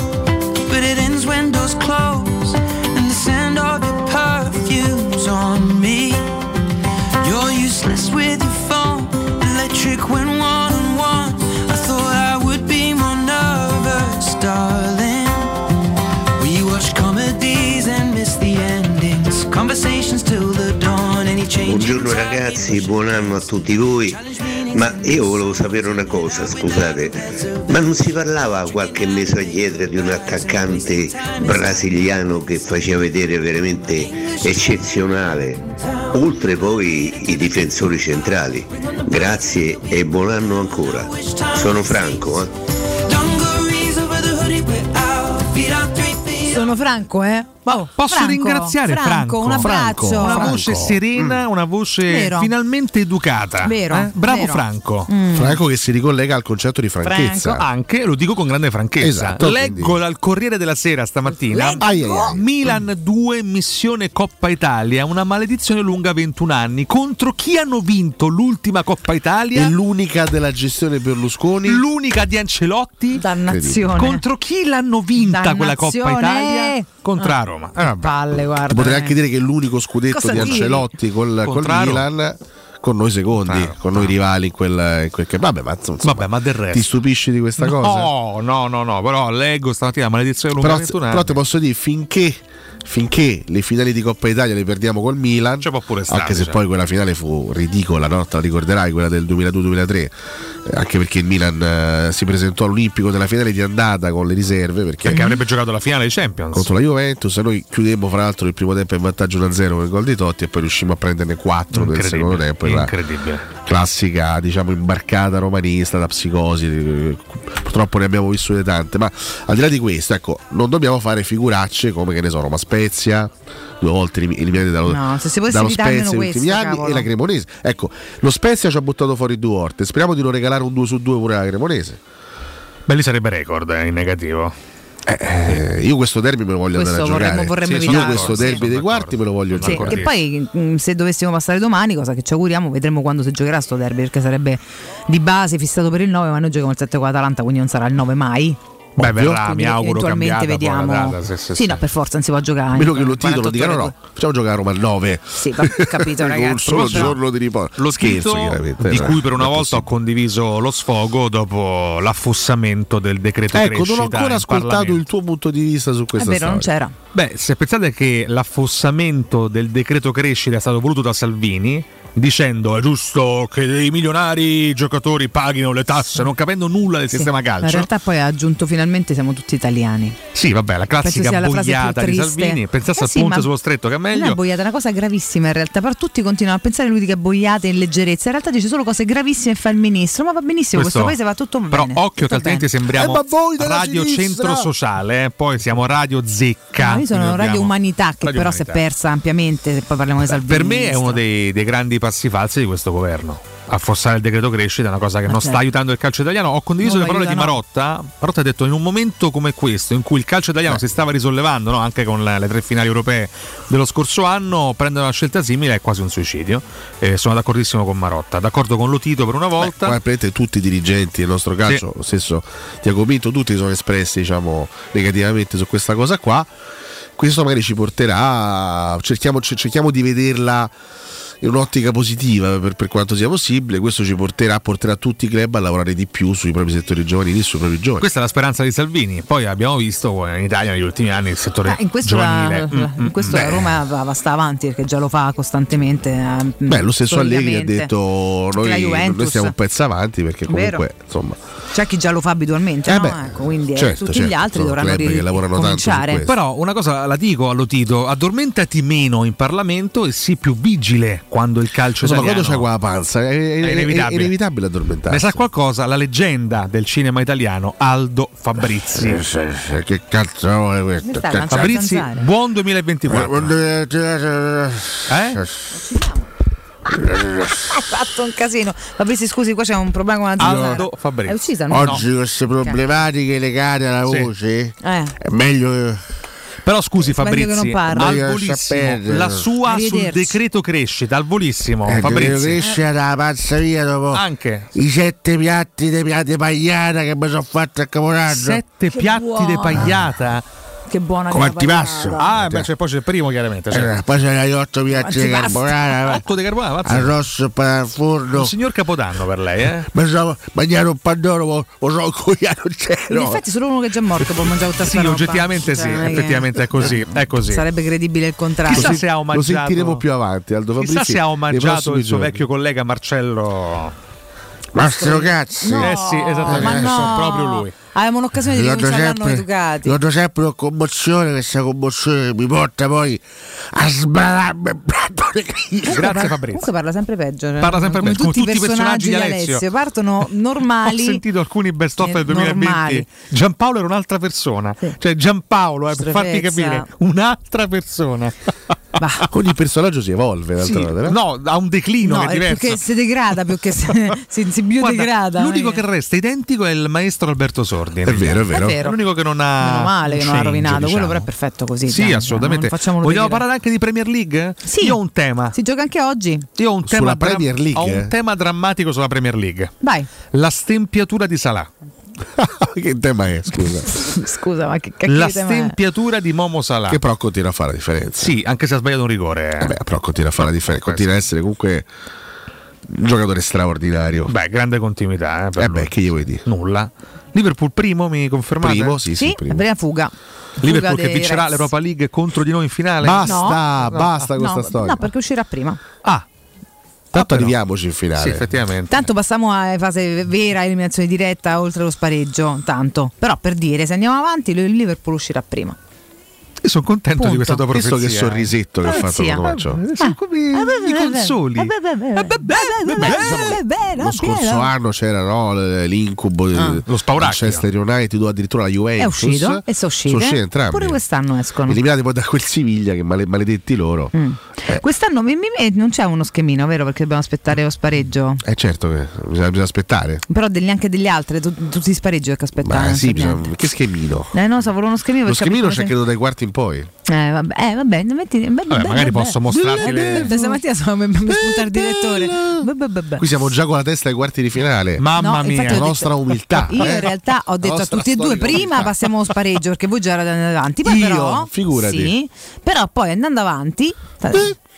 Speaker 2: but it ends when doors close. And the scent of your perfume's on me. You're useless with your phone, electric when one on one. I thought I would be more nervous, darling. We watch comedies and miss the endings. Conversations till the dawn, any change.
Speaker 31: Buongiorno eh. ragazzi, buon anno a tutti voi. Ma io volevo sapere una cosa, scusate, ma non si parlava qualche mese dietro di un attaccante brasiliano che faceva vedere veramente eccezionale, oltre poi i difensori centrali. Grazie e buon anno ancora. Sono Franco, eh.
Speaker 2: Dungarees over the hoodie, we're out. Feet on three feet.
Speaker 4: Sono Franco, eh? Oh,
Speaker 5: Posso
Speaker 4: Franco,
Speaker 5: ringraziare Franco,
Speaker 4: un abbraccio.
Speaker 5: una voce
Speaker 6: Mm.
Speaker 5: serena, una voce
Speaker 4: Vero.
Speaker 5: finalmente educata.
Speaker 4: Vero,
Speaker 5: eh? Bravo
Speaker 4: vero.
Speaker 5: Franco.
Speaker 4: Mm.
Speaker 6: Franco che si ricollega al concetto di franchezza.
Speaker 5: Franco, anche lo dico con grande franchezza.
Speaker 6: Esatto,
Speaker 5: Leggo al Corriere della Sera stamattina.
Speaker 6: Leggo. Ai, ai, ai. Mm.
Speaker 5: Milan 2 missione Coppa Italia, una maledizione lunga 21 anni. Contro chi hanno vinto l'ultima Coppa Italia?
Speaker 6: E l'unica della gestione Berlusconi.
Speaker 5: L'unica di Ancelotti.
Speaker 4: Dannazione.
Speaker 5: Contro chi l'hanno vinta quella Coppa Italia? Contro la Roma. Eh, vabbè.
Speaker 4: Ah. Palle, guarda.
Speaker 6: Potrei
Speaker 4: eh.
Speaker 6: anche dire che l'unico scudetto
Speaker 4: Cosa
Speaker 6: di
Speaker 4: dire?
Speaker 6: Ancelotti col, col
Speaker 5: Contraro.
Speaker 6: Milan con noi secondi, con noi rivali in quel, in quel che vabbè, ma insomma,
Speaker 5: Vabbè, ma del resto.
Speaker 6: ti stupisci di questa cosa?
Speaker 5: No, no, no, no, però leggo stamattina la maledizione lunga
Speaker 6: Però,
Speaker 5: 21 anni.
Speaker 6: però ti posso dire finché, finché le finali di Coppa Italia le perdiamo col Milan,
Speaker 5: stare,
Speaker 6: anche se
Speaker 5: cioè.
Speaker 6: poi quella finale fu ridicola, no? te la ricorderai quella del 2002-2003, eh, anche perché il Milan eh, si presentò all'Olimpico nella finale di andata con le riserve perché,
Speaker 5: Perché avrebbe giocato la finale dei Champions.
Speaker 6: contro la Juventus e noi chiudemmo fra l'altro il primo tempo in vantaggio 1-0 con il gol di Totti e poi riuscimmo a prenderne 4 nel
Speaker 5: Incredibile,
Speaker 6: secondo tempo. Era-
Speaker 5: incredibile.
Speaker 6: classica diciamo imbarcata romanista da psicosi eh, purtroppo ne abbiamo vissute tante ma al di là di questo ecco non dobbiamo fare figuracce come che ne so Roma Spezia due volte elim- eliminati dallo,
Speaker 4: No, se si potesse
Speaker 6: dallo
Speaker 4: evitare
Speaker 6: Spezia
Speaker 4: almeno
Speaker 6: negli ultimi
Speaker 4: questo,
Speaker 6: anni
Speaker 4: cavolo.
Speaker 6: e la Cremonese ecco lo Spezia ci ha buttato fuori due volte speriamo di non regalare un 2 su 2 pure alla Cremonese
Speaker 5: Beh, lì sarebbe record eh, in negativo.
Speaker 6: Eh, io questo derby me lo voglio andare
Speaker 4: Questo
Speaker 6: a
Speaker 4: vorremmo-
Speaker 6: giocare
Speaker 4: vorremmo
Speaker 6: Sì, io
Speaker 4: evitarlo,
Speaker 6: questo
Speaker 4: sì.
Speaker 6: derby dei quarti me lo voglio
Speaker 4: Sì,
Speaker 6: giocare
Speaker 4: che poi mh, se dovessimo passare domani, cosa che ci auguriamo, vedremo quando si giocherà sto derby, perché sarebbe di base fissato per il 9, ma noi giochiamo il 7 con l'Atalanta, quindi non sarà il 9 mai.
Speaker 5: Beh, verrà,
Speaker 4: Quindi
Speaker 5: mi auguro cambiata
Speaker 4: eventualmente
Speaker 5: poi la
Speaker 4: vediamo.
Speaker 5: data, se- se-
Speaker 4: sì,
Speaker 5: se.
Speaker 4: no, per forza non si può giocare.
Speaker 6: meno
Speaker 4: eh,
Speaker 6: che lo titolo
Speaker 4: 48
Speaker 6: dicano
Speaker 4: ore
Speaker 6: no facciamo giocare a Roma al 9
Speaker 4: Sì, va- capito,
Speaker 6: un
Speaker 4: ragazzi,
Speaker 6: solo
Speaker 4: però-
Speaker 6: giorno di riposo
Speaker 5: Lo
Speaker 6: scherzo
Speaker 5: scritto
Speaker 6: chiaramente
Speaker 5: di
Speaker 6: eh,
Speaker 5: cui per una
Speaker 6: non è
Speaker 5: volta ho condiviso lo sfogo dopo l'affossamento del decreto
Speaker 6: Ecco,
Speaker 5: crescita
Speaker 6: non ho
Speaker 5: in
Speaker 6: ancora ascoltato
Speaker 5: Parlamento.
Speaker 6: il tuo punto di vista su
Speaker 4: È
Speaker 6: questa
Speaker 4: vero, non
Speaker 6: storia.
Speaker 4: c'era.
Speaker 5: Beh, se pensate che l'affossamento del decreto crescita è stato voluto da Salvini dicendo è giusto che i milionari giocatori paghino le tasse, non capendo nulla del sistema
Speaker 4: Ma in
Speaker 5: calcio.
Speaker 4: realtà poi ha aggiunto finalmente siamo tutti italiani.
Speaker 5: Sì, vabbè, la
Speaker 4: Penso sia
Speaker 5: classica
Speaker 4: la frase più
Speaker 5: boiata di
Speaker 4: triste.
Speaker 5: Salvini. Pensasse
Speaker 4: Eh
Speaker 5: al
Speaker 4: sì,
Speaker 5: ponte
Speaker 4: ma-
Speaker 5: sullo stretto che è
Speaker 4: Non è
Speaker 5: meglio.
Speaker 4: boiata, è una cosa gravissima in realtà. Però tutti continuano a pensare lui dica boiate in leggerezza. In realtà dice solo cose gravissime e fa il ministro. Ma va benissimo, questo, paese va tutto
Speaker 5: Però
Speaker 4: bene.
Speaker 5: occhio
Speaker 4: tutto
Speaker 5: che altrimenti
Speaker 4: bene.
Speaker 5: sembriamo
Speaker 6: Eh, ma voi della
Speaker 5: Radio
Speaker 6: sinistra!
Speaker 5: Centro Sociale, eh, poi siamo Radio Zecca.
Speaker 4: No, Ah, io sono
Speaker 5: quindi
Speaker 4: Radio
Speaker 5: abbiamo-
Speaker 4: Umanità, che
Speaker 5: Radio
Speaker 4: però si è
Speaker 5: Umanità.
Speaker 4: persa ampiamente. Se poi parliamo di Salvini.
Speaker 5: Per me è uno dei, dei grandi passi falsi di questo governo. Affossare il decreto crescita è una cosa che
Speaker 4: Ma
Speaker 5: non
Speaker 4: certo.
Speaker 5: sta aiutando il calcio italiano. Ho condiviso le
Speaker 4: Non lo
Speaker 5: parole di
Speaker 4: aiuta, no.
Speaker 5: Marotta. Marotta ha detto: in un momento come questo, in cui il calcio italiano si stava risollevando, no? anche con le, le tre finali europee dello scorso anno, prendere una scelta simile è quasi un suicidio. Eh, sono d'accordissimo con Marotta, d'accordo con Lotito per una volta.
Speaker 6: Qua praticamente tutti i dirigenti del nostro calcio, lo stesso Tiago Pinto, tutti si sono espressi diciamo, negativamente su questa cosa qua. questo magari ci porterà, cerchiamo, cer- cerchiamo di vederla in un'ottica positiva per, per quanto sia possibile, questo ci porterà, porterà tutti i club a lavorare di più sui propri settori giovanili e sui propri giovani.
Speaker 5: Questa è la speranza di Salvini. Poi abbiamo visto eh, in Italia negli ultimi anni il settore
Speaker 4: Ah, in questo,
Speaker 5: giovanile.
Speaker 4: la,
Speaker 5: Mm, mm,
Speaker 4: in questo la
Speaker 5: beh.
Speaker 4: Roma va, va- sta avanti perché già lo fa costantemente. eh,
Speaker 6: Beh, lo stesso Allegri ha
Speaker 4: solidamente.
Speaker 6: detto
Speaker 4: Anche la
Speaker 6: noi,
Speaker 4: Juventus.
Speaker 6: noi stiamo un pezzo avanti perché
Speaker 4: Vero.
Speaker 6: comunque insomma
Speaker 4: C'è chi già lo fa abitualmente,
Speaker 6: Eh
Speaker 4: no?
Speaker 6: beh,
Speaker 4: Ecco, quindi eh,
Speaker 6: certo,
Speaker 4: tutti gli
Speaker 6: certo,
Speaker 4: altri
Speaker 6: sono
Speaker 4: dovranno
Speaker 6: club che lavorano tanto su
Speaker 4: ricominciare.
Speaker 6: questo.
Speaker 5: Però una cosa la dico allo Tito, addormentati meno in Parlamento e sii più vigile quando il calcio
Speaker 6: Insomma,
Speaker 5: italiano...
Speaker 6: quando c'è qua la panza è, è-
Speaker 5: È inevitabile.
Speaker 6: è inevitabile addormentarsi.
Speaker 5: Ne sa qualcosa la leggenda del cinema italiano Aldo Fabrizi.
Speaker 6: Eh, sì, sì, Che cazzo è
Speaker 4: Mi
Speaker 6: questo? Cioè, Eh,
Speaker 4: stai lanciando
Speaker 5: Fabrizi,
Speaker 4: zanzare.
Speaker 5: buon Eh? 2024.
Speaker 4: Ha fatto un casino. Fabrizio, scusi, qua c'è un problema con la zanzara.
Speaker 6: Aldo
Speaker 4: È uccisa? No.
Speaker 6: Oggi queste problematiche legate alla
Speaker 5: Sì. Oh,
Speaker 6: voce
Speaker 4: Eh.
Speaker 6: è meglio che-
Speaker 5: Però scusi
Speaker 6: Meglio che non
Speaker 5: Fabrizi,
Speaker 6: parla.
Speaker 5: al
Speaker 6: Meglio che lascia
Speaker 5: volissimo,
Speaker 6: perdere.
Speaker 5: la sua sul
Speaker 6: Arrivederci.
Speaker 5: decreto crescita, al volissimo
Speaker 6: eh, devo
Speaker 5: Fabrizi.
Speaker 6: crescere dalla panza via dopo
Speaker 5: Anche.
Speaker 6: i sette piatti di piatti pagliata che mi sono fatto a caporaggio.
Speaker 5: Sette
Speaker 4: Che
Speaker 5: piatti di
Speaker 4: buona.
Speaker 5: pagliata.
Speaker 4: Che buona
Speaker 6: Come
Speaker 4: che la
Speaker 6: antipasto.
Speaker 4: pagliata.
Speaker 5: Ah, beh, c'è- poi c'è il primo chiaramente.
Speaker 6: Eh, poi c'è gli otto piatti di
Speaker 5: Antipasto.
Speaker 6: carbonara. va.
Speaker 5: Otto di carbonara, pazzo.
Speaker 6: Arrosto per al forno.
Speaker 5: Un signor Capodanno per lei, eh?
Speaker 6: Mi sono mangiato un pandoro, lo sono cogliato
Speaker 4: In
Speaker 6: c'ero.
Speaker 4: effetti solo uno che è già morto può mangiare tutta
Speaker 5: Sì,
Speaker 4: sta roba.
Speaker 5: oggettivamente sì,
Speaker 4: Cioè, non è che-
Speaker 5: effettivamente è così, è così.
Speaker 4: Sarebbe credibile il contrario.
Speaker 5: Chissà se ha
Speaker 6: Lo
Speaker 5: omaggiato
Speaker 6: sentiremo più avanti, Aldo Fabrizi.
Speaker 5: Chissà se ha
Speaker 6: nei
Speaker 5: omaggiato
Speaker 6: prossimi
Speaker 5: il suo
Speaker 6: giorni.
Speaker 5: vecchio collega Marcello.
Speaker 6: Mastro Cazzi.
Speaker 5: eh sì, esattamente,
Speaker 4: ma
Speaker 5: sono
Speaker 4: no.
Speaker 5: proprio lui.
Speaker 4: Avevamo un'occasione di
Speaker 6: Ricordo
Speaker 4: ricominciare l'anno
Speaker 6: sempre,
Speaker 4: educati.
Speaker 6: ricordo sempre con commozione, questa commozione mi porta poi a sbararmi il piatto di griglia.
Speaker 4: Comunque parla- Comunque parla sempre peggio. cioè,
Speaker 5: Parla sempre
Speaker 4: come
Speaker 5: peggio,
Speaker 4: Tutti,
Speaker 5: come
Speaker 4: i personaggi di Alessio. partono normali.
Speaker 5: Ho sentito alcuni best of
Speaker 4: eh,
Speaker 5: del 2020.
Speaker 4: normali.
Speaker 5: Giampaolo era un'altra persona. Cioè Giampaolo, eh, per farti
Speaker 4: Strefezza.
Speaker 5: capire, un'altra persona.
Speaker 6: Ogni personaggio si evolve,
Speaker 5: Sì,
Speaker 6: d'altra parte,
Speaker 5: no, ha un declino che
Speaker 4: No,
Speaker 5: è
Speaker 4: è più
Speaker 5: diverso.
Speaker 4: che si degrada, più che si, si, si
Speaker 5: Guarda,
Speaker 4: biodegrada.
Speaker 5: l'unico che resta identico è il maestro Alberto Sordi. È
Speaker 6: vero, è vero.
Speaker 4: È vero.
Speaker 5: L'unico che non ha.
Speaker 4: Meno male che non ha
Speaker 5: change,
Speaker 4: rovinato, quello
Speaker 5: diciamo.
Speaker 4: però è perfetto così.
Speaker 5: Sì,
Speaker 4: dai,
Speaker 5: assolutamente.
Speaker 4: non facciamolo
Speaker 5: Vogliamo
Speaker 4: vedere.
Speaker 5: parlare anche di Premier League?
Speaker 4: Sì.
Speaker 5: Io ho un tema.
Speaker 4: Si gioca anche oggi?
Speaker 5: Io ho un tema
Speaker 6: Sulla Premier League,
Speaker 5: Ho un
Speaker 6: eh?
Speaker 5: tema drammatico sulla Premier League.
Speaker 4: Vai.
Speaker 5: La stempiatura di Salah.
Speaker 6: che tema è, scusa?
Speaker 4: Scusa, ma che cacchio
Speaker 5: La
Speaker 4: di tema è?
Speaker 5: stempiatura di Momo Salah.
Speaker 6: che però continua a fare la differenza.
Speaker 5: Sì, anche se ha sbagliato un rigore. eh.
Speaker 6: Vabbè, però continua a fare la differenza, continua a essere comunque un giocatore straordinario.
Speaker 5: Beh, grande continuità. Eh, per
Speaker 6: Eh
Speaker 5: lui.
Speaker 6: beh, che gli vuoi dire?
Speaker 5: Nulla. Liverpool primo, mi confermate?
Speaker 6: Primo, sì, sì,
Speaker 4: Sì, la prima fuga.
Speaker 5: Liverpool
Speaker 4: Fuga
Speaker 5: che
Speaker 4: dei
Speaker 5: vincerà
Speaker 4: Reds.
Speaker 5: l'Europa League contro di noi in finale?
Speaker 6: Basta, basta con
Speaker 4: no,
Speaker 6: questa storia.
Speaker 4: No, perché uscirà prima.
Speaker 5: Ah,
Speaker 6: Tanto arriviamoci in finale.
Speaker 5: Sì, effettivamente.
Speaker 4: Tanto passiamo a fase vera, eliminazione diretta, oltre lo spareggio, tanto. Però per dire, se andiamo avanti, il Liverpool uscirà prima.
Speaker 5: Io sono contento
Speaker 4: Punto.
Speaker 5: di questa tua
Speaker 6: Visto
Speaker 5: profezia. eh.
Speaker 6: che sorrisetto che ha fatto
Speaker 4: Profezia.
Speaker 1: ah,
Speaker 6: con Maccio.
Speaker 5: I consoli. Eh,
Speaker 4: Eh, Ah,
Speaker 6: Lo scorso anno c'era no, l- l'incubo del
Speaker 5: Ah, lo spauracchio.
Speaker 6: Manchester United o addirittura la Juventus.
Speaker 4: È uscito e sono uscite.
Speaker 6: Sono usciti entrambi.
Speaker 4: Pure quest'anno escono. Mm.
Speaker 6: Eliminati poi da quel Siviglia che male- maledetti loro. Eh,
Speaker 4: Quest'anno mi- mi- eh, non c'è uno schemino, vero? Perché dobbiamo aspettare lo spareggio.
Speaker 6: eh, certo che bisogna, bisogna aspettare.
Speaker 4: Però degli- anche degli altri, tu- tutti i spareggi che aspettano.
Speaker 6: Ma
Speaker 4: non
Speaker 6: sì,
Speaker 4: c'è
Speaker 6: bisogna-
Speaker 4: niente.
Speaker 6: che schemino.
Speaker 4: Eh no, so, volevo uno schemino
Speaker 6: Lo
Speaker 4: per capire
Speaker 6: schemino c'è
Speaker 4: come
Speaker 6: credo dai quarti in poi.
Speaker 4: se- Eh vabbè, eh, vabbè, ne metti... beh, beh, beh,
Speaker 5: magari
Speaker 4: beh.
Speaker 5: posso mostrarti
Speaker 6: Eh.
Speaker 5: le-
Speaker 4: Beh, Stamattina sono mi mi spunta il direttore. Beh, beh, beh, beh.
Speaker 6: Qui siamo già con la testa ai quarti di finale.
Speaker 4: No, infatti ho
Speaker 6: la
Speaker 4: detto-
Speaker 6: nostra umiltà.
Speaker 4: Io
Speaker 6: eh.
Speaker 4: in realtà ho detto a
Speaker 6: nostra
Speaker 4: tutti e due:
Speaker 6: storica
Speaker 4: prima
Speaker 6: umiltà.
Speaker 4: passiamo allo spareggio perché voi già erate andati avanti. Poi
Speaker 6: Io?
Speaker 4: però,
Speaker 6: Figurati.
Speaker 4: sì, però poi andando avanti, ta-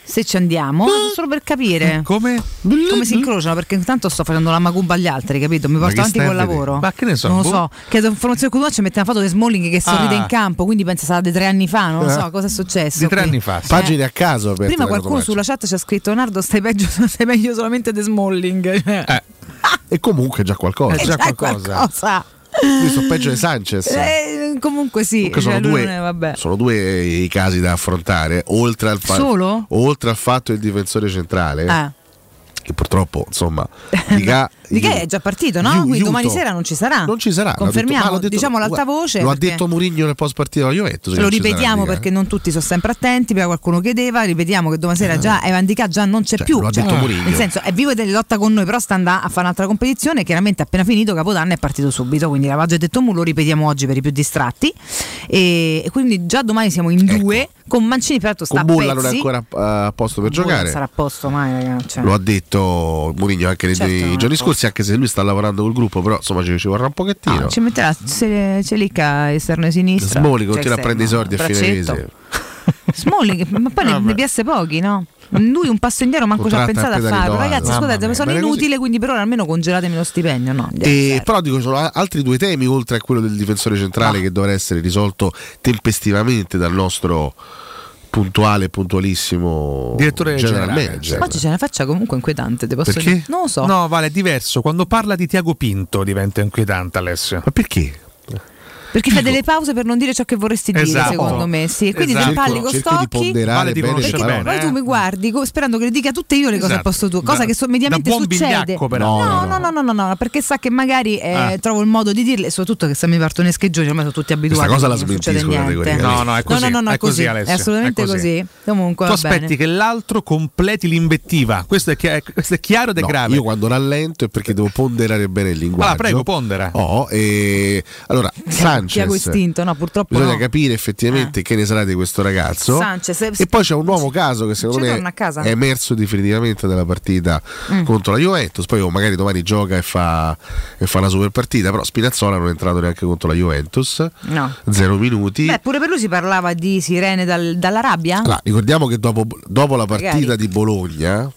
Speaker 4: se ci andiamo, solo per capire
Speaker 5: Eh. come, Mm.
Speaker 4: si incrociano, perché intanto sto facendo la magumba agli altri, capito? Mi
Speaker 5: Ma
Speaker 4: porto
Speaker 5: che
Speaker 4: avanti
Speaker 5: stai
Speaker 4: col
Speaker 5: a vedere?
Speaker 4: lavoro.
Speaker 5: Ma che ne so,
Speaker 4: Non lo
Speaker 5: boh.
Speaker 4: so. Chiedo informazione qualcuno ci mette una foto di Smalling che sorride
Speaker 5: Ah.
Speaker 4: in campo, quindi pensa sarà di tre anni fa, non lo so
Speaker 5: Eh.
Speaker 4: cosa è successo.
Speaker 5: Di tre
Speaker 4: qui. Eh.
Speaker 5: anni fa, sì.
Speaker 6: Pagine a caso. aperte
Speaker 4: Prima
Speaker 6: da
Speaker 4: qualcuno
Speaker 6: Cotomaccio.
Speaker 4: sulla chat ci ha scritto: Nardo, stai peggio, stai meglio solamente di Smalling. Cioè,
Speaker 5: Eh.
Speaker 6: E comunque è già qualcosa.
Speaker 4: è già qualcosa.
Speaker 6: Io sono peggio di Sanchez.
Speaker 4: Eh, comunque sì,
Speaker 6: Comunque
Speaker 4: cioè,
Speaker 6: sono,
Speaker 4: lui
Speaker 6: due,
Speaker 4: non è- vabbè.
Speaker 6: sono due i casi da affrontare, oltre al, fa-
Speaker 4: Solo?
Speaker 6: oltre al fatto del difensore centrale,
Speaker 4: Ah.
Speaker 6: che purtroppo, insomma, di Gea-
Speaker 4: Di che è già partito, no?
Speaker 6: Iu-
Speaker 4: Quindi
Speaker 6: Iuto.
Speaker 4: domani sera non ci sarà. Non
Speaker 6: ci sarà. l'ha detto-
Speaker 4: Confermiamo,
Speaker 6: ah, l'ho detto-
Speaker 4: diciamo l'alta
Speaker 6: guarda,
Speaker 4: voce.
Speaker 6: Lo ha
Speaker 4: perché-
Speaker 6: detto Murigno nel post partita della Juventus. che
Speaker 4: Lo
Speaker 6: non ci sarà
Speaker 4: ripetiamo
Speaker 6: Di Gea.
Speaker 4: perché non tutti sono sempre attenti, prima qualcuno chiedeva, ripetiamo che domani sera già Evan Di Ca già non c'è più. Eh.
Speaker 6: lo ha Eh. Cioè, detto Mourinho.
Speaker 4: nel senso, è vivo e della lotta con noi, però sta andando a fare un'altra competizione. Chiaramente appena finito Capodanno è partito subito, quindi l'aveva già detto Mu, lo ripetiamo oggi per i più distratti. E, e quindi già domani siamo in due, con Mancini peraltro sta
Speaker 6: Ecco. Con
Speaker 4: a
Speaker 6: Bulla non
Speaker 4: pezzi.
Speaker 6: è ancora eh, a posto per
Speaker 4: Bulla non
Speaker 6: giocare.
Speaker 4: sarà a posto mai, ragazzi. cioè.
Speaker 6: Lo ha detto detto Mourinho anche nei,
Speaker 4: Certo,
Speaker 6: nei giorni scorsi, anche se lui sta lavorando col gruppo, però insomma ci, ci vorrà un pochettino.
Speaker 4: Ah, Ci metterà se- Celica esterno sinistro.
Speaker 6: Smoli continua a prendere i soldi a fine mese.
Speaker 4: Cioè, Braccetto. Smoli, che- ma poi ne, ne piace pochi, no? Lui un passo indietro manco ci ha
Speaker 6: Contratto a
Speaker 4: pensato a
Speaker 6: pedali
Speaker 4: farlo.
Speaker 6: d'oro.
Speaker 4: Ragazzi,
Speaker 6: Mamma
Speaker 4: scusate,
Speaker 6: mia.
Speaker 4: sono
Speaker 6: Bene
Speaker 4: inutile, quindi per ora almeno congelatemi lo stipendio,
Speaker 5: Eh,
Speaker 4: no?
Speaker 5: certo.
Speaker 6: E, Eh, però dico ci sono a- altri due temi oltre a quello del difensore
Speaker 5: Ah.
Speaker 6: centrale che dovrà essere risolto tempestivamente dal nostro puntuale e puntualissimo
Speaker 5: Direttore
Speaker 6: general
Speaker 5: generale.
Speaker 6: manager.
Speaker 4: Oggi c'è una faccia comunque inquietante, te posso
Speaker 5: Perché?
Speaker 4: dire. Non lo so.
Speaker 5: No, vale, è diverso. Quando parla di Tiago Pinto diventa inquietante, Alessio. Ma
Speaker 6: perché?
Speaker 4: Perché fai delle pause per non dire ciò che vorresti dire,
Speaker 5: Esatto.
Speaker 4: secondo me. Sì. E quindi
Speaker 5: Esatto.
Speaker 4: te parli con
Speaker 5: Cerco- cerco di
Speaker 4: stocchi.
Speaker 5: ponderare Vale, ti bene le
Speaker 4: perché
Speaker 5: conosce parole,
Speaker 4: poi
Speaker 5: eh.
Speaker 4: tu mi guardi co- sperando che le dica tutte io le cose
Speaker 5: Esatto.
Speaker 4: al posto tuo, cosa
Speaker 5: Da-
Speaker 4: che so- mediamente
Speaker 5: da buon
Speaker 4: succede.
Speaker 5: vigliacco, però.
Speaker 4: no, no, no, no, no, no, perché sa che magari eh,
Speaker 5: Ah.
Speaker 4: trovo il modo di dirle, soprattutto che se mi partono i scheggioni, ormai sono tutti abituati.
Speaker 6: Questa cosa la
Speaker 4: quindi non
Speaker 6: smentisco in
Speaker 4: succede niente.
Speaker 5: categoria. No, no, è così,
Speaker 4: No, no, no,
Speaker 5: è così, Alessio,
Speaker 4: È assolutamente
Speaker 5: è così.
Speaker 4: Comunque,
Speaker 5: tu
Speaker 4: va
Speaker 5: aspetti
Speaker 4: bene.
Speaker 5: che l'altro completi l'invettiva. Questo è, chi- questo è chiaro ed è
Speaker 6: No,
Speaker 5: grave.
Speaker 6: Io quando rallento è perché devo ponderare bene il linguaggio.
Speaker 5: Allora, Ah, prego, pondera.
Speaker 6: Oh, e... Allora,
Speaker 4: Tiago
Speaker 6: Sanchez.
Speaker 4: istinto, no, purtroppo
Speaker 6: Bisogna
Speaker 4: no.
Speaker 6: capire
Speaker 5: Ah.
Speaker 6: effettivamente che ne sarà di questo ragazzo.
Speaker 4: Sanchez, eh,
Speaker 6: e poi c'è un nuovo caso che secondo
Speaker 4: ci
Speaker 6: me
Speaker 4: torna a casa?
Speaker 6: è emerso definitivamente dalla partita
Speaker 4: Mm.
Speaker 6: contro la Juventus. Poi oh, magari domani gioca e fa, e fa una super partita. Però Spinazzola non è entrato neanche contro la Juventus.
Speaker 4: No.
Speaker 6: Zero minuti.
Speaker 4: Beh, pure per lui si parlava di sirene dal- dalla rabbia?
Speaker 6: Allora, ricordiamo che dopo, dopo la partita
Speaker 4: Magari.
Speaker 6: di Bologna,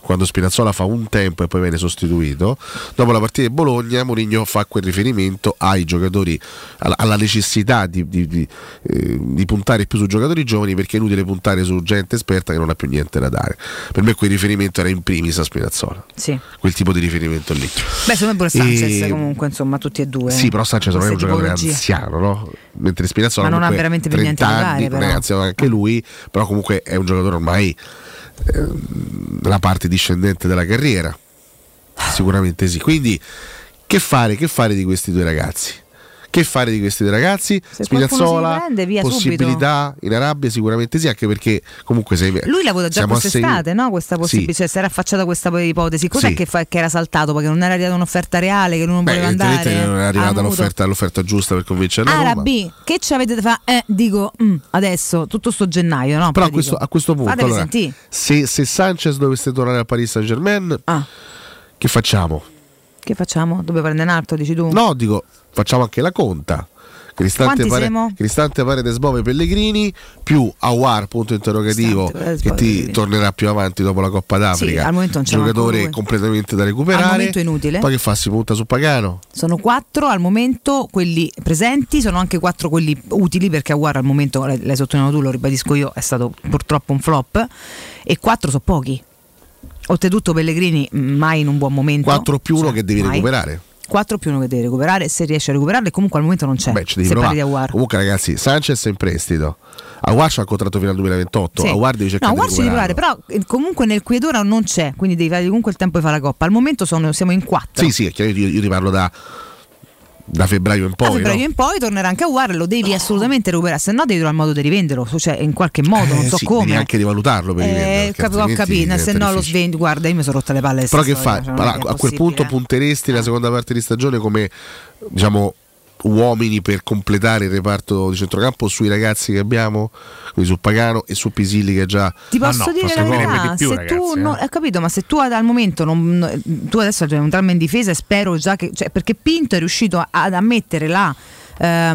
Speaker 6: quando Spinazzola fa un tempo e poi viene sostituito, dopo la partita di Bologna Mourinho fa quel riferimento ai giocatori, alla, alla necessità di, di- di, eh, di puntare più su giocatori giovani perché è inutile puntare su gente esperta che non ha più niente da dare. Per me quel riferimento era in primis a Spinazzola,
Speaker 4: Sì.
Speaker 6: quel tipo di riferimento lì.
Speaker 4: Beh, secondo me pure Sanchez
Speaker 6: E-
Speaker 4: comunque, insomma, tutti e due.
Speaker 6: Sì, però Sanchez non è
Speaker 4: Eh. Queste
Speaker 6: un giocatore
Speaker 4: tipologie.
Speaker 6: anziano, no? Mentre Spinazzola
Speaker 4: Ma non ha
Speaker 6: comunque
Speaker 4: veramente più niente
Speaker 6: 30
Speaker 4: da dare,
Speaker 6: anni, non è
Speaker 4: però.
Speaker 6: anziano anche lui, però comunque è un giocatore ormai ehm, nella parte discendente della carriera. Sicuramente sì. Quindi che fare, che fare di questi due ragazzi? Che fare di questi due ragazzi?
Speaker 4: Se qualcuno se li
Speaker 6: Spinazzola,
Speaker 4: prende, via
Speaker 6: possibilità in Arabia sicuramente sì, anche perché comunque sei
Speaker 4: Lui lavora già
Speaker 6: siamo a sei-
Speaker 4: quest'estate, no? Questa
Speaker 6: Sì.
Speaker 4: possibilità, cioè, si era affacciata questa ipotesi. Cos'è
Speaker 6: Sì.
Speaker 4: che, fa- che era saltato? Perché non era arrivata un'offerta reale, che lui non
Speaker 6: Beh,
Speaker 4: voleva
Speaker 6: evidentemente
Speaker 4: andare. Ah,
Speaker 6: non è
Speaker 4: Ha
Speaker 6: arrivata
Speaker 4: avuto-
Speaker 6: l'offerta, l'offerta giusta per convincere la Roma.
Speaker 4: Arabi, che ci avete fatto? Eh, dico, mm, adesso, tutto sto gennaio, no?
Speaker 6: Però a
Speaker 4: Poi dico,
Speaker 6: questo, a questo punto,
Speaker 4: fatemi
Speaker 6: allora,
Speaker 4: Ah, sentì.
Speaker 6: se, se Sanchez dovesse tornare al Paris Saint Germain, che facciamo?
Speaker 4: Ah. Che facciamo? Dove prendere un altro, dici tu?
Speaker 6: No, dico, facciamo anche la conta. Cristante,
Speaker 4: Quanti
Speaker 6: pare,
Speaker 4: siamo?
Speaker 6: Cristante Paredes Bove Pellegrini più Awar punto interrogativo
Speaker 4: Paredes,
Speaker 6: che
Speaker 4: Bove,
Speaker 6: ti tornerà più avanti dopo la Coppa d'Africa.
Speaker 4: al momento non c'è manco
Speaker 6: giocatore
Speaker 4: lui.
Speaker 6: completamente da
Speaker 4: Al
Speaker 6: recuperare.
Speaker 4: momento è inutile.
Speaker 6: Poi che fa? Si punta su Pagano.
Speaker 4: Sono quattro al momento, quelli presenti, sono anche quattro quelli utili perché Aguar al momento, l'hai l'hai sottolineato tu, lo ribadisco io, è stato purtroppo un flop e quattro sono pochi. Oltretutto Pellegrini mh, mai in un buon momento. Cioè,
Speaker 6: 4 più 1 che devi
Speaker 4: mai.
Speaker 6: recuperare.
Speaker 4: Quattro più uno che deve recuperare, se riesce a recuperarle comunque al momento non c'è.
Speaker 6: Beh, ci devi
Speaker 4: se parli di
Speaker 6: provare.
Speaker 4: Aguar.
Speaker 6: Comunque, ragazzi, Sanchez è in prestito. Aguar c'ha un contratto fino al 2028.
Speaker 4: Sì.
Speaker 6: Aguar devi cercare
Speaker 4: no,
Speaker 6: di
Speaker 4: Aguar ci devi
Speaker 6: recuperarlo.
Speaker 4: provare, però eh, comunque nel quiedora non c'è, quindi devi fare comunque il tempo di fare la coppa. Al momento sono- siamo in quattro.
Speaker 6: Sì, sì, è chiaro, io, io ti parlo da, da febbraio in poi.
Speaker 4: a febbraio
Speaker 6: no?
Speaker 4: in poi tornerà anche a War, lo devi assolutamente recuperare, se no devi trovare il modo di rivenderlo, cioè in qualche modo, non
Speaker 6: Eh
Speaker 4: so
Speaker 6: sì,
Speaker 4: come.
Speaker 6: Devi anche rivalutarlo per rivenderlo,
Speaker 4: eh,
Speaker 6: perché
Speaker 4: cap- ho
Speaker 6: altrimenti
Speaker 4: capito, se
Speaker 6: diventa
Speaker 4: no lo
Speaker 6: difficile.
Speaker 4: svendi, guarda, io mi sono rotta le palle.
Speaker 6: Però
Speaker 4: sta
Speaker 6: che
Speaker 4: storia,
Speaker 6: fai?
Speaker 4: cioè, non è
Speaker 6: Allora,
Speaker 4: che è
Speaker 6: a quel punto
Speaker 4: possibile. Eh.
Speaker 6: punteresti la seconda parte di stagione come diciamo uomini per completare il reparto di centrocampo sui ragazzi che abbiamo, quindi su Pagano e su Pisilli che è già
Speaker 4: Ti posso dire la verità, se tu non, ho capito, ma se tu ad- al momento non- non- tu adesso devi entrarmi in difesa e spero già che cioè, perché Pinto è riuscito a- ad ammettere la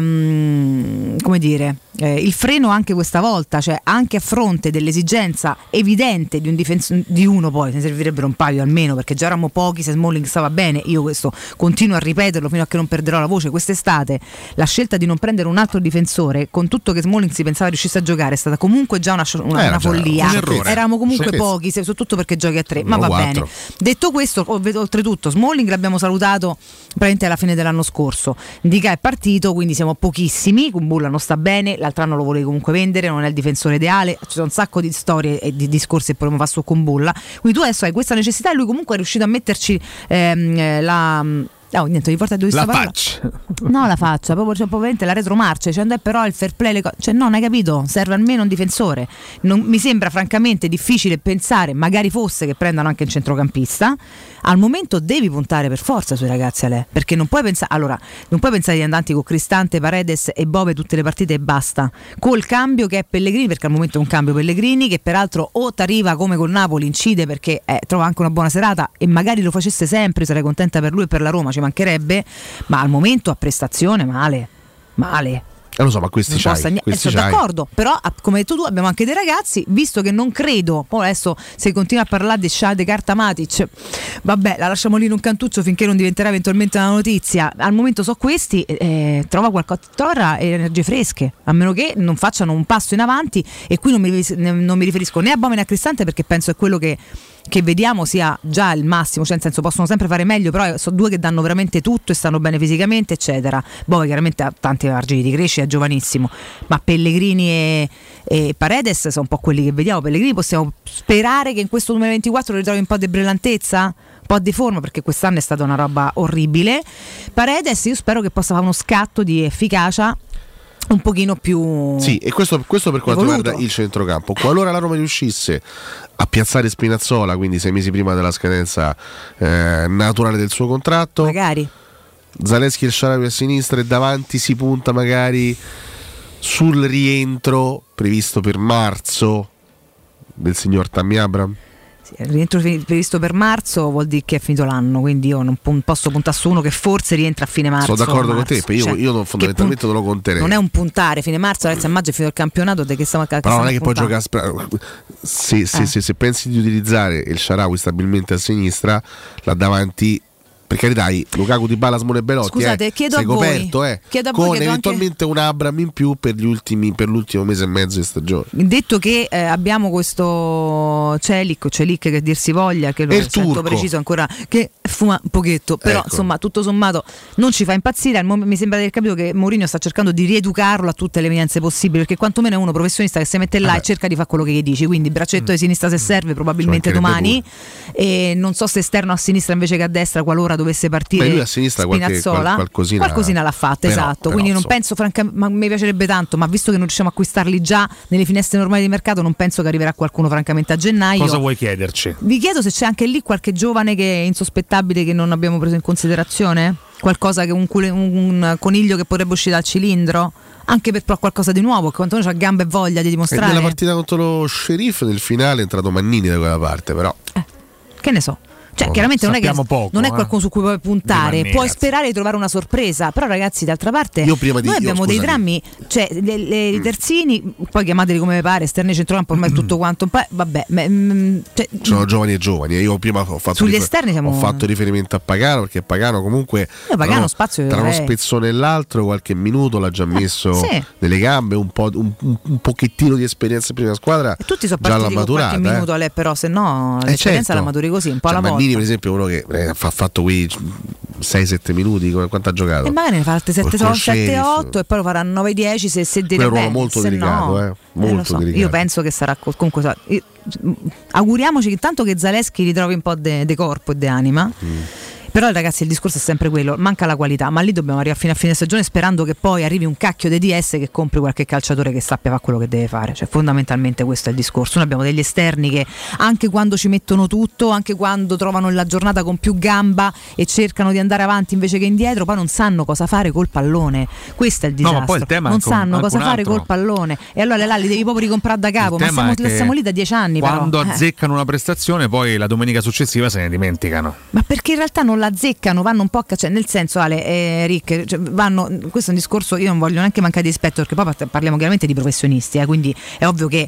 Speaker 4: ehm, come dire, eh, il freno anche questa volta, cioè anche a fronte dell'esigenza evidente di, un difens- di uno poi, ne servirebbero un paio almeno perché già eravamo pochi, se Smalling stava bene, io questo continuo a ripeterlo fino a che non perderò la voce, quest'estate la scelta di non prendere un altro difensore con tutto che Smalling si pensava riuscisse a giocare è stata comunque già una, scio- una-
Speaker 6: Era
Speaker 4: una
Speaker 6: già
Speaker 4: follia,
Speaker 6: Eh, cioè, un errore.
Speaker 4: eravamo comunque
Speaker 6: Certezza.
Speaker 4: pochi, se- soprattutto perché giochi a tre, ma
Speaker 6: No,
Speaker 4: va
Speaker 6: quattro.
Speaker 4: bene. Detto questo, ov- oltretutto, Smalling l'abbiamo salutato praticamente alla fine dell'anno scorso. Dica è partito, quindi siamo pochissimi. Kumbulla non sta bene, l'altro anno lo volevi comunque vendere, non è il difensore ideale. Ci sono un sacco di storie e di discorsi che potremmo fare su Kumbulla. Quindi tu adesso hai questa necessità e lui comunque è riuscito a metterci ehm, eh, la. No, niente, non importa dove
Speaker 5: La
Speaker 4: sta parola.
Speaker 5: faccia.
Speaker 4: No, la faccia, proprio cioè, probabilmente la retromarcia, cioè, andai però il fair play, le co- cioè no, non hai capito, serve almeno un difensore. Non- mi sembra francamente difficile pensare, magari fosse che prendano anche un centrocampista, al momento devi puntare per forza sui ragazzi Ale, perché non puoi pensare, allora, non puoi pensare di andarti con Cristante, Paredes e Bove tutte le partite e basta, col cambio che è Pellegrini, perché al momento è un cambio Pellegrini, che peraltro o t'arriva come col Napoli, incide perché eh, trova anche una buona serata e magari lo facesse sempre, io sarei contenta per lui e per la Roma, ci mancherebbe, ma al momento a prestazione male, male.
Speaker 6: Eh, lo so, ma questi
Speaker 4: Non
Speaker 6: c'hai.
Speaker 4: costa niente. Eh,
Speaker 6: questi
Speaker 4: sono
Speaker 6: c'hai.
Speaker 4: d'accordo, però a- come hai detto tu abbiamo anche dei ragazzi, visto che non credo, poi adesso se continua a parlare di Shade Carta Matic, vabbè la lasciamo lì in un cantuccio finché non diventerà eventualmente una notizia, al momento so questi, eh, trova qualcosa, torna energie fresche, a meno che non facciano un passo in avanti e qui non mi, riferis- ne- non mi riferisco né a Bome né a Cristante perché penso è quello che che vediamo sia già il massimo, cioè nel senso possono sempre fare meglio, però sono due che danno veramente tutto e stanno bene fisicamente, eccetera. Bove chiaramente ha tanti margini di crescita, è giovanissimo, ma Pellegrini e, e Paredes sono un po' quelli che vediamo. Pellegrini possiamo sperare che in questo 2024 ritrovi un po' di brillantezza? Un po' di forma perché quest'anno è stata una roba orribile. Paredes, io spero che possa fare uno scatto di efficacia un pochino più.
Speaker 6: Sì, e questo, questo per quanto
Speaker 4: Evoluto.
Speaker 6: riguarda il centrocampo. Qualora la Roma riuscisse a piazzare Spinazzola, quindi sei mesi prima della scadenza eh, naturale del suo contratto,
Speaker 4: magari
Speaker 6: Zaleschi e Sharawi a sinistra e davanti si punta magari sul rientro previsto per marzo del signor Tammy Abram.
Speaker 4: Il Eh, rientro fi- previsto per marzo vuol dire che è finito l'anno, quindi io non pun- posso puntare su uno che forse rientra a fine
Speaker 6: Sono
Speaker 4: marzo.
Speaker 6: d'accordo con te,
Speaker 4: marzo.
Speaker 6: perché io,
Speaker 4: Cioè,
Speaker 6: io non-
Speaker 4: che
Speaker 6: fondamentalmente non lo
Speaker 4: pun-
Speaker 6: conterei.
Speaker 4: non è un puntare fine marzo, adesso a maggio è finito il campionato, de che stiamo a cal-
Speaker 6: Però non è che
Speaker 4: stiamo
Speaker 6: puoi
Speaker 4: a
Speaker 6: giocare. spra- Se, se-
Speaker 4: Eh.
Speaker 6: se- se pensi di utilizzare il Sharawi stabilmente a sinistra, là davanti. Per carità, i Lukaku di Balas Simone Belotti.
Speaker 4: Scusate,
Speaker 6: eh,
Speaker 4: chiedo
Speaker 6: sei
Speaker 4: a voi,
Speaker 6: coperto, eh,
Speaker 4: chiedo a voi,
Speaker 6: con
Speaker 4: chiedo anche-
Speaker 6: eventualmente un Abram in più per, gli ultimi, per l'ultimo mese e mezzo di stagione.
Speaker 4: Detto che eh, abbiamo questo Celic, o Celic che dir si voglia, che lo
Speaker 6: E il
Speaker 4: sento
Speaker 6: turco.
Speaker 4: preciso ancora, che fuma un pochetto, però
Speaker 6: Ecco.
Speaker 4: insomma tutto sommato non ci fa impazzire, Al mom- mi sembra di aver capito che Mourinho sta cercando di rieducarlo a tutte le evidenze possibili, perché quantomeno è uno professionista che si mette
Speaker 6: Eh
Speaker 4: là e cerca di fare quello che gli dici, quindi braccetto
Speaker 6: Mm.
Speaker 4: di sinistra se serve probabilmente
Speaker 6: Ci mancherebbe
Speaker 4: domani, e non so se esterno a sinistra invece che a destra qualora dovesse partire
Speaker 6: Beh, lui a sinistra qualche- qual-
Speaker 4: Spinazzola,
Speaker 6: qualcosina-
Speaker 4: l'ha fatta,
Speaker 6: però-
Speaker 4: esatto,
Speaker 6: però,
Speaker 4: quindi non
Speaker 6: insomma.
Speaker 4: penso francamente, ma mi piacerebbe tanto, ma visto che non riusciamo a acquistarli già nelle finestre normali di mercato, non penso che arriverà qualcuno francamente a gennaio.
Speaker 5: Cosa vuoi chiederci?
Speaker 4: Vi chiedo se c'è anche lì qualche giovane che è insospettabile che non abbiamo preso in considerazione? Qualcosa che un, cule- un- un coniglio che potrebbe uscire dal cilindro? Anche per però qualcosa di nuovo, che quantomeno ha gambe e voglia di
Speaker 6: E nella
Speaker 4: dimostrare.
Speaker 6: partita contro lo Sheriff nel finale è entrato Mannini da quella parte, però.
Speaker 4: Che ne so. Cioè,
Speaker 6: Oh,
Speaker 4: chiaramente non è, che,
Speaker 6: sappiamo poco,
Speaker 4: non è
Speaker 6: eh.
Speaker 4: qualcuno su cui puoi
Speaker 6: Di
Speaker 4: puntare,
Speaker 6: Mannini,
Speaker 4: puoi
Speaker 6: ragazzi.
Speaker 4: sperare di trovare una sorpresa, però ragazzi d'altra parte
Speaker 6: Io prima di-
Speaker 4: noi
Speaker 6: io,
Speaker 4: abbiamo dei
Speaker 6: scusami. Mm.
Speaker 4: drammi, cioè le, le- i terzini, poi chiamateli come vi pare, esterni centrocampo, ormai è tutto quanto, poi vabbè, ma, mm, cioè,
Speaker 6: Sono giovani e giovani. Io prima ho fatto,
Speaker 4: Sugli esterni siamo-
Speaker 6: ho fatto riferimento a Pagano perché Pagano comunque
Speaker 4: Io Pagano
Speaker 6: tra uno-
Speaker 4: spazio
Speaker 6: tra uno
Speaker 4: vorrei.
Speaker 6: spezzone e l'altro qualche minuto l'ha già messo
Speaker 4: sì.
Speaker 6: nelle gambe, un, po', un, un- un pochettino di esperienza in prima squadra.
Speaker 4: tutti sono
Speaker 6: già l'ha
Speaker 4: partiti con qualche
Speaker 6: maturata, eh.
Speaker 4: minuto, Ale, però se no
Speaker 6: Eh, certo.
Speaker 4: l'esperienza la maturi così, un po'
Speaker 6: Cioè,
Speaker 4: alla volta.
Speaker 6: Mannini per esempio è uno che eh, ha fa- fatto quei 6-7 minuti, come- quanto ha giocato?
Speaker 4: E magari ne fa altre
Speaker 6: Col
Speaker 4: 7, 7,
Speaker 6: Sheriff.
Speaker 4: 8 e poi lo faranno 9, 10 se, se deve
Speaker 6: Quello è un ruolo
Speaker 4: bene,
Speaker 6: molto
Speaker 4: se
Speaker 6: delicato,
Speaker 4: no-
Speaker 6: eh,
Speaker 4: lo
Speaker 6: molto
Speaker 4: so,
Speaker 6: delicato.
Speaker 4: Io penso che sarà co- comunque so- io- mm, auguriamoci che tanto che Zaleschi ritrovi un po' di corpo e di anima.
Speaker 1: Mm.
Speaker 4: Però ragazzi il discorso è sempre quello, manca la qualità, ma lì dobbiamo arrivare fino a fine stagione sperando che poi arrivi un cacchio di DS che compri qualche calciatore che sappia fare quello che deve fare, cioè fondamentalmente questo è il discorso, noi abbiamo degli esterni che anche quando ci mettono tutto, anche quando trovano la giornata con più gamba e cercano di andare avanti invece che indietro, poi non sanno cosa fare col pallone, questo è il
Speaker 5: No, ma
Speaker 4: disastro,
Speaker 5: poi il tema è
Speaker 4: non
Speaker 5: anche un-
Speaker 4: sanno
Speaker 5: anche
Speaker 4: cosa
Speaker 5: un
Speaker 4: fare
Speaker 5: altro.
Speaker 4: col pallone e allora là li devi proprio ricomprare da capo, ma
Speaker 5: tema
Speaker 4: siamo,
Speaker 5: è che
Speaker 4: siamo lì da dieci anni
Speaker 5: Quando
Speaker 4: però. Eh.
Speaker 5: azzeccano una prestazione, poi la domenica successiva se ne dimenticano.
Speaker 4: Ma perché in realtà non la azzeccano, vanno un po' a cacciare, nel senso Ale, eh, Rick, cioè, vanno, questo è un discorso, io non voglio neanche mancare di rispetto perché poi par- parliamo chiaramente di professionisti, eh, quindi è ovvio che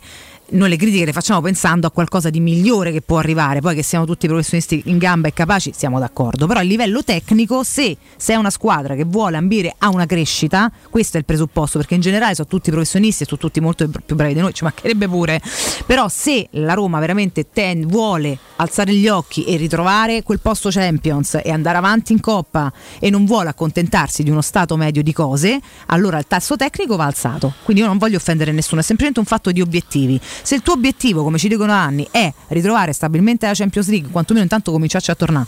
Speaker 4: noi le critiche le facciamo pensando a qualcosa di migliore che può arrivare, poi che siamo tutti professionisti in gamba e capaci, siamo d'accordo, però a livello tecnico se sei una squadra che vuole ambire a una crescita, questo è il presupposto, perché in generale sono tutti professionisti e sono tutti molto più bravi di noi, ci mancherebbe pure, però se la Roma veramente ten- vuole alzare gli occhi e ritrovare quel posto Champions e andare avanti in Coppa e non vuole accontentarsi di uno stato medio di cose, allora il tasso tecnico va alzato. Quindi io non voglio offendere nessuno, è semplicemente un fatto di obiettivi. Se il tuo obiettivo, come ci dicono anni, è ritrovare stabilmente la Champions League, quantomeno intanto cominciarci a tornare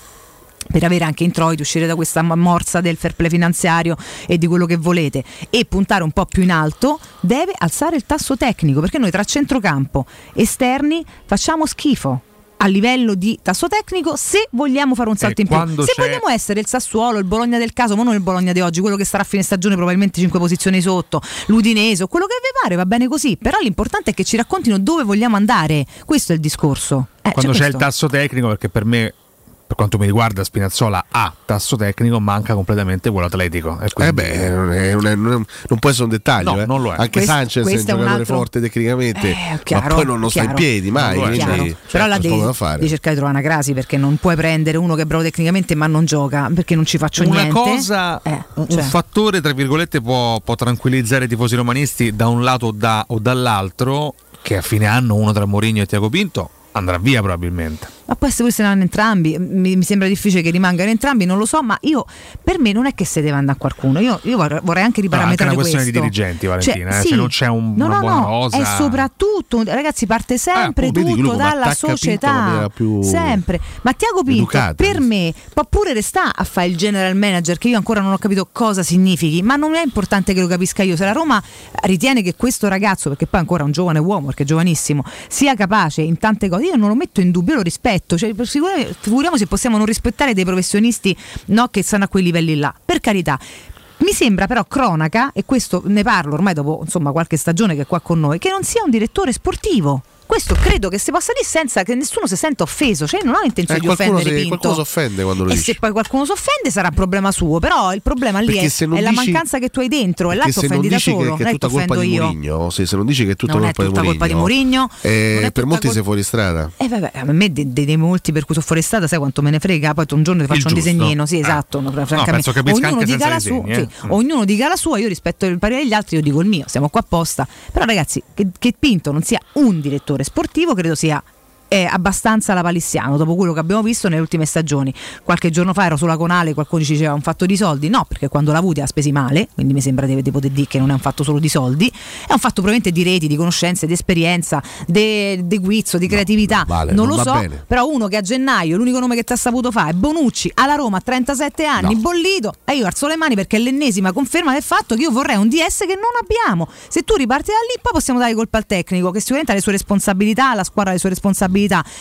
Speaker 4: per avere anche introiti, uscire da questa m- morsa del fair play finanziario e di quello che volete e puntare un po' più in alto, deve alzare il tasso tecnico perché noi tra centrocampo esterni facciamo schifo a livello di tasso tecnico se vogliamo fare un salto in più.
Speaker 5: quando
Speaker 4: Se
Speaker 5: c'è-
Speaker 4: vogliamo essere il Sassuolo, il Bologna del caso, ma non il Bologna di oggi, quello che sarà a fine stagione probabilmente 5 posizioni sotto, l'Udinese o quello che vi pare, va bene così, però l'importante è che ci raccontino dove vogliamo andare, questo è il discorso. Eh,
Speaker 5: quando c'è, il
Speaker 4: questo.
Speaker 5: tasso tecnico, perché per me, per quanto mi riguarda, Spinazzola ha tasso tecnico, manca completamente quello atletico.
Speaker 6: Eh beh, non, è- non è- non è- non può essere un dettaglio.
Speaker 5: No,
Speaker 6: eh.
Speaker 5: non lo è.
Speaker 6: Anche
Speaker 5: Questo-
Speaker 6: Sanchez è un
Speaker 5: questo è un
Speaker 6: giocatore
Speaker 5: altro-
Speaker 6: forte tecnicamente, ma
Speaker 4: Eh, chiaro,
Speaker 6: poi non lo sta in
Speaker 4: chiaro.
Speaker 6: piedi mai.
Speaker 4: Chiaro.
Speaker 6: Quindi,
Speaker 5: certo,
Speaker 6: eh,
Speaker 4: Però la
Speaker 6: c'è poco da
Speaker 4: devi,
Speaker 6: fare.
Speaker 4: devi cercare di trovare una crasi perché non puoi prendere uno che è bravo tecnicamente ma non gioca perché non ci faccio
Speaker 5: Una
Speaker 4: niente.
Speaker 5: cosa-
Speaker 4: Eh,
Speaker 5: un
Speaker 4: cioè.
Speaker 5: fattore, tra virgolette, può, può tranquillizzare i tifosi romanisti da un lato o, da- o dall'altro, che a fine anno uno tra Mourinho e Tiago Pinto andrà via probabilmente.
Speaker 4: Ma poi se voi se ne vanno entrambi, mi, mi sembra difficile che rimangano entrambi, non lo so, ma io per me non è che se deve andare a qualcuno, io, io vor-
Speaker 5: No,
Speaker 4: vorrei anche
Speaker 5: anche
Speaker 4: riparametrare
Speaker 5: una questione
Speaker 4: questo.
Speaker 5: di dirigenti, Valentina.
Speaker 4: Cioè,
Speaker 5: eh,
Speaker 4: sì.
Speaker 5: Se non c'è un,
Speaker 4: No,
Speaker 5: una
Speaker 4: no,
Speaker 5: buona
Speaker 4: no,
Speaker 5: cosa.
Speaker 4: è soprattutto, ragazzi, parte sempre
Speaker 5: Ah, oh, vedi,
Speaker 4: tutto
Speaker 5: Lupo, ma
Speaker 4: dalla
Speaker 5: attacca Pinto in
Speaker 4: società.
Speaker 5: maniera più
Speaker 4: sempre. Ma Tiago Pinto,
Speaker 5: educata,
Speaker 4: per me, può pure restare a fare il general manager, che io ancora non ho capito cosa significhi, ma non è importante che lo capisca io. Se la Roma ritiene che questo ragazzo, perché poi è ancora un giovane uomo, perché è giovanissimo, sia capace in tante cose, io non lo metto in dubbio, lo rispetto. Cioè, per- figura- figuriamo se possiamo non rispettare dei professionisti no, che stanno a quei livelli là. Per carità. Mi sembra però cronaca, e questo ne parlo ormai dopo insomma, qualche stagione che è qua con noi, che non sia un direttore sportivo. Questo credo che si possa dire senza che nessuno si senta offeso, cioè io non ha intenzione
Speaker 6: Eh,
Speaker 4: di
Speaker 6: qualcuno,
Speaker 4: offendere
Speaker 6: si,
Speaker 4: Pinto.
Speaker 6: qualcuno si offende quando lo
Speaker 4: E
Speaker 6: dice.
Speaker 4: se poi qualcuno si offende sarà un problema suo, però il problema lì è,
Speaker 6: Perché se non
Speaker 4: è la
Speaker 6: dici-
Speaker 4: mancanza che tu hai dentro e là
Speaker 6: Perché se
Speaker 4: ti
Speaker 6: non
Speaker 4: offendi da
Speaker 6: dici
Speaker 4: solo,
Speaker 6: che, che
Speaker 4: non
Speaker 6: è
Speaker 4: è che ti
Speaker 6: tutta colpa
Speaker 4: offendo
Speaker 6: di
Speaker 4: io.
Speaker 6: Mourinho, se, se non dici che è tutta
Speaker 4: Non è
Speaker 6: colpa
Speaker 4: tutta
Speaker 6: di
Speaker 4: colpa di
Speaker 6: Mourinho,
Speaker 4: Mourinho, non è
Speaker 6: eh, per
Speaker 4: tutta
Speaker 6: molti
Speaker 4: col-
Speaker 6: sei fuori strada.
Speaker 4: Eh, vabbè, a me dei, dei- dei molti per cui sono fuori strada, sai quanto me ne frega, poi un giorno ti faccio un
Speaker 5: giusto.
Speaker 4: disegnino,
Speaker 6: Ah.
Speaker 4: sì esatto, no, francamente.
Speaker 5: penso capisca
Speaker 4: ognuno,
Speaker 5: anche
Speaker 4: dica
Speaker 5: senza
Speaker 4: la sua,
Speaker 5: disegni,
Speaker 4: sì,
Speaker 5: eh. Mm.
Speaker 4: ognuno dica la sua, io rispetto il parere degli altri, io dico il mio, siamo qua apposta. Però ragazzi, che, che Pinto non sia un direttore sportivo, credo sia eh, abbastanza la palissiano, dopo quello che abbiamo visto nelle ultime stagioni. Qualche giorno fa ero sulla Conale, qualcuno ci diceva un fatto di soldi, no, perché quando l'ha avuti ha spesi male, quindi mi sembra di, di poter dire che non è un fatto solo di soldi, è un fatto probabilmente di reti, di conoscenze, di esperienza, di di guizzo, di creatività,
Speaker 6: vale,
Speaker 4: non
Speaker 6: non
Speaker 4: lo
Speaker 6: va
Speaker 4: so,
Speaker 6: bene.
Speaker 4: però uno che a gennaio l'unico nome che ti ha saputo fa è Bonucci alla Roma a 37 anni, bollito, e io alzo le mani perché è l'ennesima conferma del fatto che io vorrei un DS che non abbiamo. Se tu riparti da lì, poi possiamo dare colpa al tecnico, che sicuramente ha le sue responsabilità, la squadra ha le sue responsabilità.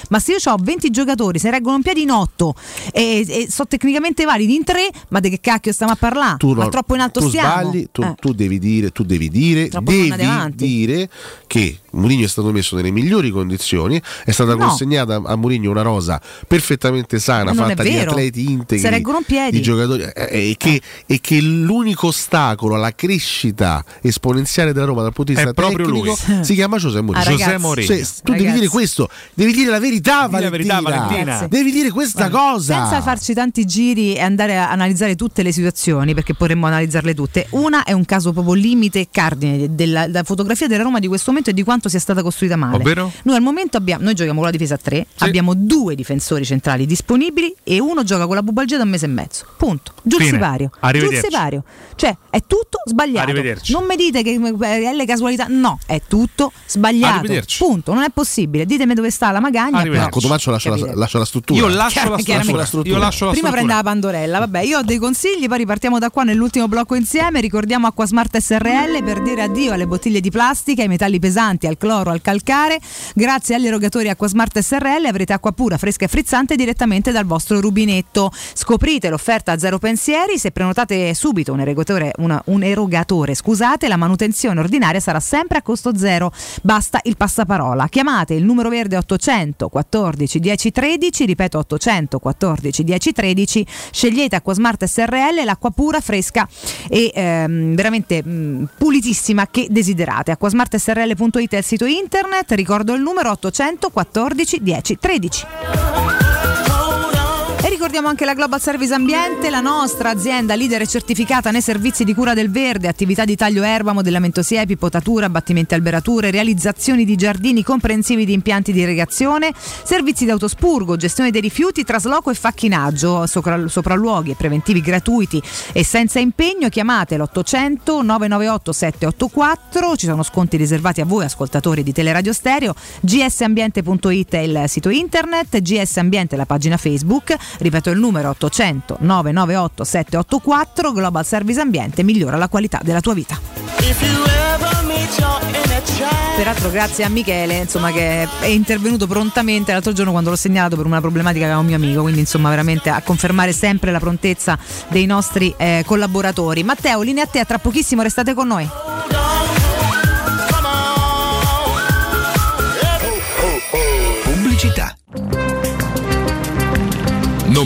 Speaker 4: Ma se io ho 20 giocatori, se reggono in piedi in 8 e, e sono tecnicamente validi in 3, ma di che cacchio stiamo a parlare?
Speaker 6: tu,
Speaker 4: Ah, ma
Speaker 6: no-
Speaker 4: troppo in alto
Speaker 6: tu
Speaker 4: stiamo.
Speaker 6: sbagli, tu,
Speaker 4: Eh.
Speaker 6: tu devi dire, tu devi dire,
Speaker 4: Troppo
Speaker 6: devi
Speaker 4: tornate avanti.
Speaker 6: dire che Mourinho è stato messo nelle migliori condizioni, è stata
Speaker 4: No.
Speaker 6: consegnata a Mourinho una rosa perfettamente sana,
Speaker 4: Ma non è
Speaker 6: fatta di
Speaker 4: vero.
Speaker 6: atleti integri,
Speaker 4: Se reggono in piedi.
Speaker 6: di giocatori eh, eh, e che, e che l'unico ostacolo alla crescita esponenziale della Roma dal punto di
Speaker 5: È
Speaker 6: vista
Speaker 5: proprio
Speaker 6: tecnico
Speaker 5: lui.
Speaker 6: si chiama José Mourinho.
Speaker 5: Ah, José ragazzi. Mourinho.
Speaker 6: Cioè, tu devi
Speaker 4: Eh. Ragazzi.
Speaker 6: dire questo, devi dire la verità,
Speaker 5: Di la verità,
Speaker 6: Valentina.
Speaker 5: Valentina.
Speaker 6: Devi dire questa
Speaker 4: Esatto. Guarda,
Speaker 6: cosa.
Speaker 4: Senza farci tanti giri e andare a analizzare tutte le situazioni, perché potremmo analizzarle tutte. Una è un caso proprio limite e cardine de- della, della fotografia della Roma di questo momento e di quanto sia stata costruita male.
Speaker 5: Ovvero?
Speaker 4: Noi al momento abbiamo, noi giochiamo con la difesa a 3, abbiamo due difensori centrali disponibili e uno gioca con la bubalgia da un mese e mezzo. Punto. Giù il
Speaker 5: Fine.
Speaker 4: sipario. Giù il
Speaker 5: Arrivederci.
Speaker 4: sipario. Cioè, è tutto sbagliato.
Speaker 5: Arrivederci.
Speaker 4: Non mi dite che eh, è le casualità. No, è tutto sbagliato.
Speaker 6: Arrivederci.
Speaker 4: Punto. Non è possibile. Ditemi dove sta la magagna.
Speaker 6: No, Cotumaccio lascia la,
Speaker 4: Capite?
Speaker 6: lascia la struttura.
Speaker 5: Ah, Io lascio la
Speaker 6: Chiaramente.
Speaker 5: struttura. Io lascio la
Speaker 4: Prima
Speaker 5: struttura.
Speaker 4: prende la pandorella, vabbè, io ho dei consigli, poi ripartiamo da qua nell'ultimo blocco insieme, ricordiamo Acquasmart SRL per dire addio alle bottiglie di plastica, ai metalli pesanti, al cloro, al calcare. Grazie agli erogatori Acquasmart SRL avrete acqua pura, fresca e frizzante direttamente dal vostro rubinetto. Scoprite l'offerta a zero pensieri, se prenotate subito un erogatore, una- un erogatore, scusate, la manutenzione ordinaria sarà sempre a costo zero. Basta il passaparola. Chiamate il numero verde 800 14 10 13, ripeto 800 14 10 13, scegliete Acquasmart SRL, l'acqua pura, fresca e ehm, veramente mm, pulitissima che desiderate. Acquasmartsrl.it è il sito internet, ricordo il numero 800 14 10 13. E ricordiamo anche la Global Service Ambiente, la nostra azienda leader e certificata nei servizi di cura del verde, attività di taglio erba, modellamento siepi, potatura, abbattimenti e alberature, realizzazioni di giardini comprensivi di impianti di irrigazione, servizi di autospurgo, gestione dei rifiuti, trasloco e facchinaggio, sopra- sopralluoghi e preventivi gratuiti e senza impegno chiamate l'800 998 784, ci sono sconti riservati a voi ascoltatori di Teleradio Stereo, gsambiente.it è il sito internet, gsambiente è la pagina Facebook, ripeto ripeto il numero 800 998 784 Global Service Ambiente migliora la qualità della tua vita. Peraltro grazie a Michele insomma, che è intervenuto prontamente l'altro giorno quando l'ho segnalato per una problematica che aveva un mio amico, quindi insomma veramente a confermare sempre la prontezza dei nostri eh, collaboratori. Matteo, linea a te, a tra pochissimo restate con noi.
Speaker 25: Pubblicità. Non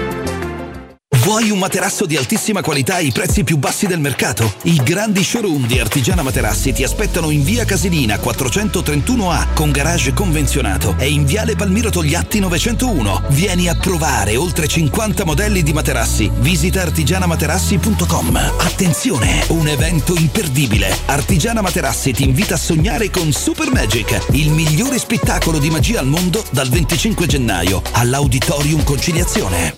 Speaker 21: Vuoi un materasso di altissima qualità ai prezzi più bassi del mercato? I grandi showroom di Artigiana Materassi ti aspettano in via Casilina 431A con garage convenzionato e in viale Palmiro Togliatti 901. Vieni a provare oltre 50 modelli di materassi. Visita artigianamaterassi.com. Attenzione, un evento imperdibile. Artigiana Materassi ti invita a sognare con Super Magic, il migliore spettacolo di magia al mondo dal 25 gennaio all'Auditorium Conciliazione.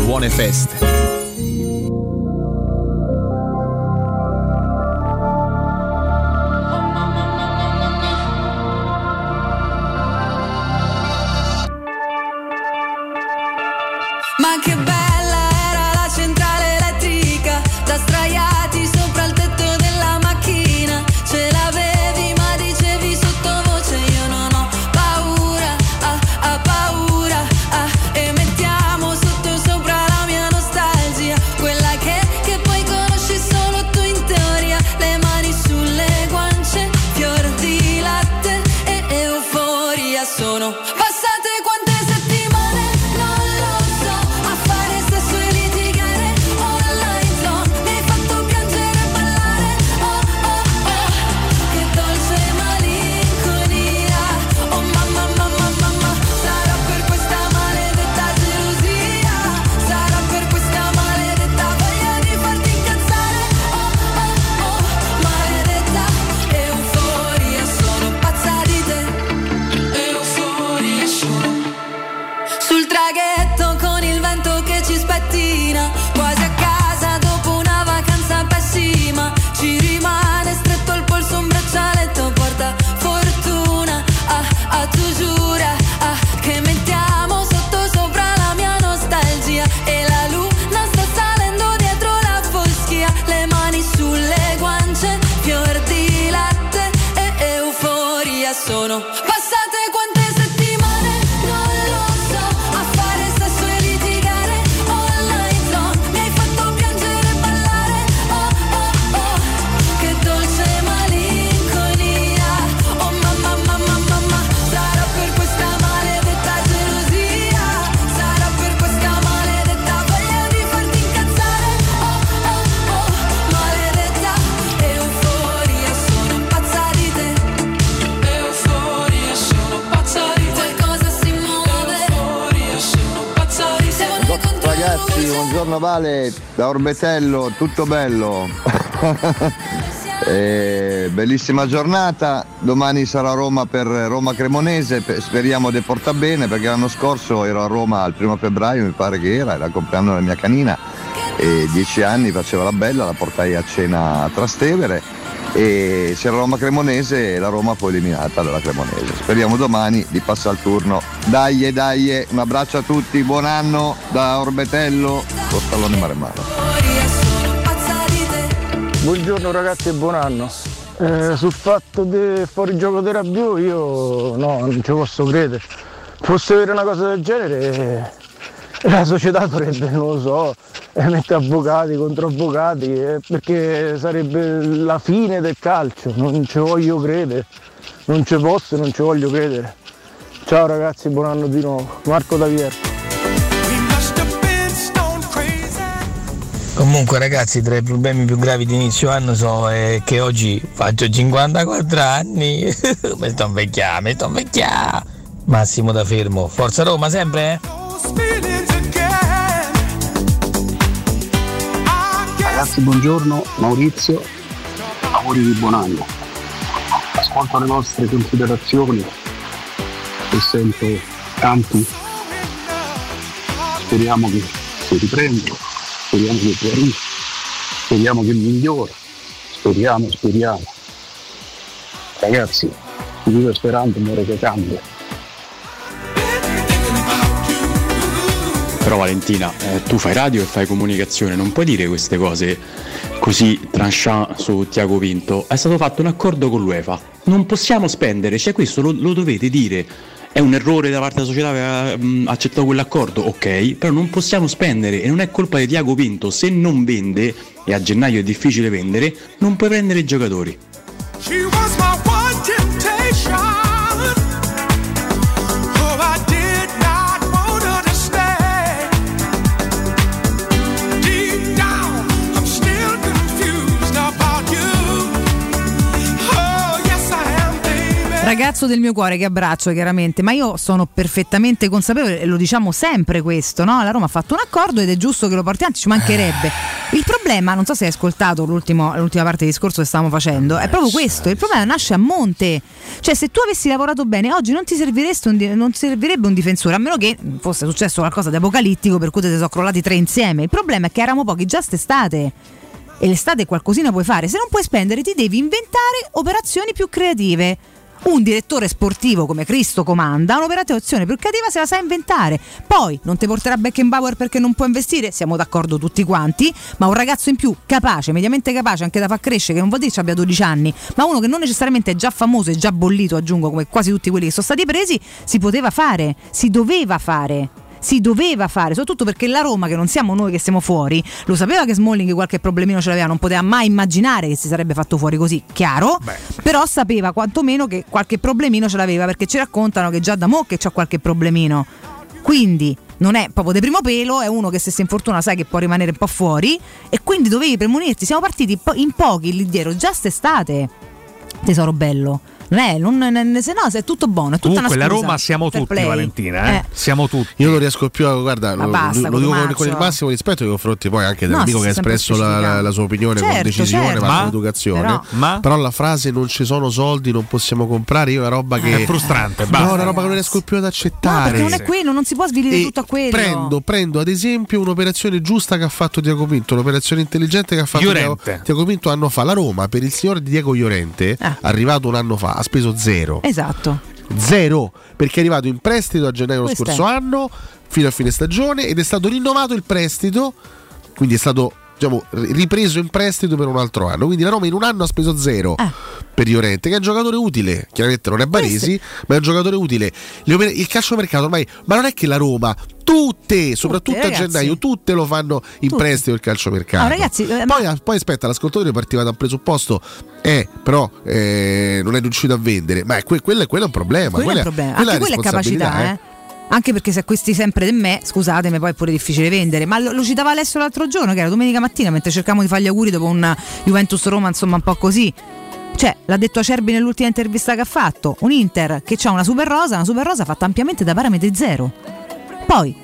Speaker 18: buone feste.
Speaker 19: Ma che bella era la centrale elettrica, da straiati sopra il tetto della macchina. Ce l'avevi ma dicevi sottovoce io non ho paura, ah, ah, paura, ah. E mettiamo sotto sopra la mia nostalgia, quella che, che poi conosci solo tu in teoria. Le mani sulle guance, fior di latte e euforia sono. Passate quante settimane, non lo so, a fare
Speaker 1: Oh, Oh,
Speaker 19: Oh, traghetto con il vento che ci spettina, quasi a casa dopo una vacanza pessima, ci rimane stretto al polso un braccialetto, porta fortuna, ah, ah, tu giura, ah, che mettiamo sotto sopra la mia nostalgia e la luna sta salendo dietro la foschia, le mani sulle guance, fior di latte e euforia sono passate quante settimane, non lo so, a fare sesso e litigare, online zone, mi hai fatto piangere e ballare, oh oh oh, che dolce malinconia, oh mamma mamma mamma, sarà per questa maledetta gelosia, sarà per questa maledetta voglia di farti incazzare, oh oh oh, maledetta euforia, sono pazza di te. Euforia, sono pazza di te. Qualcosa si muove. Euforia, sono pazza di te. Siamo noi contro
Speaker 20: Ragazzi, buongiorno Vale, da Orbetello, tutto bello. Eh, bellissima giornata, domani sarà a Roma per Roma Cremonese, pe- speriamo di porta bene perché l'anno scorso ero a Roma il primo febbraio, mi pare che era, era il compleanno della mia canina e dieci anni faceva la bella, la portai a cena a Trastevere e c'era Roma Cremonese e la Roma poi eliminata dalla Cremonese. Speriamo domani di passare il turno. Dai, dai, un abbraccio a tutti, buon anno da Orbetello, Costallone Maremmano.
Speaker 22: Buongiorno ragazzi e buon anno. Eh, sul fatto del fuorigioco di Rabiu io no, non ci posso credere. Fosse vera una cosa del genere eh, la società dovrebbe, non lo so, eh, mettere avvocati contro avvocati eh, perché sarebbe la fine del calcio, non ci voglio credere, non ci posso e non ci voglio credere. Ciao ragazzi, buon anno di nuovo. Marco Davierto.
Speaker 32: Comunque ragazzi tra i problemi più gravi di inizio anno so eh, che oggi faccio 54 anni, mi sto invecchiando, mi sto invecchiando. Massimo da fermo, Forza Roma sempre? eh?
Speaker 1: Ragazzi, buongiorno, Maurizio, auguri di buon anno. Ascolto le vostre considerazioni e sento tanti. Speriamo che si riprenda, speriamo che guarisca, speriamo che migliora, speriamo, speriamo. Ragazzi, chi vive sperando muore che cambia.
Speaker 33: Però Valentina, eh, tu fai radio e fai comunicazione, non puoi dire queste cose così tranchant su Tiago Pinto. È stato fatto un accordo con l'UEFA. Non possiamo spendere, cioè questo lo, lo dovete dire. È un errore da parte della società che ha mh, accettato quell'accordo, ok, però non possiamo spendere e non è colpa di Tiago Pinto. Se non vende, e a gennaio è difficile vendere, non puoi prendere i giocatori.
Speaker 1: She was my one temptation. Oh, I did not want to stay. Deep down, I'm still confused about you. Oh, yes, I am, baby.
Speaker 4: Ragazzo del mio cuore che abbraccio chiaramente, ma io sono perfettamente consapevole, e lo diciamo sempre questo, no? La Roma ha fatto un accordo ed è giusto che lo portiamo, ci mancherebbe. Il problema, non so se hai ascoltato l'ultimo- l'ultima parte del discorso che stavamo facendo, è proprio questo, il problema nasce a monte. Cioè se tu avessi lavorato bene oggi non ti, servireste un di- non ti servirebbe un difensore, a meno che fosse successo qualcosa di apocalittico per cui te ne sono crollati tre insieme. Il problema è che eravamo pochi già st'estate e l'estate qualcosina puoi fare, se non puoi spendere ti devi inventare operazioni più creative. Un direttore sportivo come Cristo comanda, un'operazione più creativa se la sa inventare. Poi non ti porterà Beckenbauer perché non può investire, siamo d'accordo tutti quanti, ma un ragazzo in più capace, mediamente capace anche da far crescere, che non vuol dire che abbia 12 anni, ma uno che non necessariamente è già famoso e già bollito, aggiungo come quasi tutti quelli che sono stati presi, si poteva fare, si doveva fare si doveva fare, soprattutto perché la Roma, che non siamo noi che siamo fuori, lo sapeva che Smalling qualche problemino ce l'aveva, non poteva mai immaginare che si sarebbe fatto fuori così, chiaro, però sapeva quantomeno che qualche problemino ce l'aveva, perché ci raccontano che già da mo che c'ha qualche problemino. Quindi non è proprio di primo pelo, è uno che se si infortuna sai che può rimanere un po' fuori e quindi dovevi premunirti, siamo partiti po- in pochi lì dietro, già st'estate tesoro bello. Eh, non, non- se no, se è tutto buono, è tutta
Speaker 5: Comunque,
Speaker 4: una
Speaker 5: la
Speaker 4: scusa.
Speaker 5: Roma siamo
Speaker 4: Fair
Speaker 5: tutti,
Speaker 4: play.
Speaker 5: Valentina. Eh.
Speaker 4: Eh.
Speaker 5: Siamo tutti.
Speaker 6: Io non riesco più a guardare.
Speaker 4: Ma
Speaker 6: Lo, lo-
Speaker 4: basta,
Speaker 6: lo dico con,
Speaker 4: Cotumaccio.
Speaker 6: con il massimo rispetto nei confronti poi anche
Speaker 4: No,
Speaker 6: dell'amico
Speaker 4: sì,
Speaker 6: che ha
Speaker 4: sempre
Speaker 6: espresso la,
Speaker 4: specificato.
Speaker 6: la sua opinione con
Speaker 4: Certo,
Speaker 6: decisione,
Speaker 4: certo.
Speaker 6: ma
Speaker 4: Ma?
Speaker 6: con educazione.
Speaker 4: Però-
Speaker 6: Però, la frase non ci sono soldi, non possiamo comprare, io è una roba che.
Speaker 5: Eh, È frustrante,
Speaker 6: No,
Speaker 5: basta.
Speaker 6: è una roba che non riesco più ad
Speaker 4: No,
Speaker 6: accettare.
Speaker 4: perché non è quello, non si può svilire
Speaker 6: E
Speaker 4: tutto a quello.
Speaker 6: Prendo, prendo ad esempio un'operazione giusta che ha fatto Diaco Pinto, un'operazione intelligente che ha fatto Diaco,
Speaker 5: Llorente.
Speaker 6: Diaco Pinto anno fa. La Roma per il signor Diego Llorente, arrivato un anno fa, ha speso zero.
Speaker 4: Esatto.
Speaker 6: Zero, perché è arrivato in prestito a gennaio lo
Speaker 4: Questo
Speaker 6: scorso
Speaker 4: è.
Speaker 6: anno, fino a fine stagione, ed è stato rinnovato il prestito, quindi è stato diciamo, ri- ripreso in prestito per un altro anno. Quindi la Roma in un anno ha speso zero
Speaker 4: Ah.
Speaker 6: per Llorente, che è un giocatore utile, chiaramente non è Baresi, ma è un giocatore utile. Le oper- il calciomercato ormai, ma non è che la Roma, tutte, soprattutto a
Speaker 4: ragazzi.
Speaker 6: gennaio, tutte lo fanno in
Speaker 4: Tutte.
Speaker 6: prestito il calciomercato.
Speaker 4: No, ragazzi, eh,
Speaker 6: Poi, poi aspetta, l'ascoltatore partiva da un presupposto, eh, però eh, non è riuscito a vendere, ma è que- quello, è- quello è un problema.
Speaker 4: quello è il problema. Anche quella è capacità,
Speaker 6: responsabilità,
Speaker 4: eh. Anche perché se acquisti sempre di me, scusatemi, poi è pure difficile vendere. Ma lo, lo citava Alessio l'altro giorno, che era domenica mattina, mentre cercavamo di fargli auguri dopo un Juventus Roma, insomma, un po' così. Cioè, l'ha detto Acerbi nell'ultima intervista che ha fatto: un Inter che ha una super rosa, una super rosa fatta ampiamente da parametri zero. Poi,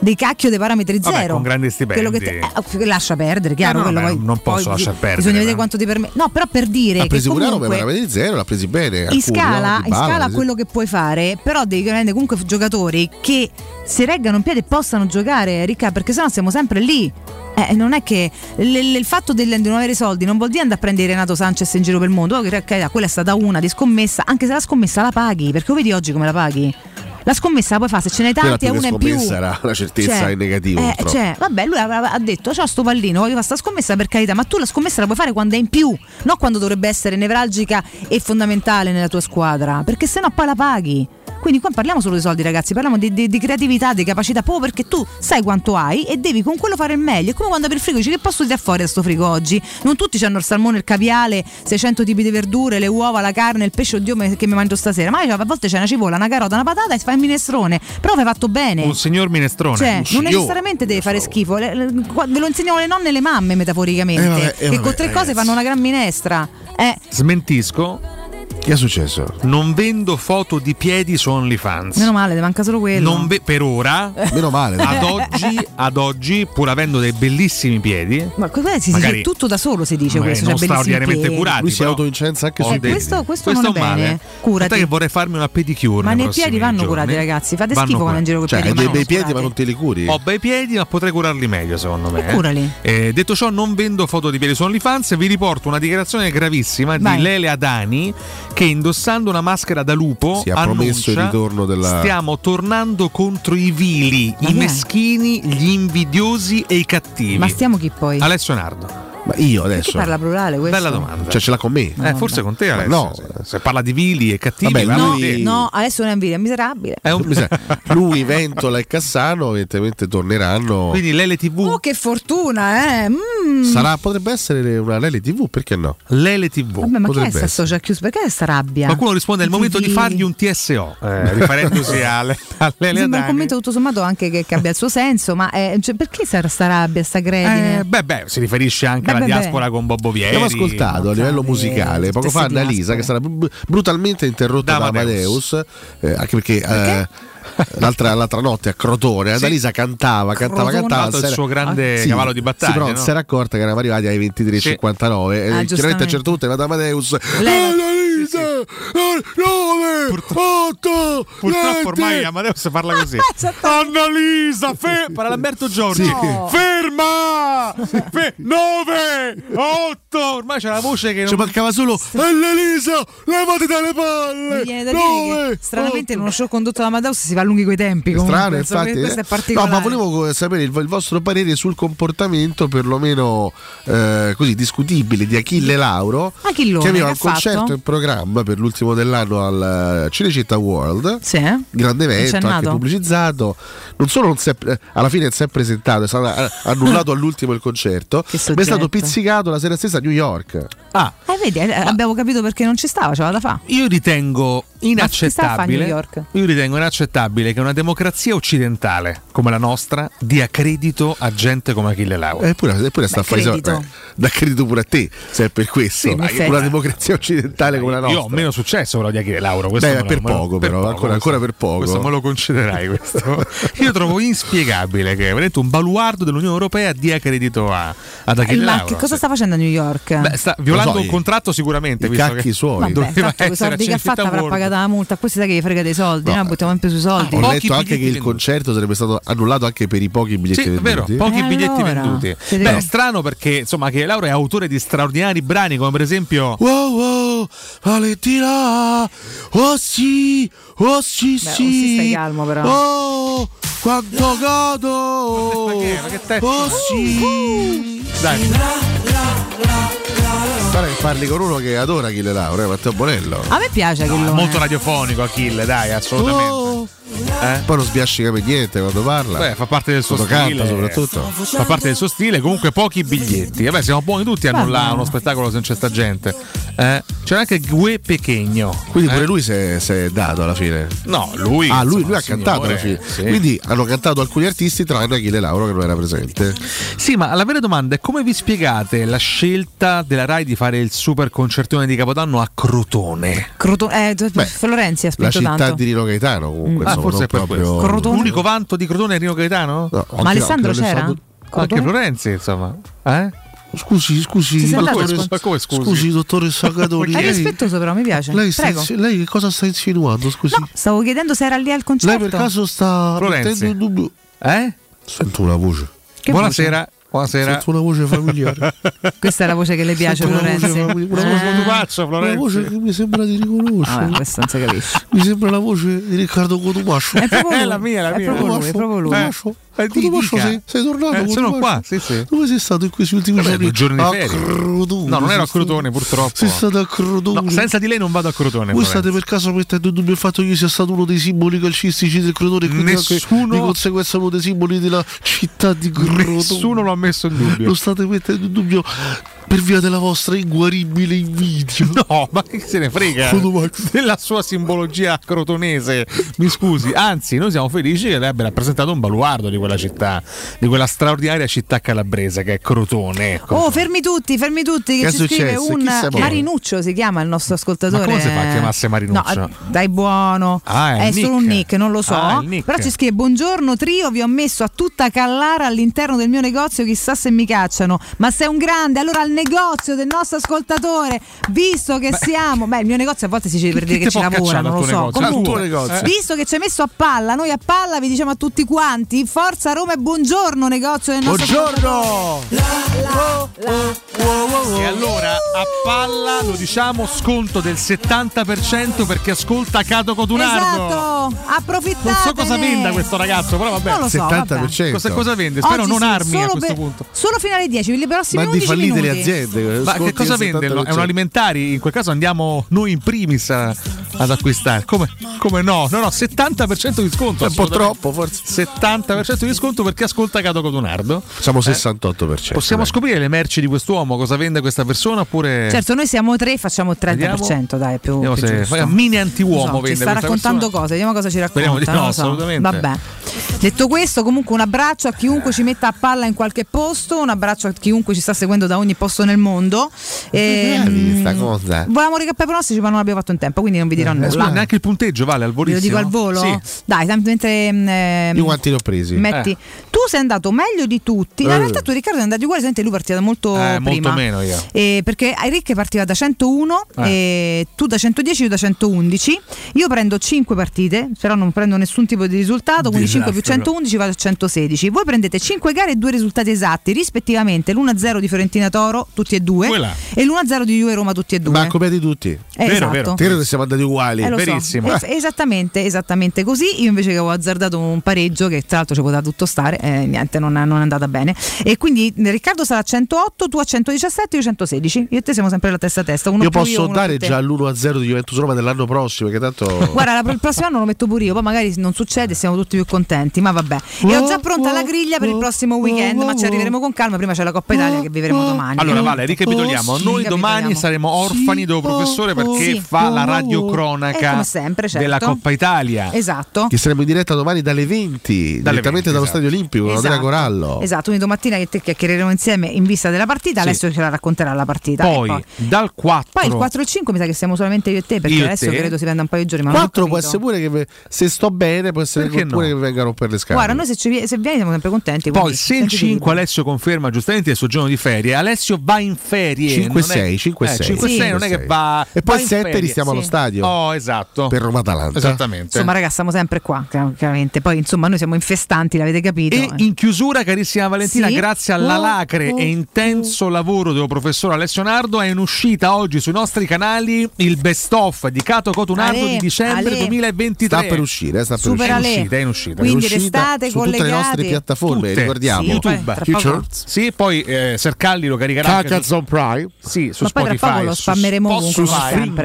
Speaker 4: dei cacchio dei parametri
Speaker 5: Vabbè,
Speaker 4: zero.
Speaker 5: con grandi
Speaker 4: Quello che
Speaker 5: stipendi.
Speaker 4: eh, lascia perdere, chiaro.
Speaker 5: No, no,
Speaker 4: quello
Speaker 5: beh,
Speaker 4: poi-
Speaker 5: non posso
Speaker 4: poi
Speaker 5: lasciar perdere, eh.
Speaker 4: Bisogna vedere
Speaker 5: no.
Speaker 4: quanto ti permette. No, però per dire.
Speaker 6: Ha
Speaker 4: che
Speaker 6: preso pure la Roma, eh,
Speaker 4: comunque-
Speaker 6: veramente zero, l'ha presi bene.
Speaker 4: in
Speaker 6: alcuni,
Speaker 4: scala,
Speaker 6: no?
Speaker 4: in
Speaker 6: Dybala,
Speaker 4: scala
Speaker 6: ad esempio.
Speaker 4: quello che puoi fare, però devi prendere comunque giocatori che si reggano in piedi e possano giocare, Ricca, perché sennò siamo sempre lì. Eh, non è che l- l- il fatto del- di non avere soldi non vuol dire andare a prendere Renato Sanchez in giro per il mondo. Oh, che carità, quella è stata una di scommessa, anche se la scommessa la paghi, perché lo vedi oggi come la paghi? La scommessa la puoi fare, se ce n'è
Speaker 6: Quella
Speaker 4: tanti è
Speaker 6: più
Speaker 4: una
Speaker 6: che
Speaker 4: in più.
Speaker 6: scommessa era la certezza
Speaker 4: Cioè,
Speaker 6: in negativo.
Speaker 4: eh,
Speaker 6: purtroppo.
Speaker 4: cioè, vabbè, lui aveva- ha detto: C'ho sto pallino, voglio fare sta scommessa per carità, ma tu la scommessa la puoi fare quando è in più, non quando dovrebbe essere nevralgica e fondamentale nella tua squadra, perché sennò poi la paghi. Quindi qua non parliamo solo di soldi, ragazzi, parliamo di, di- di creatività, di capacità, proprio perché tu sai quanto hai e devi con quello fare il meglio. È come quando apri il frigo dici che posso tirare fuori da sto frigo oggi? Non tutti hanno il salmone, il caviale, 600 tipi di verdure, le uova, la carne, il pesce, oddio me- che mi mangio stasera. Ma io, a volte c'è una cipolla, una carota, una patata e fai il minestrone. Però fai fatto bene.
Speaker 5: Un signor minestrone.
Speaker 4: Cioè,
Speaker 5: Un
Speaker 4: non
Speaker 5: signor-
Speaker 4: necessariamente deve fare schifo, le- le- qua- ve lo insegnano le nonne e le mamme metaforicamente,
Speaker 5: Eh, vabbè, eh,
Speaker 4: che
Speaker 5: vabbè,
Speaker 4: con tre cose
Speaker 5: ragazzi.
Speaker 4: fanno una gran minestra. Eh,
Speaker 5: Smentisco.
Speaker 6: Che è successo?
Speaker 5: Non vendo foto di piedi su OnlyFans.
Speaker 4: meno male, ti manca solo quello. Eh.
Speaker 5: Non ve- per ora,
Speaker 6: meno male.
Speaker 5: Ad oggi, ad oggi, pur avendo dei bellissimi piedi,
Speaker 4: Ma que- que- si dice
Speaker 5: magari-
Speaker 4: tutto da solo si dice
Speaker 5: magari
Speaker 4: questo,
Speaker 5: non
Speaker 4: cioè bellissimi
Speaker 5: straordinariamente
Speaker 4: piedi.
Speaker 5: curati,
Speaker 6: Lui si autoincensa anche
Speaker 5: ho
Speaker 4: sui
Speaker 5: dei-
Speaker 4: piedi. Eh, Questo- questo non è
Speaker 5: un male.
Speaker 4: bene. Curati.
Speaker 5: Guardate che vorrei farmi una pedicure.
Speaker 4: Ma
Speaker 5: nei
Speaker 4: nei piedi
Speaker 5: prossimi
Speaker 4: vanno
Speaker 5: giorni.
Speaker 4: curati, ragazzi. Fate schifo quando
Speaker 5: eh. curati. Cioè,
Speaker 4: in giro coi piedi,
Speaker 6: ma non curati. te li curi.
Speaker 5: Ho bei piedi, ma potrei curarli meglio, secondo me. eh.
Speaker 4: curali.
Speaker 5: Eh, detto ciò, non vendo foto di piedi su OnlyFans. Vi riporto una dichiarazione gravissima
Speaker 4: Vai.
Speaker 5: di Lele Adani che indossando una maschera da lupo
Speaker 6: Si è promesso il
Speaker 5: annuncia,
Speaker 6: ritorno della-
Speaker 5: Stiamo tornando contro i vili, i
Speaker 4: chi è?
Speaker 5: meschini, gli invidiosi e i cattivi.
Speaker 4: Ma stiamo chi poi?
Speaker 5: Alessio Nardo.
Speaker 6: Ma io
Speaker 4: Perché parla plurale questo?
Speaker 5: Bella domanda.
Speaker 6: Cioè, ce l'ha con me.
Speaker 5: Eh, forse con te,
Speaker 6: Ma
Speaker 5: Alessio.
Speaker 6: no.
Speaker 5: Se- Se parla di vili e cattivi,
Speaker 6: Vabbè,
Speaker 5: parla
Speaker 6: no,
Speaker 5: di te.
Speaker 4: No, adesso non è invidia, è miserabile.
Speaker 5: È un-
Speaker 6: Mi sa- lui, Ventola e Cassano evidentemente torneranno.
Speaker 5: Quindi Lele TV.
Speaker 4: Oh, che fortuna, eh. Mm.
Speaker 6: Sarà- potrebbe essere una Lele TV, perché no?
Speaker 5: Lele TV.
Speaker 4: Vabbè, ma chi è
Speaker 6: potrebbe
Speaker 4: sta
Speaker 6: essere.
Speaker 4: social chiuso? Perché questa rabbia?
Speaker 5: boh, Qualcuno risponde: è il momento di
Speaker 4: TV.
Speaker 5: fargli un TSO, eh, riferendosi a, Le- a
Speaker 4: Mi
Speaker 5: Lele
Speaker 4: sembra un
Speaker 5: Adani.
Speaker 4: commento tutto sommato anche che, che abbia il suo senso, ma eh, cioè, perché sarà sta rabbia, sta gredine?
Speaker 5: Eh, beh, beh, si riferisce anche alla
Speaker 4: Beh, beh,
Speaker 5: diaspora con Bobo Vieri.
Speaker 6: Abbiamo ascoltato a livello musicale poco fa
Speaker 5: Stesse
Speaker 6: Annalisa che sarà br- brutalmente interrotta da, Amadeus, eh, anche perché, eh, l'altra, l'altra notte a Crotone
Speaker 5: Sì.
Speaker 6: Annalisa cantava, cantava,
Speaker 5: Crotone.
Speaker 6: cantava.
Speaker 5: Tra l'altro il
Speaker 6: s'era-
Speaker 5: suo grande
Speaker 6: Sì,
Speaker 5: cavallo di battaglia,
Speaker 6: Sì, però
Speaker 5: no?
Speaker 6: si era accorta che eravamo arrivati ai 23.59 e
Speaker 5: giustamente.
Speaker 6: chiaramente a un certo punto è andata Amadeus. Annalisa, 9, 8,
Speaker 5: Purtroppo ormai Amadeus parla così. Annalisa, fe- parla Lamberto Giorgi.
Speaker 6: Sì.
Speaker 5: Ferma! 9, 8. Ormai c'è la voce che non...
Speaker 6: Ci mancava Cioè, solo Annalisa, levati dalle palle!
Speaker 4: Mi viene da dire che, stranamente in uno show condotto da Amadeus si va lunghi coi tempi. comunque,
Speaker 6: Strano,
Speaker 4: insomma,
Speaker 6: infatti.
Speaker 4: Questo
Speaker 6: eh.
Speaker 4: è particolare.
Speaker 6: No, ma volevo eh, sapere il, il vostro parere sul comportamento perlomeno eh, così discutibile di Achille Lauro
Speaker 4: Achillone,
Speaker 6: che aveva
Speaker 4: che
Speaker 6: un
Speaker 4: ha
Speaker 6: concerto
Speaker 4: fatto?
Speaker 6: in programma per l'ultimo dell'anno al eh, Cinecittà World. Grande
Speaker 4: Non c'è
Speaker 6: evento, anche
Speaker 4: andato?
Speaker 6: pubblicizzato. Non solo non si è- eh, alla fine non si è presentato, è stato eh, annullato all'ultimo il concerto, ma è stato
Speaker 4: soggetto.
Speaker 6: pizzicato la sera stessa a New York.
Speaker 5: Ah.
Speaker 4: Eh, vedi, eh, abbiamo capito perché non ci stava, ce l'ha da fa.
Speaker 5: Io ritengo
Speaker 4: chissà fa a New
Speaker 5: inaccettabile.
Speaker 4: York.
Speaker 5: Io ritengo inaccettabile che una democrazia occidentale come la nostra dia credito a gente come Achille Lauro.
Speaker 6: Eppure, eppure sta a fare i soldi.
Speaker 5: credito.
Speaker 6: Eh, Dà credito pure a te, se è per questo.
Speaker 5: Sì, in
Speaker 6: Ma
Speaker 5: effetti.
Speaker 6: una democrazia occidentale come la nostra.
Speaker 5: Io ho meno successo però di Achille Lauro. questo
Speaker 6: Beh,
Speaker 5: me
Speaker 6: è
Speaker 5: lo-
Speaker 6: per
Speaker 5: me lo-
Speaker 6: poco, però, eh, ancora-
Speaker 5: questo-
Speaker 6: ancora per poco.
Speaker 5: Questo me lo concederai. Questo. Io trovo inspiegabile che veramente un baluardo dell'Unione Europea dia credito a, ad
Speaker 4: Eh,
Speaker 5: Achille
Speaker 4: Ma
Speaker 5: Lauro.
Speaker 4: che cosa sta facendo a New York?
Speaker 5: Beh, sta violando un contratto sicuramente. visto
Speaker 6: cacchi
Speaker 5: che
Speaker 6: suoi.
Speaker 4: Vabbè,
Speaker 5: doveva
Speaker 4: tanto Esatto, quei
Speaker 5: essere a
Speaker 4: soldi che ha fatto avrà
Speaker 5: Cinecittà World. ah,
Speaker 4: pagato la multa, a questi da che gli frega dei soldi, no, buttiamo sempre sui soldi.
Speaker 6: Ho letto anche che il concerto sarebbe stato annullato anche per i pochi biglietti
Speaker 5: Sì, è
Speaker 6: venduti.
Speaker 5: vero, pochi
Speaker 4: Eh,
Speaker 5: biglietti
Speaker 4: allora,
Speaker 5: venduti.
Speaker 4: ti
Speaker 5: Beh,
Speaker 4: dico.
Speaker 5: è strano perché insomma che Laura è autore di straordinari brani come per esempio
Speaker 6: Wow, wow, Valentina, oh sì, oh sì,
Speaker 5: Beh, oh
Speaker 6: sì.
Speaker 5: sì, stai calmo, però.
Speaker 6: Oh, quanto godo. Oh
Speaker 5: Uh,
Speaker 6: sì.
Speaker 5: Dai.
Speaker 6: Guarda che parli con uno che adora Achille Lauro, eh, Matteo Bonello.
Speaker 4: A me piace eh.
Speaker 5: No,
Speaker 4: Achillone.
Speaker 5: è molto radiofonico Achille, dai, assolutamente.
Speaker 6: Oh.
Speaker 5: Eh?
Speaker 6: Poi non sbiascica per niente quando parla.
Speaker 5: Beh, fa parte del suo
Speaker 6: Quando
Speaker 5: stile.
Speaker 6: canta soprattutto.
Speaker 5: Fa parte del suo stile, comunque pochi biglietti. Vabbè, siamo buoni tutti a
Speaker 6: Vabbè.
Speaker 5: annullare uno spettacolo se non c'è sta gente. Eh, c'era anche Gue Pechegno.
Speaker 6: Quindi pure lui si è, si è dato alla fine.
Speaker 5: Eh? No, lui,
Speaker 6: Ah, lui,
Speaker 5: insomma,
Speaker 6: lui ha
Speaker 5: signore,
Speaker 6: cantato alla fine.
Speaker 5: sì.
Speaker 6: Quindi hanno cantato alcuni artisti, tranne Achille Lauro che non era presente.
Speaker 5: Sì, ma la vera domanda è come vi spiegate la scelta della Rai di fare il super concertone di Capodanno a Crotone?
Speaker 4: Croto- eh, d- Florenzi ha
Speaker 5: la
Speaker 4: spinto
Speaker 5: città
Speaker 4: tanto.
Speaker 5: di
Speaker 6: Rino Gaetano comunque.
Speaker 5: Ah,
Speaker 6: insomma,
Speaker 5: forse
Speaker 6: non
Speaker 5: è per
Speaker 6: proprio-
Speaker 5: questo.
Speaker 4: Crotone.
Speaker 5: L'unico vanto di Crotone è Rino Gaetano?
Speaker 4: anche- Alessandro anche c'era? Alessandro-
Speaker 5: Anche
Speaker 4: Crotone?
Speaker 5: Florenzi, insomma. Eh?
Speaker 6: Scusi, scusi,
Speaker 4: Si
Speaker 5: ma
Speaker 4: sente
Speaker 5: come,
Speaker 4: ascol-
Speaker 5: ma come scusi?
Speaker 6: Scusi, dottoressa Gadori.
Speaker 4: È rispettoso però, mi piace.
Speaker 6: Lei, sta
Speaker 4: Prego.
Speaker 6: insi- lei che cosa sta insinuando? Scusi.
Speaker 4: Stavo chiedendo se era lì al concerto.
Speaker 6: lei per caso sta
Speaker 5: Florenzi.
Speaker 6: mettendo in dubbio.
Speaker 5: Eh?
Speaker 6: Sento una voce.
Speaker 4: Che
Speaker 5: buonasera. Buonasera.
Speaker 6: Sento una voce familiare.
Speaker 4: Questa è la voce che le piace,
Speaker 6: Sento una voce
Speaker 4: Florenzi.
Speaker 6: familiare, una voce-
Speaker 4: Ah.
Speaker 6: Una voce che mi sembra di
Speaker 17: Ah,
Speaker 6: riconoscere.
Speaker 4: Vabbè, questo non si capisce.
Speaker 6: Mi sembra la voce di Riccardo Eh, Cotumascio.
Speaker 4: È proprio È la lui, mia, la è mia. proprio lui, è proprio lui.
Speaker 6: Cotumascio,
Speaker 4: Eh, di-
Speaker 6: Cotumascio,
Speaker 4: dica.
Speaker 6: sei, sei tornato?
Speaker 5: Eh, sono
Speaker 6: Cotumascio?
Speaker 5: qua, sì, sì.
Speaker 6: Dove sei stato in questi ultimi
Speaker 5: Vabbè,
Speaker 6: giorni?
Speaker 5: due giorni di
Speaker 6: A
Speaker 5: ferie.
Speaker 6: Crotone.
Speaker 5: No, non ero a
Speaker 6: Sei stato-
Speaker 5: Crotone, purtroppo.
Speaker 6: Sei stato a Crotone.
Speaker 5: No, senza di lei non vado a Crotone.
Speaker 6: Voi
Speaker 5: Florenzi.
Speaker 6: state per caso mettendo in dubbio il fatto che io sia stato uno dei simboli calcistici del Crotone e quindi anche
Speaker 5: Nessuno-
Speaker 6: di conseguenza uno dei simboli della città di Crotone.
Speaker 5: Nessuno lo ha messo in dubbio.
Speaker 6: Lo state mettendo in dubbio per via della vostra inguaribile invidia.
Speaker 5: No, ma che se ne frega della sua simbologia crotonese. Mi scusi, anzi, noi siamo felici che lei abbia rappresentato un baluardo di quella città, di quella straordinaria città calabrese che è Crotone. ecco.
Speaker 4: Oh, fermi tutti, fermi tutti. Che,
Speaker 5: Che è
Speaker 4: ci scrive
Speaker 5: successo?
Speaker 4: un
Speaker 5: Chi siamo?
Speaker 4: Marinuccio si chiama il nostro ascoltatore.
Speaker 5: Ma come si fa a chiamarsi Marinuccio?
Speaker 4: No, dai buono.
Speaker 5: Ah, è
Speaker 4: è
Speaker 5: il
Speaker 4: solo
Speaker 5: nick.
Speaker 4: un nick, non lo so.
Speaker 5: Ah, il nick.
Speaker 4: Però ci scrive: Buongiorno trio, vi ho messo a tutta callara all'interno del mio negozio, chissà se mi cacciano. Ma sei un grande, allora al negozio del nostro ascoltatore, visto che siamo. Beh, il mio negozio a volte si dice per
Speaker 5: Chi
Speaker 4: dire
Speaker 5: te
Speaker 4: che ci
Speaker 5: può
Speaker 4: lavora,
Speaker 5: cacciare
Speaker 4: non
Speaker 5: dal
Speaker 4: lo
Speaker 5: tuo
Speaker 4: so.
Speaker 5: negozio? Dal tuo
Speaker 4: Comunque,
Speaker 5: negozio. Eh.
Speaker 4: visto che ci hai messo a palla, noi a palla vi diciamo a tutti quanti: Forza Roma e buongiorno, negozio del nostro
Speaker 6: Buongiorno!
Speaker 5: E allora a palla lo diciamo sconto del 70% perché ascolta Cato Cotunardo.
Speaker 4: Esatto, approfittate.
Speaker 5: Non so cosa venda questo ragazzo, però vabbè.
Speaker 4: Non lo so, 70%.
Speaker 5: Cosa, cosa vende? Spero
Speaker 4: Oggi
Speaker 5: non
Speaker 4: sì,
Speaker 5: armi a
Speaker 4: solo
Speaker 5: questo
Speaker 4: per-
Speaker 5: punto.
Speaker 4: Solo fino alle 10, per i prossimi 11 minuti.
Speaker 6: eh,
Speaker 5: Ma che cosa vende? È un alimentare? In quel caso andiamo noi in primis a- ad acquistare. Come, come no? No, no, 70% di sconto.
Speaker 6: È un po'
Speaker 5: assolutamente.
Speaker 6: troppo, Eh, forse.
Speaker 5: 70% di sconto perché ascolta Cato Cotunardo.
Speaker 6: Siamo
Speaker 5: Eh,
Speaker 6: 68%.
Speaker 5: Possiamo
Speaker 6: Certo, dai.
Speaker 5: scoprire le merci di quest'uomo, cosa vende questa persona oppure...
Speaker 4: Certo, noi siamo tre, facciamo il 30%, dai, è più,
Speaker 5: Vediamo
Speaker 4: più
Speaker 5: se-
Speaker 4: giusto.
Speaker 5: fai un mini antiuomo
Speaker 4: Non so,
Speaker 5: vende
Speaker 4: Ci sta
Speaker 5: questa
Speaker 4: raccontando
Speaker 5: persona.
Speaker 4: cose, vediamo cosa ci racconta.
Speaker 5: Speriamo di no,
Speaker 4: non lo so.
Speaker 5: assolutamente.
Speaker 4: Vabbè. Detto questo, comunque un abbraccio a chiunque ci metta a palla in qualche posto, un abbraccio a chiunque ci sta seguendo da ogni posto nel mondo. E,
Speaker 6: Vedi
Speaker 4: mm,
Speaker 6: Eh, sta cosa.
Speaker 4: volevamo ricappare i pronostici, ma non l'abbiamo fatto in tempo, quindi non vi dirò
Speaker 5: Eh, scusa,
Speaker 4: nulla.
Speaker 5: neanche il punteggio vale al
Speaker 4: Ve
Speaker 5: volissimo.
Speaker 4: lo dico al volo?
Speaker 5: Sì.
Speaker 4: Dai, tanto mentre. mm, ehm,
Speaker 6: Io quanti ne ho presi?
Speaker 4: Metti.
Speaker 6: Eh.
Speaker 4: Tu sei andato meglio di tutti. No, In
Speaker 6: Eh.
Speaker 4: realtà tu Riccardo è andato uguale, solamente lui partiva molto
Speaker 6: Eh, molto
Speaker 4: prima.
Speaker 6: meno io.
Speaker 4: Eh, perché Enric partiva da 101,
Speaker 5: Eh.
Speaker 4: eh, tu da 110, io da 111. Io prendo 5 partite, però non prendo nessun tipo di risultato, quindi 5 più
Speaker 5: Disastro.
Speaker 4: 111 vado a 116. Voi prendete 5 gare e 2 risultati esatti, rispettivamente l'1-0 di Fiorentina Toro, tutti e due,
Speaker 6: Quella.
Speaker 4: e l'1-0 di Juve Roma, tutti e due.
Speaker 6: Ma come di tutti?
Speaker 4: Eh, Vero, esatto. vero.
Speaker 6: Credo che siamo andati uguali.
Speaker 4: Eh, lo so. Es- esattamente, esattamente così. Io invece che avevo azzardato un pareggio, che tra l'altro ci poteva tutto stare, eh, niente, non, non è andata bene. E quindi Riccardo sarà a 108, tu a 117, io a 116. Io e te siamo sempre la testa a testa. Uno
Speaker 6: Io
Speaker 4: più
Speaker 6: posso
Speaker 4: uno
Speaker 6: dare
Speaker 4: più te.
Speaker 6: già l'1-0 di Juventus Roma dell'anno prossimo, che tanto...
Speaker 4: Guarda, la- il prossimo anno lo metto pure io, poi magari non succede, siamo tutti più contenti. ma vabbè. E ho già pronta la griglia per il prossimo weekend, ma ci arriveremo con calma. Prima c'è la Coppa Italia che
Speaker 6: Oh.
Speaker 4: vivremo domani.
Speaker 5: Allora Vale, ricapitoliamo, noi domani saremo orfani del professore perché
Speaker 4: oh, Sì. Oh,
Speaker 5: fa la
Speaker 4: Eh,
Speaker 5: radiocronaca
Speaker 4: come sempre, certo.
Speaker 5: della Coppa Italia.
Speaker 4: Esatto.
Speaker 6: Che saremo in diretta domani dalle 20, direttamente dallo Stadio Olimpico, con Andrea
Speaker 4: Esatto.
Speaker 6: Corallo.
Speaker 4: Esatto, quindi domattina che te chiacchiereremo insieme in vista della partita,
Speaker 6: Sì.
Speaker 4: adesso ce la racconterà la partita. eh, e
Speaker 5: Poi dal 4
Speaker 4: Poi il 4 e il 5 mi sa che siamo solamente io e te, perché
Speaker 6: Io e
Speaker 4: adesso
Speaker 6: te.
Speaker 4: credo si prenda un paio di giorni. Ma non ho
Speaker 6: 4 può
Speaker 4: capito.
Speaker 6: essere pure che me- se sto bene, può essere
Speaker 5: Perché
Speaker 6: pure che
Speaker 5: no?
Speaker 6: mi venga a rompere le scale.
Speaker 4: Guarda, noi se, ci vi- se vieni siamo sempre contenti.
Speaker 5: Poi
Speaker 4: quindi
Speaker 5: se il
Speaker 4: sentiti
Speaker 5: 5
Speaker 4: libero.
Speaker 5: Alessio conferma giustamente il suo giorno di ferie, Alessio va in ferie.
Speaker 6: 5-6, 5-6.
Speaker 5: 5 6 non è che va...
Speaker 6: E poi
Speaker 5: va in
Speaker 6: 7
Speaker 5: ferie.
Speaker 6: ristiamo allo
Speaker 5: Sì.
Speaker 6: stadio.
Speaker 5: Oh, esatto.
Speaker 6: Per Roma Atalanta.
Speaker 5: Esattamente.
Speaker 4: Insomma, ragazzi, siamo sempre qua, chiar- chiaramente. Poi, insomma, noi siamo infestanti, l'avete capito. eh.
Speaker 5: E in chiusura, carissima Valentina,
Speaker 4: Sì. Oh,
Speaker 5: grazie all'alacre e intenso lavoro del professor Alessio Nardo, è in uscita oggi sui nostri canali il best of di Cato Cotunardo
Speaker 4: Ale,
Speaker 5: di dicembre
Speaker 4: Ale.
Speaker 5: 2023.
Speaker 6: Sta per uscire, eh, sta per
Speaker 4: Super
Speaker 5: uscire.
Speaker 4: Ale.
Speaker 5: È in uscita, è in uscita.
Speaker 4: Quindi
Speaker 5: È in uscita
Speaker 4: restate
Speaker 5: su tutte le
Speaker 4: collegati.
Speaker 5: nostre
Speaker 6: piattaforme,
Speaker 5: Tutte.
Speaker 6: ricordiamo.
Speaker 5: Sì, YouTube,
Speaker 4: Poi, tra poco-
Speaker 5: Features. Sì, poi eh, Sercalli lo caricherà anche
Speaker 6: Hackers on Prime.
Speaker 5: Sì, su
Speaker 4: Ma poi tra
Speaker 5: Spotify,
Speaker 4: poco lo
Speaker 5: su
Speaker 4: spammeremo
Speaker 5: Spotify,
Speaker 4: ovunque, come sempre.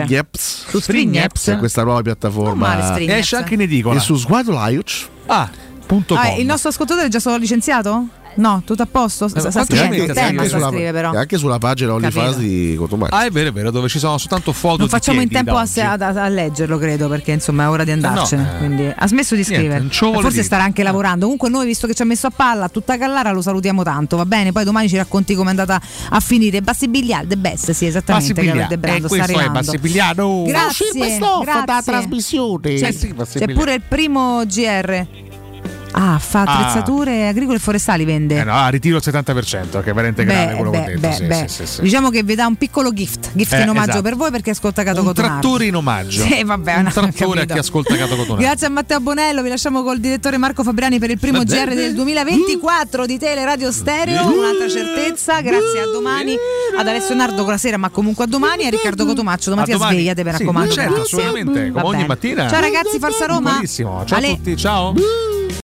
Speaker 4: Su Stringapps.
Speaker 6: Su questa nuova piattaforma.
Speaker 4: male, Stringapps. Esce anche in
Speaker 5: edicola.
Speaker 6: E su Sguardo Laiuc.
Speaker 5: Ah, punto
Speaker 4: Ah, il nostro ascoltatore è già stato licenziato? No, tutto a posto?
Speaker 6: Eh,
Speaker 4: Sa- Sta scrivendo il tema, sta scrive
Speaker 5: Eh,
Speaker 4: però.
Speaker 6: e anche sulla pagina OnlyFans
Speaker 4: Capito.
Speaker 6: di Cotomaccio.
Speaker 5: Ah, è vero, è vero, dove ci sono soltanto foto
Speaker 4: Non
Speaker 5: di
Speaker 4: facciamo in
Speaker 5: piedi
Speaker 4: tempo
Speaker 5: da
Speaker 4: a,
Speaker 5: oggi.
Speaker 4: a- a- a leggerlo, credo, perché insomma è ora di andarcene.
Speaker 5: eh.
Speaker 4: quindi ha smesso di
Speaker 5: Niente,
Speaker 4: scrivere.
Speaker 5: non ci vuole
Speaker 4: Forse
Speaker 5: dire.
Speaker 4: starà anche lavorando. Comunque, noi, visto che ci ha messo a palla tutta Callara, lo salutiamo tanto, va bene? Poi domani ci racconti com'è andata a finire. Bassi Bigliar, The Best, sì, esattamente.
Speaker 5: Bassibilia.
Speaker 4: che De
Speaker 5: Eh,
Speaker 4: Brando sta
Speaker 5: questo è Uh,
Speaker 4: arrivando.
Speaker 5: Bassibiliano.
Speaker 4: Grazie, grazie. C'è,
Speaker 6: trasmissione.
Speaker 4: c'è pure il primo GR. Ah, fa
Speaker 5: Ah.
Speaker 4: attrezzature agricole e forestali, vende.
Speaker 5: Eh no, ah, ritiro il 70%, che è veramente
Speaker 4: Beh,
Speaker 5: grave quello
Speaker 4: beh,
Speaker 5: che ho detto.
Speaker 4: beh,
Speaker 5: sì, sì,
Speaker 4: beh.
Speaker 5: sì, sì.
Speaker 4: Diciamo che vi dà un piccolo gift, gift
Speaker 5: Eh,
Speaker 4: in omaggio
Speaker 5: esatto.
Speaker 4: per voi perché ascolta Cato
Speaker 5: un
Speaker 4: Cotonardo.
Speaker 5: trattore in omaggio.
Speaker 4: Sì, vabbè,
Speaker 5: un
Speaker 4: no, ho
Speaker 5: trattore a
Speaker 4: capito.
Speaker 5: chi ascolta Cato Cotonardo.
Speaker 4: Grazie a Matteo Bonello, vi lasciamo col direttore Marco Fabriani per il primo
Speaker 5: Va
Speaker 4: GR
Speaker 5: bene.
Speaker 4: del 2024 di Teleradio Stereo, un'altra certezza, grazie a domani, ad Alessio Nardo con la sera ma comunque a domani e a Riccardo Cotomaccio, domattina
Speaker 5: A domani.
Speaker 4: svegliate mi
Speaker 5: Sì,
Speaker 4: raccomando.
Speaker 5: certo, assolutamente, come
Speaker 4: Va
Speaker 5: ogni
Speaker 4: bene.
Speaker 5: mattina.
Speaker 4: Ciao ragazzi, forza Roma.
Speaker 5: Buonissimo, ciao a
Speaker 4: Ale.
Speaker 5: tutti, ciao.